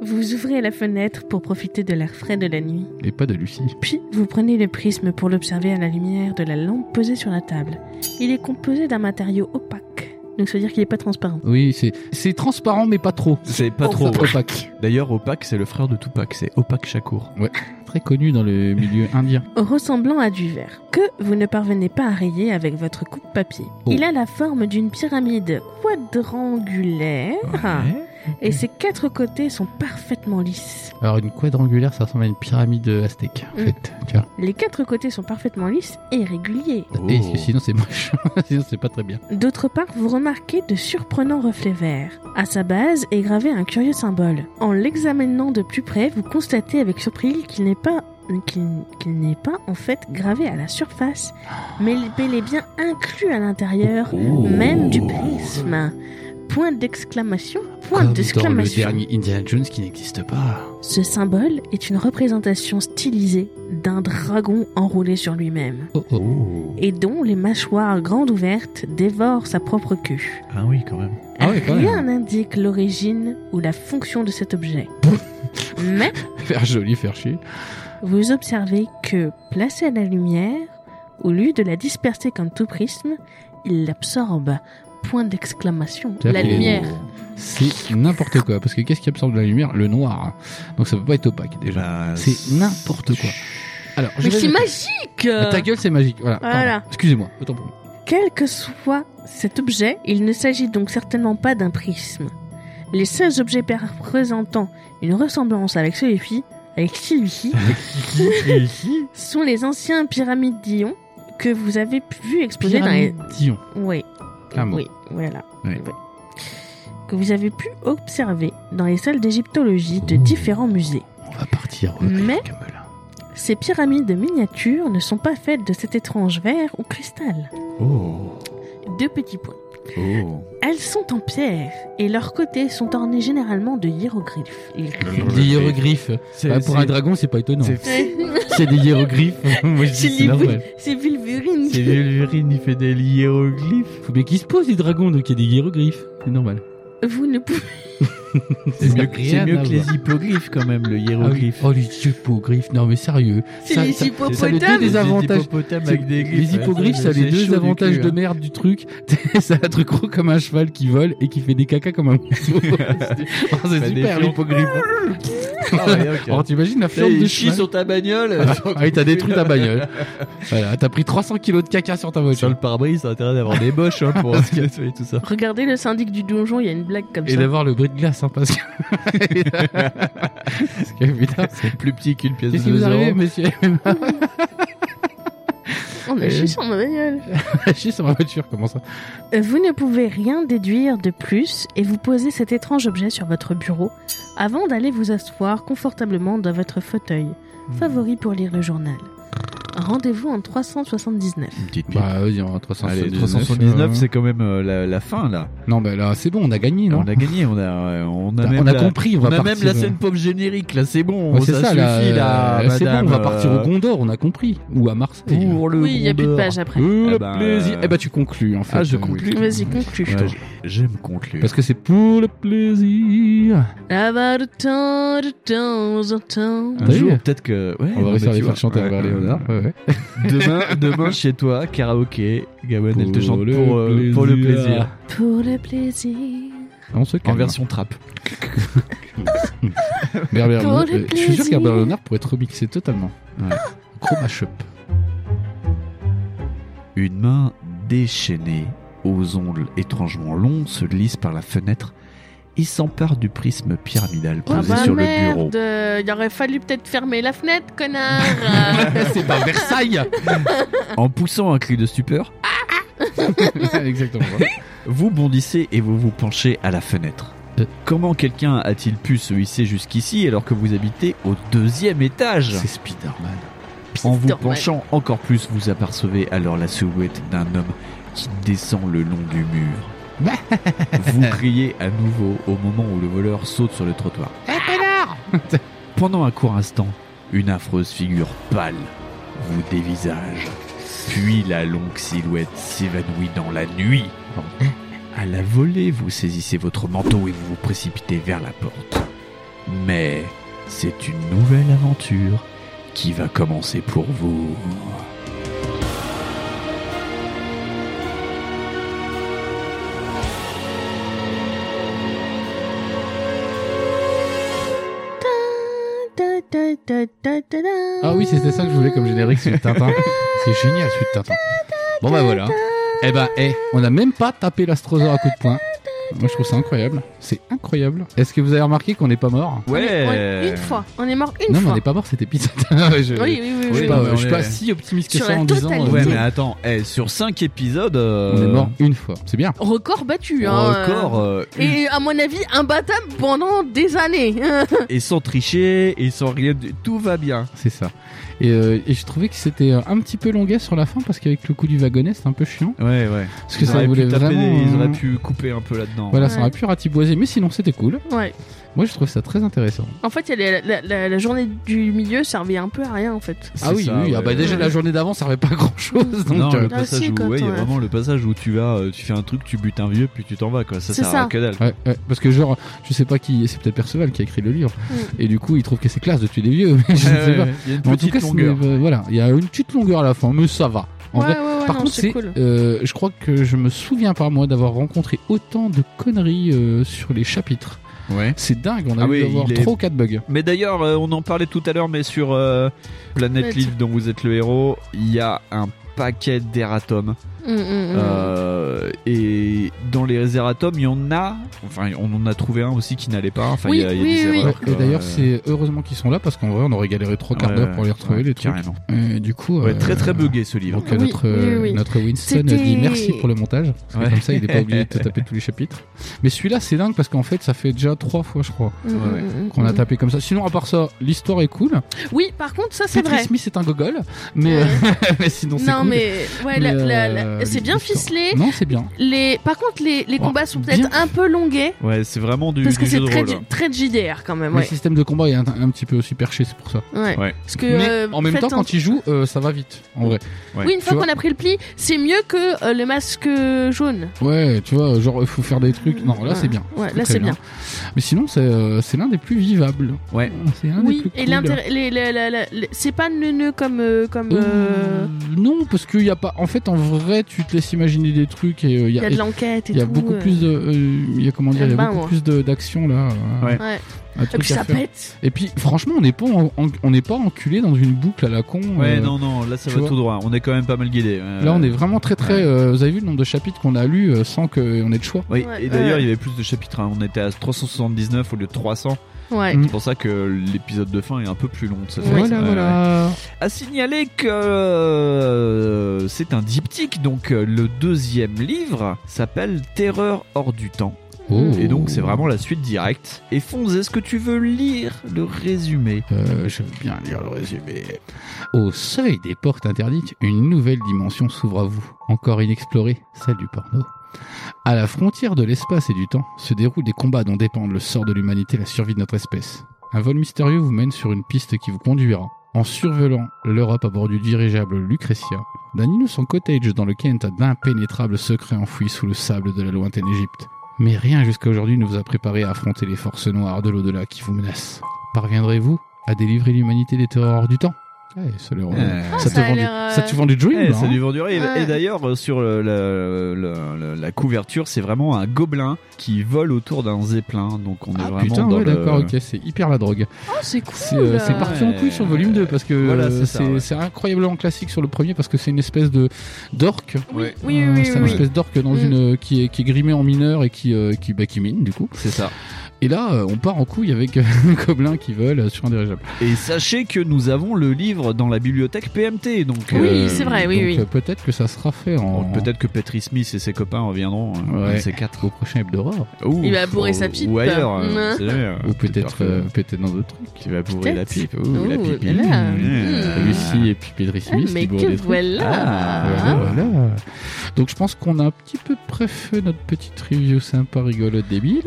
D: Vous ouvrez la fenêtre pour profiter de l'air frais de la nuit.
C: Et pas de Lucie.
D: Puis, vous prenez le prisme pour l'observer à la lumière de la lampe posée sur la table. Il est composé d'un matériau opaque. Donc, ça veut dire qu'il n'est pas transparent.
C: Oui, c'est c'est transparent, mais pas trop.
F: C'est pas trop.
C: Opaque. Opaque.
F: D'ailleurs, Opaque, c'est le frère de Tupac, c'est Opaque Shakur.
C: Très connu dans le milieu indien.
D: Ressemblant à du verre, que vous ne parvenez pas à rayer avec votre coupe-papier.
C: Oh.
D: Il a la forme d'une pyramide quadrangulaire. Et ses quatre côtés sont parfaitement lisses.
C: Alors, une quadrangulaire, ça ressemble à une pyramide aztèque, en
D: Mm.
C: fait. Tu vois.
D: Les quatre côtés sont parfaitement lisses et réguliers.
C: Et
F: Oh.
C: sinon, c'est moche. sinon, c'est pas très bien.
D: D'autre part, vous remarquez de surprenants reflets verts. À sa base est gravé un curieux symbole. En l'examinant de plus près, vous constatez avec surprise qu'il n'est pas qu'il qu'il n'est pas en fait gravé à la surface, mais bel et bien inclus à l'intérieur même du prisme. Point d'exclamation, point
C: Comme dans le
D: d'exclamation.
C: dernier Indiana Jones qui n'existe pas.
D: Ce symbole est une représentation stylisée d'un dragon enroulé sur lui-même,
C: Oh, oh.
D: et dont les mâchoires grandes ouvertes dévorent sa propre queue.
F: Ah oui, quand même.
C: Ah ouais, quand même.
D: Rien n'indique l'origine ou la fonction de cet objet. Mais
C: Faire joli, faire chier.
D: vous observez que, placé à la lumière, au lieu de la disperser comme tout prisme, il l'absorbe. Point d'exclamation. La
C: C'est-à-dire qu'il est-
D: lumière.
F: Oh.
C: C'est n'importe quoi. Parce que qu'est-ce qui absorbe la lumière Le noir. Donc, ça peut pas être opaque, déjà. Bah, C'est n'importe quoi. Alors, je
D: Mais
C: vais
D: c'est
C: répéter.
D: magique euh.
C: Ah, Ta gueule, c'est magique. Voilà.
D: Voilà.
C: pardon. Excusez-moi. Autant pour moi.
D: Quel que soit cet objet, il ne s'agit donc certainement pas d'un prisme. Les seuls objets présentant une ressemblance avec celui-ci, avec celui-ci, sont les anciens pyramides d'Ion que vous avez pu- vu exposer dans les...
C: Pyramide Dion.
D: Oui.
C: Un mot.
D: Oui, voilà.
C: Oui.
D: Oui. Que vous avez pu observer dans les salles d'égyptologie de différents musées.
C: On va partir. au
D: Mais-
C: Greek, Melun.
D: Ces pyramides miniatures ne sont pas faites de cet étrange verre ou cristal.
F: Oh.
D: Deux petits points.
F: Oh.
D: Elles sont en pierre et leurs côtés sont ornés généralement de hiéroglyphes.
C: Des hiéroglyphes.
F: C'est
C: Bah, pour un dragon, c'est pas étonnant.
F: C'est
C: C'est des hiéroglyphes. Moi, je dis,
D: C'est
C: c'est normal.
D: C'est Vulvurine.
F: Wolverine, il fait des hiéroglyphes.
C: Faut bien qu'ils se posent, les dragons, donc il y a des hiéroglyphes. C'est normal.
D: Vous ne pouvez
F: C'est mieux,
C: Rien
F: c'est mieux
C: à
F: que
C: voir.
F: les hippogriffes, quand même, le hiéroglyphe.
C: Oh, les hippogriffes. Non, mais sérieux.
D: C'est
C: Ça-
D: les
C: ça-
D: hippopotames.
C: ça a les deux désavantages.
F: hippopotames
C: C'est-
F: avec des glyphes.
C: Oh, Les hippogriffes, ça a les deux avantages
F: hein.
C: de merde du truc. c'est un truc gros comme un cheval qui vole et qui fait des cacas comme un mousseau. Oh, c'est
F: Bah,
C: super Ah,
F: des
C: l'hippogriffe. Alors t'imagines la flamme de
F: Ils chient
C: cheval
F: sur ta bagnole.
C: Ah oui, t'as détruit ta bagnole. Voilà, t'as pris 300 kilos de caca sur ta
F: Sur
C: voiture.
F: le pare-brise, ça a intérêt d'avoir des boches hein, pour se casser et tout ça.
D: Regardez le syndic du donjon, il y a une blague comme
C: Et
D: ça.
C: d'avoir le bruit de glace, hein, parce que... Parce que, putain,
F: C'est plus petit qu'une pièce de
C: qu'est-ce qui vous
F: 2
C: arrive,
F: euros.
C: monsieur
D: On a chié sur ma bagnole.
C: Chier sur ma voiture, comment ça
D: Vous ne pouvez rien déduire de plus et vous posez cet étrange objet sur votre bureau avant d'aller vous asseoir confortablement dans votre fauteuil,
C: Hmm.
D: favori pour lire le journal. Rendez-vous en 379.
F: Une petite pipe.
C: Bah, vas-y, on va 379.
F: Allez, 379,
C: euh,
F: c'est quand même euh, la, la fin là.
C: Non, mais là, c'est bon, on a gagné, non
F: On a gagné, on a, on a,
C: Bah,
F: même
C: on a
F: la-
C: compris, on
F: On
C: va
F: a
C: partir.
F: même la scène pop générique là, c'est bon,
C: Ouais, c'est ça,
F: ça,
C: là,
F: suffit là,
C: euh, c'est bon,
F: madame,
C: on va partir
F: euh,
C: au Gondor, on a compris. Ou à Marseille.
F: pour le
D: Oui, il n'y a plus de
F: Gondor.
D: page après.
C: Euh,
F: Ah
C: le
F: bah,
C: plaisir.
F: euh,
C: Eh bah, tu conclus, en fait.
F: Ah, je
C: Euh, oui.
F: conclus.
D: Vas-y, conclue.
F: Ouais, j'ai- J'aime conclure.
C: Parce que c'est pour le plaisir.
D: Là-bas de temps, de temps en temps.
F: Un
C: T'as vu
F: jour, peut-être que. Ouais,
C: On
F: Eh non,
C: va
F: mais
C: réussir à
F: tu
C: les
F: vois,
C: faire chanter à
F: ouais,
C: Léonard. Ouais, ouais.
F: Demain, demain chez toi, karaoké, Gawen, elle te
C: Pour
F: chante
C: le
F: pour, euh, pour le
C: plaisir.
F: plaisir.
D: Pour le plaisir.
C: On se
F: En
C: calme.
F: version trap.
C: Berbère
D: Pour
C: Leonard,
D: le
C: euh, je suis sûr
D: plaisir. Ah
C: qu'Herbert Léonard pourrait être remixé totalement. Gros mashup.
F: Une main déchaînée, aux ongles étrangement longs, se glisse par la fenêtre et s'empare du prisme pyramidal
D: Ah
F: posé
D: bah
F: sur le bureau.
D: merde, euh, il aurait fallu peut-être fermer la fenêtre, connard.
C: c'est pas Versailles
F: En poussant un cri de stupeur,
C: Exactement.
F: vous bondissez et vous vous penchez à la fenêtre.
C: Euh.
F: Comment quelqu'un a-t-il pu se hisser jusqu'ici alors que vous habitez au deuxième étage
C: C'est Spider-Man.
F: En vous
D: normal.
F: penchant encore plus, vous apercevez alors la silhouette d'un homme qui descend le long du mur. vous criez à nouveau au moment où le voleur saute sur le trottoir. Pendant un court instant, une affreuse figure pâle vous dévisage. Puis la longue silhouette s'évanouit dans la nuit. À la volée, vous saisissez votre manteau et vous vous précipitez vers la porte. Mais c'est une nouvelle aventure qui va commencer pour vous.
C: Ah oui, c'était ça que je voulais comme générique, celui de Tintin. C'est génial, celui de Tintin. Bon bah voilà. Eh ben, eh, on n'a même pas tapé l'astrosaure à coups de poing. Moi, je trouve ça incroyable. C'est incroyable. Est-ce que vous avez remarqué qu'on n'est pas mort
D: On- Une fois, on est mort une
C: Non, mais
D: fois.
C: on n'est pas mort cet épisode. Ah je,
D: Oui, oui, oui.
C: je
D: oui.
C: suis
F: Oui,
C: pas,
F: non, mais
C: je suis
F: on
C: pas
F: est-
C: si optimiste que
D: Sur
C: ça
D: la
C: en disant.
D: totalité.
C: euh,
F: Ouais, mais attends, eh, sur 5 épisodes, euh,
C: On est mort une fois. C'est bien.
D: Record battu. hein.
F: record, euh, une-
D: Et à mon avis, imbattable pendant des années. hein.
F: et sans tricher, et sans rien, du- tout va bien.
C: C'est ça. Et, euh, et je trouvais que c'était euh, un petit peu longuet sur la fin parce qu'avec le coup du wagonnet, c'est un peu chiant.
F: Ouais, ouais.
C: Parce que ça voulait vraiment.
F: ils
C: euh,
F: auraient pu couper un peu là-dedans.
C: Voilà, ça
D: Ouais.
C: aurait pu ratiboiser, mais sinon c'était cool.
D: ouais.
C: Moi, je trouve ça très intéressant.
D: En fait, elle est- la, la- la journée du milieu servait un peu à rien, en fait.
F: C'est
C: Ah oui,
F: ça,
C: oui.
F: ouais.
C: Ah bah déjà la journée d'avant, ça servait pas à grand chose. Donc,
F: non,
C: euh,
F: le
D: Ah,
F: passage
D: si,
F: où,
D: quand
F: ouais, il y
D: on
F: a
D: a
F: vraiment le passage où tu vas, euh, tu fais un truc, tu butes un vieux, puis tu t'en vas, quoi. Ça,
D: C'est
F: ça sert à
D: ça.
F: que dalle.
C: Ouais, ouais, parce que genre, je sais pas qui, c'est peut-être Perceval qui a écrit le livre,
D: Mm.
C: et du coup il trouve que c'est classe de tuer des vieux, mais je ne sais pas.
F: Euh, Il y a une
C: Mais en tout
F: petite
C: cas, c'est-
F: longueur.
C: euh, voilà, il y a une petite longueur à la fin, mais ça va. En
D: ouais,
C: vrai,
D: ouais, ouais,
C: par
D: non,
C: contre,
D: c'est
C: c'est,
D: cool.
C: euh, je crois que je me souviens pas moi d'avoir rencontré autant de conneries euh, sur les chapitres.
F: Ouais.
C: C'est dingue, on a
F: Ah
C: dû
F: oui,
C: avoir
F: il est-
C: trop quatre bugs.
F: Mais d'ailleurs, euh, on en parlait tout à l'heure, mais sur euh, Planète
D: Planète.
F: Livre dont vous êtes le héros, il y a un paquet d'erratums.
D: Mm, mm, mm.
F: Euh, et dans les erratums, il y en a. Enfin, on en a trouvé un aussi qui n'allait pas. Enfin, il y a, il y a
D: Oui,
F: des
D: oui, oui.
F: erreurs.
C: Et
F: quoi.
C: d'ailleurs,
F: Euh,
C: c'est heureusement qu'ils sont là parce qu'en vrai, on aurait galéré trois quarts
F: ouais,
C: d'heure pour les
F: ouais,
C: retrouver les trucs.
F: Carrément.
C: Et du coup,
F: Ouais,
C: euh,
F: très très bugué ce livre.
C: Donc euh,
D: Oui,
C: notre, euh,
D: oui, oui.
C: notre Winston
D: C'était-
C: dit merci pour le montage. Parce que
F: Ouais.
C: Comme ça, il n'est pas obligé de te taper tous les chapitres. Mais celui-là, c'est dingue parce qu'en fait, ça fait déjà trois fois, je crois,
D: Mm,
F: ouais, ouais.
D: mm, mm,
C: qu'on a
D: mm.
C: tapé comme ça. Sinon, à part ça, l'histoire est cool.
D: Oui, par contre, ça, c'est
C: Petri
D: vrai.
C: Smith est un gogol, mais, mais sinon, c'est
D: Non,
C: cool.
D: mais, ouais, la-
C: Mais,
D: la-
C: euh,
D: la- c'est bien
C: l'histoire-
D: ficelé.
C: Non, c'est bien.
D: Les, par contre, les, les
C: Oh,
D: combats sont
C: bien.
D: peut-être un peu longués.
F: Ouais, c'est vraiment du,
D: Parce que
F: du
D: c'est
F: jeu de
D: très,
F: rôle.
D: J- très JDR quand même,
C: Le
D: ouais.
C: système de combat est un, un petit peu aussi perché, c'est pour ça.
D: Ouais.
F: Ouais.
D: Parce que,
C: mais
D: euh,
C: en même
D: faites
C: temps,
D: un-
C: quand il joue, euh, ça va vite, en vrai.
D: Oui, une
C: tu
D: fois qu'on a pris le pli, c'est mieux que euh, le masque jaune.
C: Ouais, tu vois, genre, il faut faire des trucs. Non, là, c'est bien.
D: Mm. Ouais,
C: Très,
D: là
C: très
D: c'est bien.
C: Mais sinon, c'est euh, c'est l'un des plus vivables.
F: Ouais.
C: C'est l'un Ah, des
D: Oui,
C: plus
D: et
C: cool.
D: l'intérêt, les- les- la- la- les- c'est pas neuneux comme euh, comme euh,
C: Euh, Non, parce qu'il y a pas. En fait, en vrai, tu te laisses imaginer des trucs et euh, il y
D: il y
C: a,
D: a de l'enquête et
C: il y a
D: tout,
C: beaucoup
D: euh,
C: plus de. euh, Il y a comment dire Il y a
D: Ben,
C: beaucoup
D: ouais.
C: plus de- d'action là. euh,
F: Ouais.
D: Ouais.
C: un
D: Et
C: truc
D: puis
C: à
D: ça
C: faire.
D: pète.
C: Et puis, franchement, on n'est pas en- en- on n'est pas enculé dans une boucle à la con.
F: Ouais,
C: euh,
F: non, non, là ça
C: tu
F: va
C: vois.
F: tout droit. On est quand même pas mal guidé. euh.
C: Là, on est vraiment très très.
F: Ouais.
C: euh, vous avez vu le nombre de chapitres qu'on a lus euh, sans qu'on ait de choix
F: Oui,
D: Ouais.
F: et d'ailleurs,
D: Ouais.
F: il y avait plus de chapitres. hein. On était à 379 au lieu de 300.
D: Ouais.
C: Mm.
F: C'est pour ça que l'épisode de fin est un peu plus long. de cette
D: Ouais.
F: façon.
C: Voilà,
F: Ouais, ouais.
C: voilà.
F: À signaler que euh, c'est un diptyque. Donc, euh, le deuxième livre s'appelle Terreur hors du temps.
C: Oh.
F: Et donc, c'est vraiment la suite directe. Et Fonz, est-ce que tu veux lire le résumé
C: Euh, je veux bien lire le résumé. Au seuil des portes interdites, une nouvelle dimension s'ouvre à vous, encore inexplorée, celle du porno. À la frontière de l'espace et du temps se déroulent des combats dont dépendent le sort de l'humanité et la survie de notre espèce. Un vol mystérieux vous mène sur une piste qui vous conduira, en survolant l'Europe à bord du dirigeable Lucretia, d'un innocent cottage dans lequel est un impénétrable secret enfoui sous le sable de la lointaine Égypte. Mais rien jusqu'à aujourd'hui ne vous a préparé à affronter les forces noires de l'au-delà qui vous menacent. Parviendrez-vous à délivrer l'humanité des terreurs du temps Eh, ça, leur-
F: Euh,
C: ça,
D: ça
C: te
D: a
C: vend du...
D: l'air, euh,
C: ça te vend du dream
F: Eh,
C: là,
F: ça
C: hein
F: lui vend du rêve.
D: Ouais.
F: Et d'ailleurs, euh, sur le- le- le- le- la couverture, c'est vraiment un gobelin qui vole autour d'un zeppelin. Donc on est
C: Ah
F: vraiment
C: putain,
F: dans
C: ouais,
F: le-
C: d'accord, ok, c'est hyper la drogue.
D: Oh, c'est cool.
C: C'est euh, c'est
D: euh.
C: parti en couille sur le volume 2 parce que
F: Voilà,
C: euh,
F: c'est ça,
C: c'est
F: ouais.
C: c'est incroyablement classique sur le premier parce que c'est une espèce de d'orque.
D: Oui,
C: Euh,
D: oui, oui,
C: c'est
D: oui,
C: une
D: oui.
C: espèce d'orque dans
D: Mm.
C: une euh, qui est qui est grimée en mineur et qui euh, qui bah, qui mine du coup.
F: C'est ça.
C: Et là, euh, on part en couille avec un gobelin qui vole sur un dirigeable.
F: Et sachez que nous avons le livre dans la bibliothèque PMT. Donc
D: Oui, c'est vrai, oui,
C: donc,
D: oui.
C: euh, Peut-être que ça sera fait en
F: bon, Oh, peut-être que Petri Smith et ses copains reviendront. euh,
C: Ouais.
F: Ces quatre.
C: au prochain Hebdora
F: Ou-
D: Il va bourrer sa
F: ou-
D: pipe.
F: Ou ailleurs. euh,
D: Non.
F: on sait jamais, euh,
C: ou peut-être
F: que
C: euh, peut-être dans d'autres.
F: Tu vas bourrer la
D: peut-être.
F: pipe. Ouh,
D: Ouh,
F: la pipe.
D: là.
F: Mmh.
D: Mmh.
C: Lucie et puis Pedri
D: Ah,
C: Smith qui
D: mais
C: bourrent
D: que
C: des trucs. Ah,
D: voilà.
F: Ah.
C: Voilà,
D: hein.
C: voilà. Donc je pense qu'on a un petit peu préfait notre petite review sympa rigolote débile. Il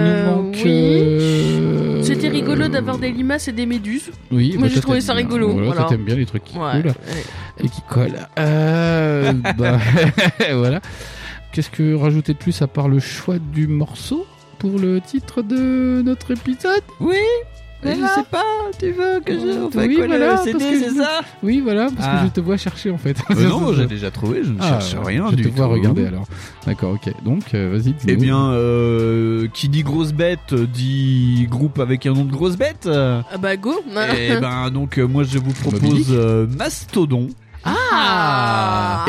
D: Euh,
C: nous manque.
D: oui.
C: euh,
D: C'était rigolo d'avoir des limaces et des méduses.
C: Oui,
D: Moi,
C: bah,
D: j'ai
C: toi,
D: trouvé
C: t'aimes
D: ça
C: bien.
D: rigolo,
C: Voilà, toi,
D: voilà.
C: t'aimes bien les trucs qui
D: Ouais.
C: coulent
D: ouais.
C: et qui collent. Euh, bah, voilà. Qu'est-ce que rajouter de plus à part le choix du morceau pour le titre de notre épisode
F: Oui
C: Voilà.
F: Je sais pas, tu veux que je. On fait
C: Oui,
F: quoi
C: voilà,
F: le CD,
C: parce que
F: c'est
C: je-
F: ça
C: Oui, voilà, parce
F: Ah.
C: que je te vois chercher en fait.
F: Euh, Non, j'ai déjà trouvé, je ne
C: Ah,
F: cherche rien
C: je
F: du
C: te
F: tout. hein.
C: vois regarder alors. D'accord, ok. Donc, euh, vas-y, dis-nous.
F: Eh bien, euh, qui dit grosse bête euh, dit groupe avec un nom de grosse bête. Euh,
B: Ah bah go
F: Eh ben donc euh, moi je vous
C: Moby
F: propose euh, Mastodon
B: Ah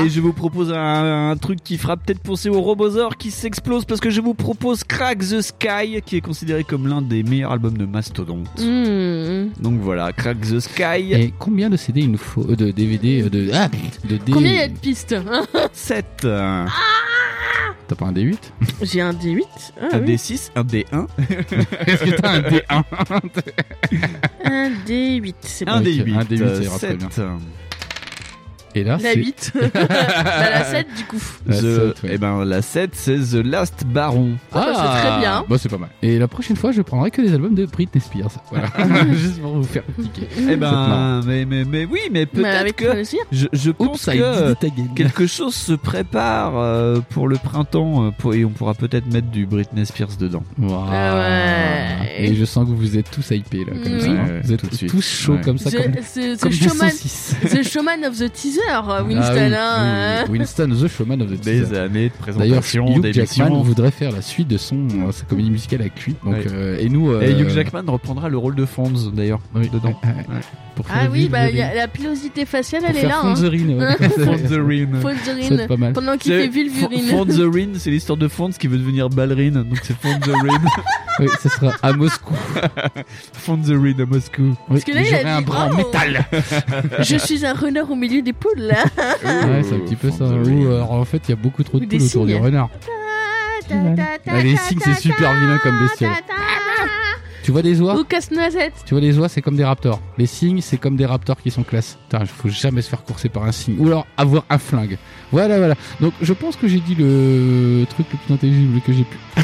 F: et je vous propose un, un truc qui fera peut-être penser au Robosaur qui s'explose parce que je vous propose Crack the Sky qui est considéré comme l'un des meilleurs albums de Mastodon.
B: Hmm.
F: Donc voilà, Crack the Sky
C: Et combien de CD il nous faut euh, De DVD euh, de, ah, de D...
B: Combien il y a de pistes hein
F: 7,
B: Ah
C: T'as pas un D8
B: J'ai un D8. Ah,
F: un
B: oui.
F: D6, un D1,
C: Est-ce que t'as un D1
B: Un D8, c'est bon.
F: un
C: Ok,
F: D8,
C: un D8, ça ira très
F: 7.
C: bien. Et là,
B: La
C: c'est
B: 8. bah, la 7 du coup.
C: la
F: The-
C: sept, ouais.
F: Eh ben la 7 c'est The Last Baron.
B: Ah, bah, c'est très bien.
C: Bon, c'est pas mal. Et la prochaine fois, je prendrai que des albums de Britney Spears. Voilà. Juste pour vous faire tiquer.
F: Eh
C: Cette
F: ben,
C: marque.
F: mais, mais, mais oui, mais
B: Mais
F: peut-être
B: Bah, avec
F: que
B: plaisir.
F: je, je pense
C: Oups, I did
F: que
C: it again.
F: quelque chose se prépare euh, pour le printemps euh, pour- et on pourra peut-être mettre du Britney Spears dedans.
C: Waouh.
B: Ah ouais.
C: Et je sens que vous êtes tous hypés là, comme
B: Oui.
C: ça.
F: Ouais,
C: vous êtes
F: tout de suite.
C: tous chauds
F: Ouais.
C: comme ça, comme,
B: The, c'est-
C: comme
B: the,
C: des
B: showman,
C: saucisses.
B: the showman of the teaser,
C: Ah
B: Winston.
C: oui,
B: hein.
C: oui, oui. Winston, the showman of the teaser.
F: années de
C: D'ailleurs, Hugh Jackman voudrait faire la suite de son euh, sa comédie musicale à Cui. Donc,
F: Ouais.
C: euh, et nous, euh,
F: Et Hugh Jackman reprendra le rôle de Fonz d'ailleurs
C: oui, Euh,
F: dedans.
C: pour faire
B: Ah
C: le
B: oui,
C: vide,
B: bah,
C: le
B: il y a-
C: vide.
B: la pilosité faciale,
C: Pour
B: elle est
C: faire
B: là.
C: Fonz
B: Hein.
C: the Ring, ouais.
F: Fonz the Rim.
C: Ça va
B: Fonzurine.
C: être pas mal.
B: hein. Pendant qu'il fait Vulvurine.
F: Fonz the Rim, c'est l'histoire de Fonz qui veut devenir ballerine, donc c'est Fonz the Rim.
C: Oui, ce sera à Moscou.
F: Fonz the Rim à Moscou.
C: Oui,
B: que là, il a
C: j'aurai
B: dit,
C: un bras en
B: oh.
C: métal.
B: Je suis un renard au milieu des poules, là.
F: Ah.
C: Ouais, c'est un petit peu ça.
F: Fonz the
C: Ou,
F: Rim.
C: euh, en fait, il y a beaucoup trop de
B: Ou des
C: poules autour du
B: cygnes.
C: renard. Ah, les cygnes, c'est super vilain comme bestiole. Ah. Tu vois des oies
B: Ou casse-noisette.
C: Tu vois, les oies, c'est comme des raptors. Les cygnes, c'est comme des raptors qui sont classe. Putain, faut jamais se faire courser par un cygne. Ou alors avoir un flingue. Voilà, voilà. Donc, je pense que j'ai dit le truc le plus intelligible que j'ai pu.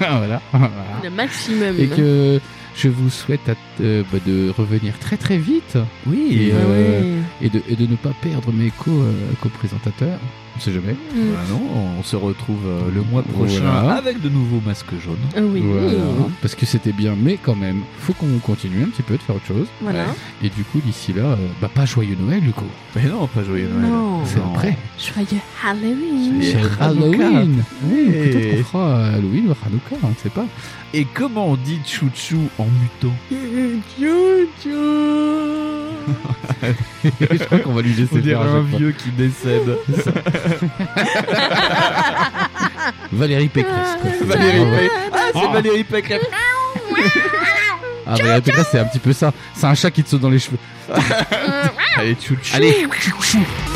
C: voilà. voilà.
B: Le maximum.
C: Et que je vous souhaite à- euh, bah, de revenir très très vite
F: Oui.
C: et,
B: Ah
C: euh,
B: ouais.
C: et de, et de ne pas perdre mes co, euh, co-présentateurs. On sait jamais.
B: Mm.
F: Bah non, on se retrouve euh, le mois prochain
C: Voilà.
F: avec de nouveaux masques jaunes.
B: Ah oui.
C: Voilà. Parce que c'était bien, mais quand même, faut qu'on continue un petit peu de faire autre chose.
B: Voilà.
C: Et du coup, d'ici là, euh, bah, pas joyeux Noël, du coup.
F: Mais non, pas joyeux Noël.
B: Non.
C: C'est après.
B: Joyeux Halloween.
F: Et
C: C'est
F: Hanouka.
C: Halloween Oui,
F: Et-
C: Peut-être qu'on fera Halloween ou Hanouka, on ne sait pas.
F: Et comment on dit chouchou en mutant
C: Je crois qu'on va lui laisser
F: On dirait
C: faire à
F: un
C: chaque fois.
F: vieux qui décède.
C: Valérie Pécresse. quoi.
F: Valérie
C: Ah ouais.
F: Pécresse. Ah, c'est
C: Oh.
F: Valérie Pécresse.
C: Ah, Valérie Pécresse, c'est un petit peu ça. C'est un chat qui te saute dans les cheveux.
F: Allez, chouchou.
C: Allez